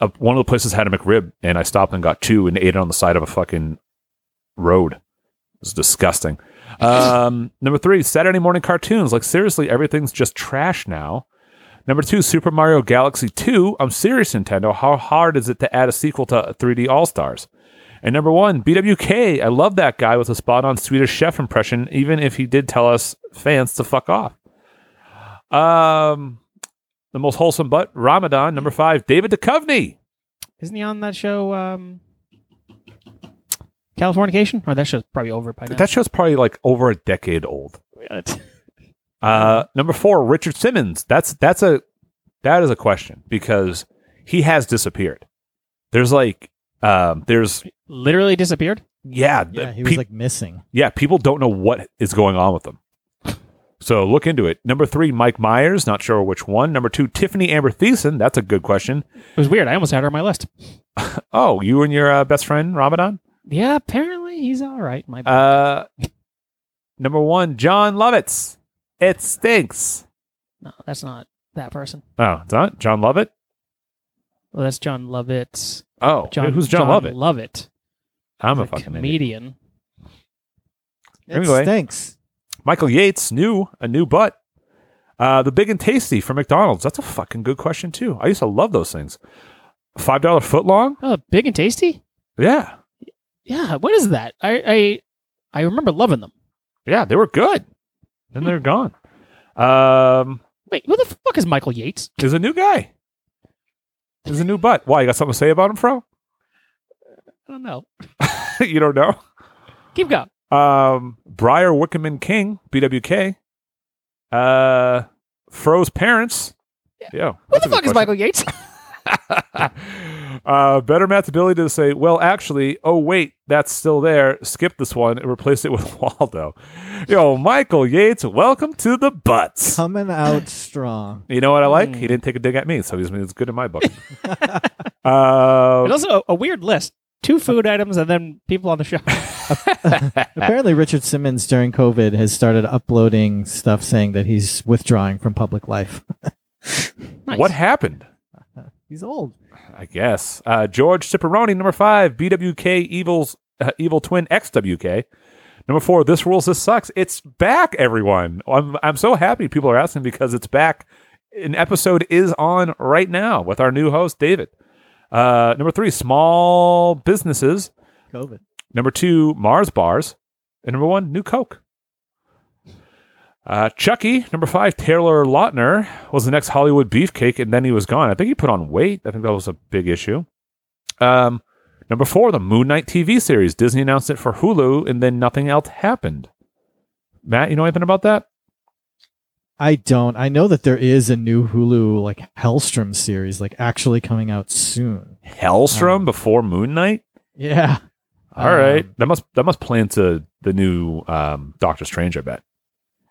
uh, one of the places had a McRib, and I stopped and got two and ate it on the side of a fucking road. It was disgusting. Um, number three, Saturday morning cartoons. Like seriously, everything's just trash now. Number two, Super Mario Galaxy 2. I'm serious, Nintendo. How hard is it to add a sequel to 3D All Stars? And number one, BWK. I love that guy with a spot on Swedish chef impression, even if he did tell us fans to fuck off. Um, the most wholesome butt, Ramadan. Number five, David Duchovny. Isn't he on that show, um, Californication? Or that show's probably over by now. That show's probably like over a decade old. That's Uh, number four, Richard Simmons. That's that's a that is a question because he has disappeared. There's like um, there's literally disappeared. yeah, Yeah, the he was peop- like missing. yeah, people don't know what is going on with them. So look into it. Number three, Mike Myers. Not sure which one. Number two, Tiffany Amber Thiessen. That's a good question. It was weird. I almost had her on my list. Oh, you and your uh, best friend Ramadan. Yeah, apparently he's all right. My Uh, number one, John Lovitz. It stinks. no, that's not that person. Oh, it's not John Lovett. Well, that's John Lovitz. Oh, who's John Lovett? Lovett, I'm a the fucking idiot. comedian. It stinks. Michael Yates, new, a new butt. Uh, the big and tasty from McDonald's. That's a fucking good question too. I used to love those things. Five dollar foot long. Oh, big and tasty. Yeah, Yeah, what is that? I I, I remember loving them. yeah, they were good. Then they're gone. Um, Wait, who the fuck is Michael Yates? there's a new guy. There's a new butt. Why? You got something to say about him, Fro? I don't know. you don't know. Keep going. Um, Briar Wickerman King, BWK. Uh, Fro's parents. Yeah. Who the fuck is Michael Yates? Uh, better Matt's ability to say, well, actually, oh, wait, that's still there. Skip this one and replace it with Waldo. Yo, Michael Yates, welcome to the butts. Coming out strong. You know what I like? He didn't take a dig at me, so he's, he's good in my book. uh, It's also a, a weird list. Two food items and then people on the show. Apparently, Richard Simmons during COVID has started uploading stuff saying that he's withdrawing from public life. What happened? He's old. I guess. Uh, George Ciperoni, number five, BWK Evil's uh, Evil Twin XWK. Number four, This Rules This Sucks. It's back, everyone. I'm, I'm so happy people are asking because it's back. An episode is on right now with our new host, David. Uh, number three, Small Businesses. COVID. Number two, Mars Bars. And number one, New Coke. Uh, Chucky, number five, Taylor Lautner was the next Hollywood beefcake, and then he was gone. I think he put on weight. I think that was a big issue. Um, number four, the Moon Knight TV series. Disney announced it for Hulu, and then nothing else happened. Matt, you know anything about that? I don't. I know that there is a new Hulu like Hellstrom series like actually coming out soon. Hellstrom before Moon Knight. Yeah. Um, All right, that must that must play into the new um, Doctor Strange. I bet.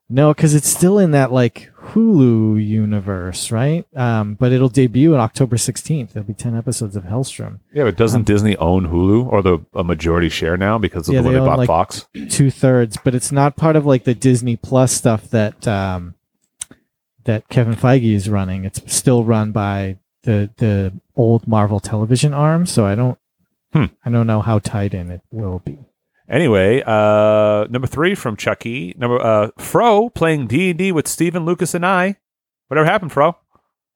No, because it's still in that like Hulu universe, right? Um, but it'll debut on October 16th. There'll be 10 episodes of Hellstrom. Yeah, but doesn't Disney own Hulu or the a majority share now because of Yeah, the when they they own, bought like, Fox? Two thirds, but it's not part of like the Disney Plus stuff that um, that Kevin Feige is running. It's still run by the the old Marvel television arm. So I don't Hmm. I don't know how tied in it will be. Anyway, uh, number three from Chucky. Number uh, Fro playing D and D with Steven Lucas and I. Whatever happened, Fro?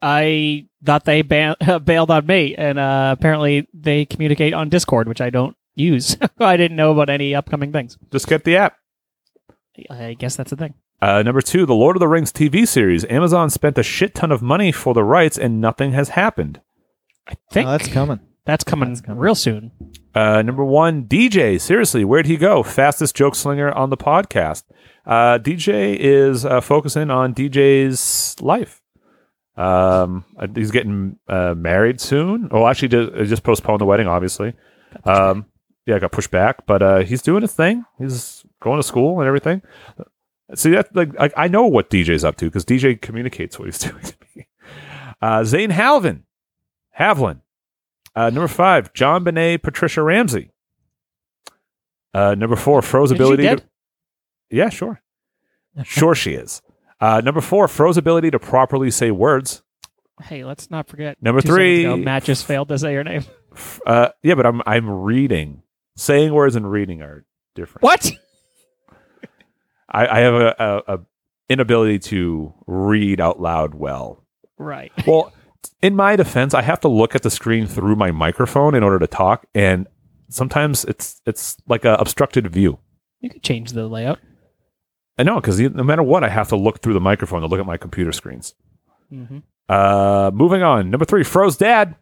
I thought they ba- bailed on me, and uh, apparently they communicate on Discord, which I don't use. I didn't know about any upcoming things. Just get the app. I guess that's the thing. Uh, number two, the Lord of the Rings TV series. Amazon spent a shit ton of money for the rights, and nothing has happened. Think that's coming. That's coming, real soon. Uh, number one, DJ. Seriously, where'd he go? Fastest joke slinger on the podcast. Uh, DJ is uh, focusing on DJ's life. Um, uh, he's getting uh, married soon. Well, actually, just, uh, just postponed the wedding, obviously. Um, yeah, got pushed back, but uh, he's doing his thing. He's going to school and everything. See that? Like, I, I know what DJ's up to because DJ communicates what he's doing to me. Uh, Zane Halvin, Havlin. Uh, number five, John Benet, Patricia Ramsey. Uh, number four, Fro's Isn't she ability. dead? To, yeah, sure, sure she is. Uh, number four, Fro's ability to properly say words. Hey, let's not forget. Number two seconds three. ago, Matt just failed to say your name. Uh, yeah, but I'm I'm reading. Saying words and reading are different. What? I, I have a, a, a inability to read out loud well. Right. Well, in my defense, I have to look at the screen through my microphone in order to talk, and sometimes it's it's like a obstructed view. You could change the layout. I know because no matter what, I have to look through the microphone to look at my computer screens. Mhm. Uh, moving on, number three, Fro's dad.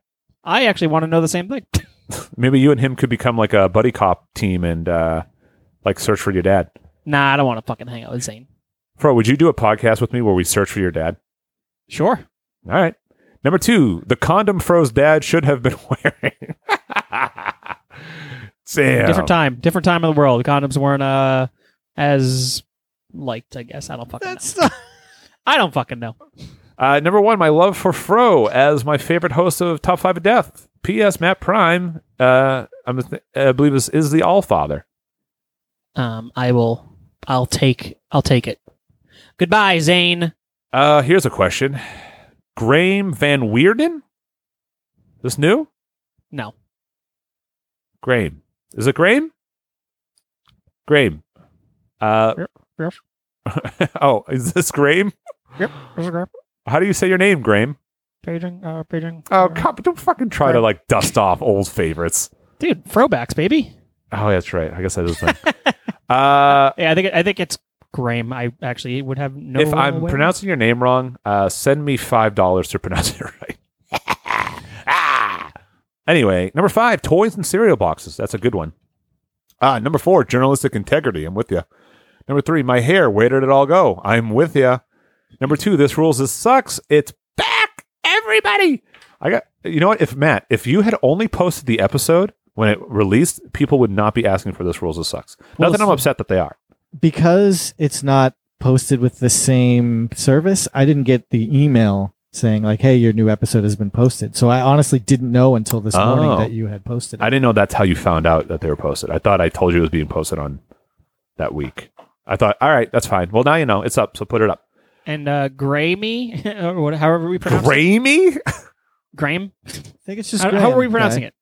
I actually want to know the same thing. Maybe you and him could become like a buddy cop team and uh, like search for your dad. Nah, I don't want to fucking hang out with Zane. Fro, would you do a podcast with me where we search for your dad? Sure. All right. Number two, the condom Fro's dad should have been wearing. Damn. Different time. Different time in the world. Condoms weren't uh as liked, I guess. I don't fucking know. I don't fucking know. Uh, number one, my love for Fro as my favorite host of Top Five of Death. P.S. Matt Prime, uh, I'm, I believe is is the All Father. Um, I will. I'll take. I'll take it. Goodbye, Zane. Uh, here's a question: Graham Van Weerden. This new No. Graham is it Graham? Graham. Uh, yep. oh, is this Graham? Yep. There's a girl. How do you say your name, Graham? Paging. Uh, paging. Oh, come, don't fucking try to Graham. like dust off old favorites. Dude, throwbacks, baby. Oh, that's right. I guess that is. the Thing. uh, Yeah, I think. I think it's Graham. I actually would have no. if I'm way- pronouncing your name wrong, uh, send me five dollars to pronounce it right. Ah! Anyway, number five, toys and cereal boxes. That's a good one. Ah, number four, journalistic integrity. I'm with you. Number three, my hair. Where did it all go? I'm with you. Number two, this rules. This sucks. It's back. everybody. I got you know what? If Matt, if you had only posted the episode when it released, people would not be asking for this rules of sucks. Well, not that I'm so- upset that they are. because it's not posted with the same service, I didn't get the email saying like, "Hey, your new episode has been posted." So I honestly didn't know until this Oh. morning that you had posted. I didn't know that's how you found out that they were posted. I thought I told you it was being posted on that week. I thought, all right, that's fine. Well, now you know it's up, so put it up. And uh, Gramey, or what- however we pronounce Gramey? Graham? I think it's just How are we Graham, pronouncing guy. it?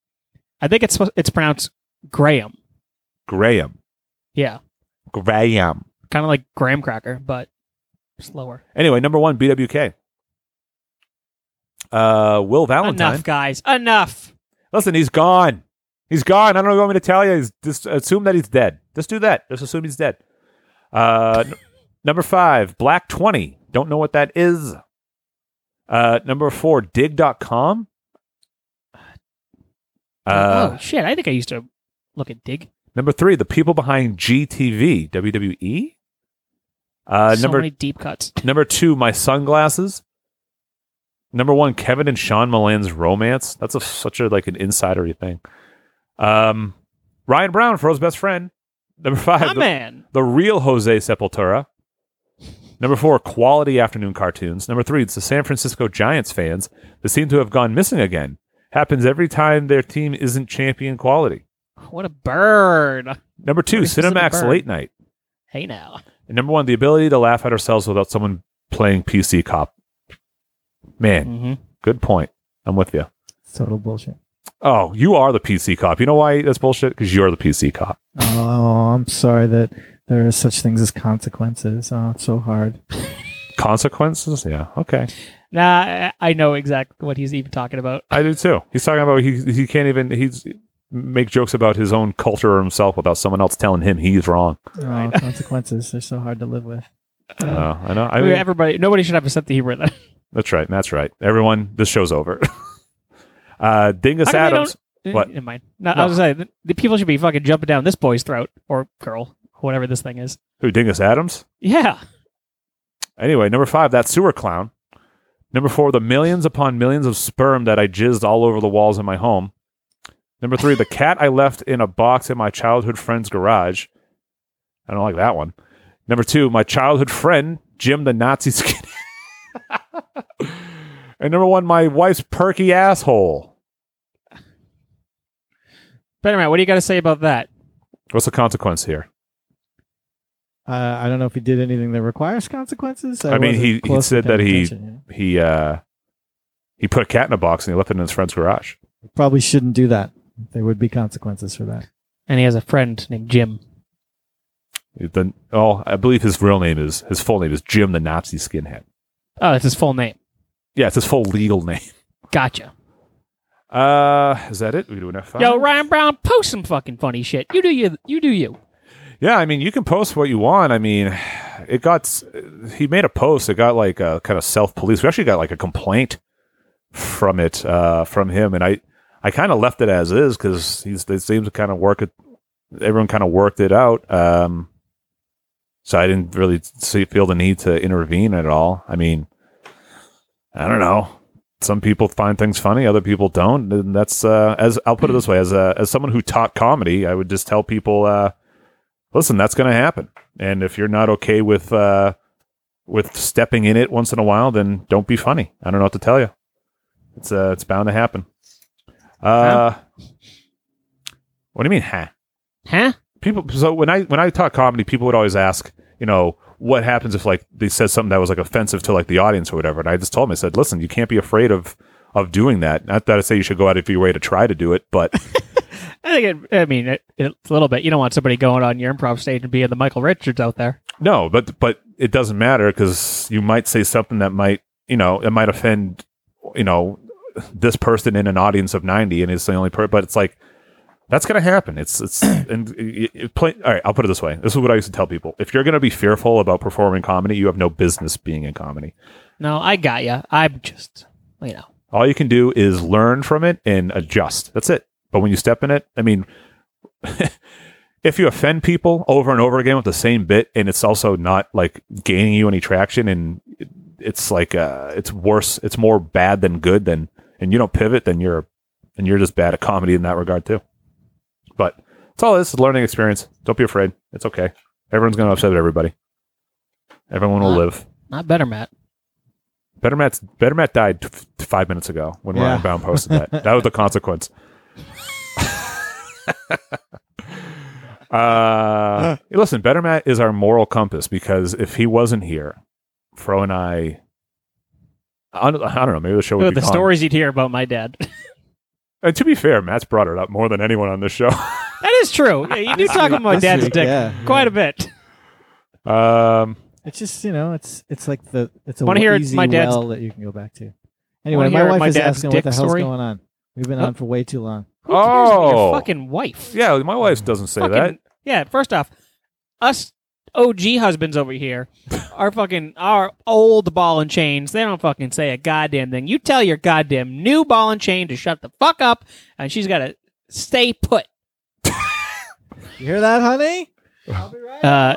I think it's supposed- it's pronounced Graham. Graham, Yeah. Graham. Kind of like graham cracker, but slower. Anyway, number one, BWK. Uh, Will Valentine. Enough, guys. Enough. Listen, he's gone. He's gone. I don't know what you want me to tell you. He's, just assume that he's dead. Just do that. Just assume he's dead. Uh, n- number five, Black 20. Don't know what that is. Uh, number four, dig.com. Uh, oh, shit. I think I used to look at Dig. Number three, the people behind GTV, WWE. Uh, so number many deep cuts. Number two, my sunglasses. Number one, Kevin and Sean Milan's romance. That's a, such a like an insidery thing. Um, Ryan Brown, Fro's best friend. Number five, My the, man. the real Jose Sepultura. Number four, quality afternoon cartoons. Number three, it's the San Francisco Giants fans that seem to have gone missing again. Happens every time their team isn't champion quality. What a bird. Number two, Very specific Cinemax bird. late night. Hey, now. And number one, the ability to laugh at ourselves without someone playing PC cop. Man, Hmm. good point. I'm with you. Total bullshit. Oh, you are the PC cop. You know why that's bullshit? Because you're the PC cop. Oh, I'm sorry that there are such things as consequences. Oh, it's so hard. Consequences? Yeah. Okay. Nah, I I know exactly what he's even talking about. I do too. He's talking about he he can't even he's make jokes about his own culture or himself without someone else telling him he's wrong. Oh, consequences. They're so hard to live with. Uh, I know. I We- mean, Everybody, nobody should have a sense that he wrote that. that's right. That's right. Everyone, this show's over. uh, Dingus How come they Adams. don't- What? eh, Never mind. No, I was gonna say, the, the people should be fucking jumping down this boy's throat or girl, whatever this thing is. Who? Dingus Adams? Yeah. Anyway, number five, that sewer clown. Number four, the millions upon millions of sperm that I jizzed all over the walls in my home. Number three, the cat I left in a box in my childhood friend's garage. I don't like that one. Number two, my childhood friend, Jim the Nazi skin. and number one, my wife's perky asshole. Better man, what do you got to say about that? What's the consequence here? Uh, I don't know if he did anything that requires consequences. I, mean, wasn't he, he close said to that paying he attention. he uh, he put a cat in a box and he left it in his friend's garage. probably shouldn't do that. There would be consequences for that. And he has a friend named Jim. Then, oh, I believe his real name is his full name is Jim the Nazi skinhead. Oh, that's his full name. Yeah, it's his full legal name. Gotcha. Uh, is that it? We doing F five? Yo, Ryan Brown, post some fucking funny shit. You do you. You do you. Yeah, I mean, you can post what you want. I mean, it got s- he made a post. It got like a kind of self police. We actually got like a complaint from it uh, from him, and I I kind of left it as is because he's it seems to kind of work it. Everyone kind of worked it out. Um, so I didn't really see feel the need to intervene at all. I mean, I don't know. Some people find things funny, other people don't. And that's uh, as I'll put it this way: as uh, as someone who taught comedy, I would just tell people, uh, listen, that's going to happen, and if you're not okay with uh, with stepping in it once in a while, then don't be funny. I don't know what to tell you. It's uh, it's bound to happen. Uh, What do you mean, huh? Huh? People. So when I when I taught comedy, people would always ask, you know, what happens if like they said something that was like offensive to like the audience or whatever. And I just told them, I said, listen, you can't be afraid of of doing that. Not that I say you should go out of your way to try to do it, but I think. It, I mean, it, it's a little bit. You don't want somebody going on your improv stage and being the Michael Richards out there. No, but but it doesn't matter because you might say something that might you know it might offend you know this person in an audience of ninety, and it's the only person. But it's like that's gonna happen. It's it's and it, it play, all right. I'll put it this way: this is what I used to tell people. If you're gonna be fearful about performing comedy, you have no business being in comedy. No, I got you. I'm just, you know. All you can do is learn from it and adjust. That's it. But when you step in it, I mean, if you offend people over and over again with the same bit and it's also not like gaining you any traction and it's like uh, it's worse. It's more bad than good. Then and you don't pivot, then you're and you're just bad at comedy in that regard too. But it's all this is a learning experience. Don't be afraid. It's okay. Everyone's going to upset everybody. Everyone will live. Not better, Matt. Better Matt's Better Matt died t- t- five minutes ago when Yeah. Ryan Bound posted that. that was the consequence. uh, listen, Better Matt is our moral compass because if he wasn't here, Fro and I, I don't, I don't know, maybe the show would Oh, be the gone. stories you'd hear about my dad. And to be fair, Matt's brought it up more than anyone on this show. that is true. Yeah, you do talk about my This dad's week, dick yeah. quite a bit. um, It's just you know, it's it's like the it's a Wanna hear easy my dad's- well that you can go back to. Anyway, Wanna my hear wife my is dad's asking what the dick hell's story? going on. We've been Huh? on for way too long. Who cares about Oh. your fucking wife? yeah, my wife doesn't say that. Fucking- Yeah, first off, us OG husbands over here are fucking our old ball and chains. They don't fucking say a goddamn thing. You tell your goddamn new ball and chain to shut the fuck up, and she's got to stay put. You hear that, honey? Uh,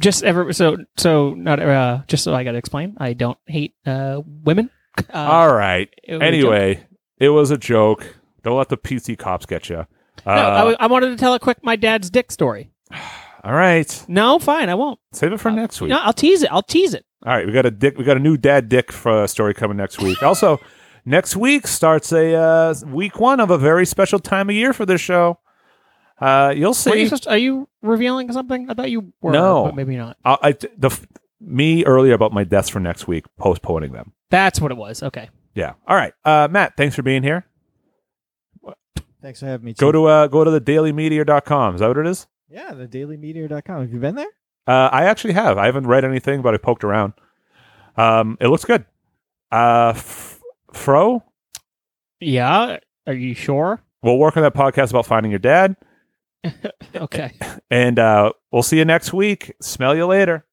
just ever so so not uh, just so I got to explain. I don't hate uh, women. Uh, All right. it was a anyway, it was a joke. Don't let the PC cops get you. No, I, w- I wanted to tell a quick my dad's dick story. all right. No, fine, I won't. Save it for next week. No, I'll tease it. I'll tease it. All right, we got a dick. We got a new dad dick for, story coming next week. Also, next week starts a uh, week one of a very special time of year for this show. Uh, you'll see. Were you supposed to- are you revealing something? I thought you were. no, but maybe not. Uh, I, I the f- me earlier about my deaths for next week, postponing them. That's what it was. Okay. Yeah. All right, uh, Matt. Thanks for being here. Thanks for having me. Go Chief. to uh, go to the dailymeteor.com. Is that what it is? yeah, the dailymeteor.com. Have you been there? Uh, I actually have. I haven't read anything, but I poked around. Um, it looks good. Uh, f- Fro, Yeah. Are you sure? we'll work on that podcast about finding your dad, Okay. and uh, we'll see you next week. Smell you later.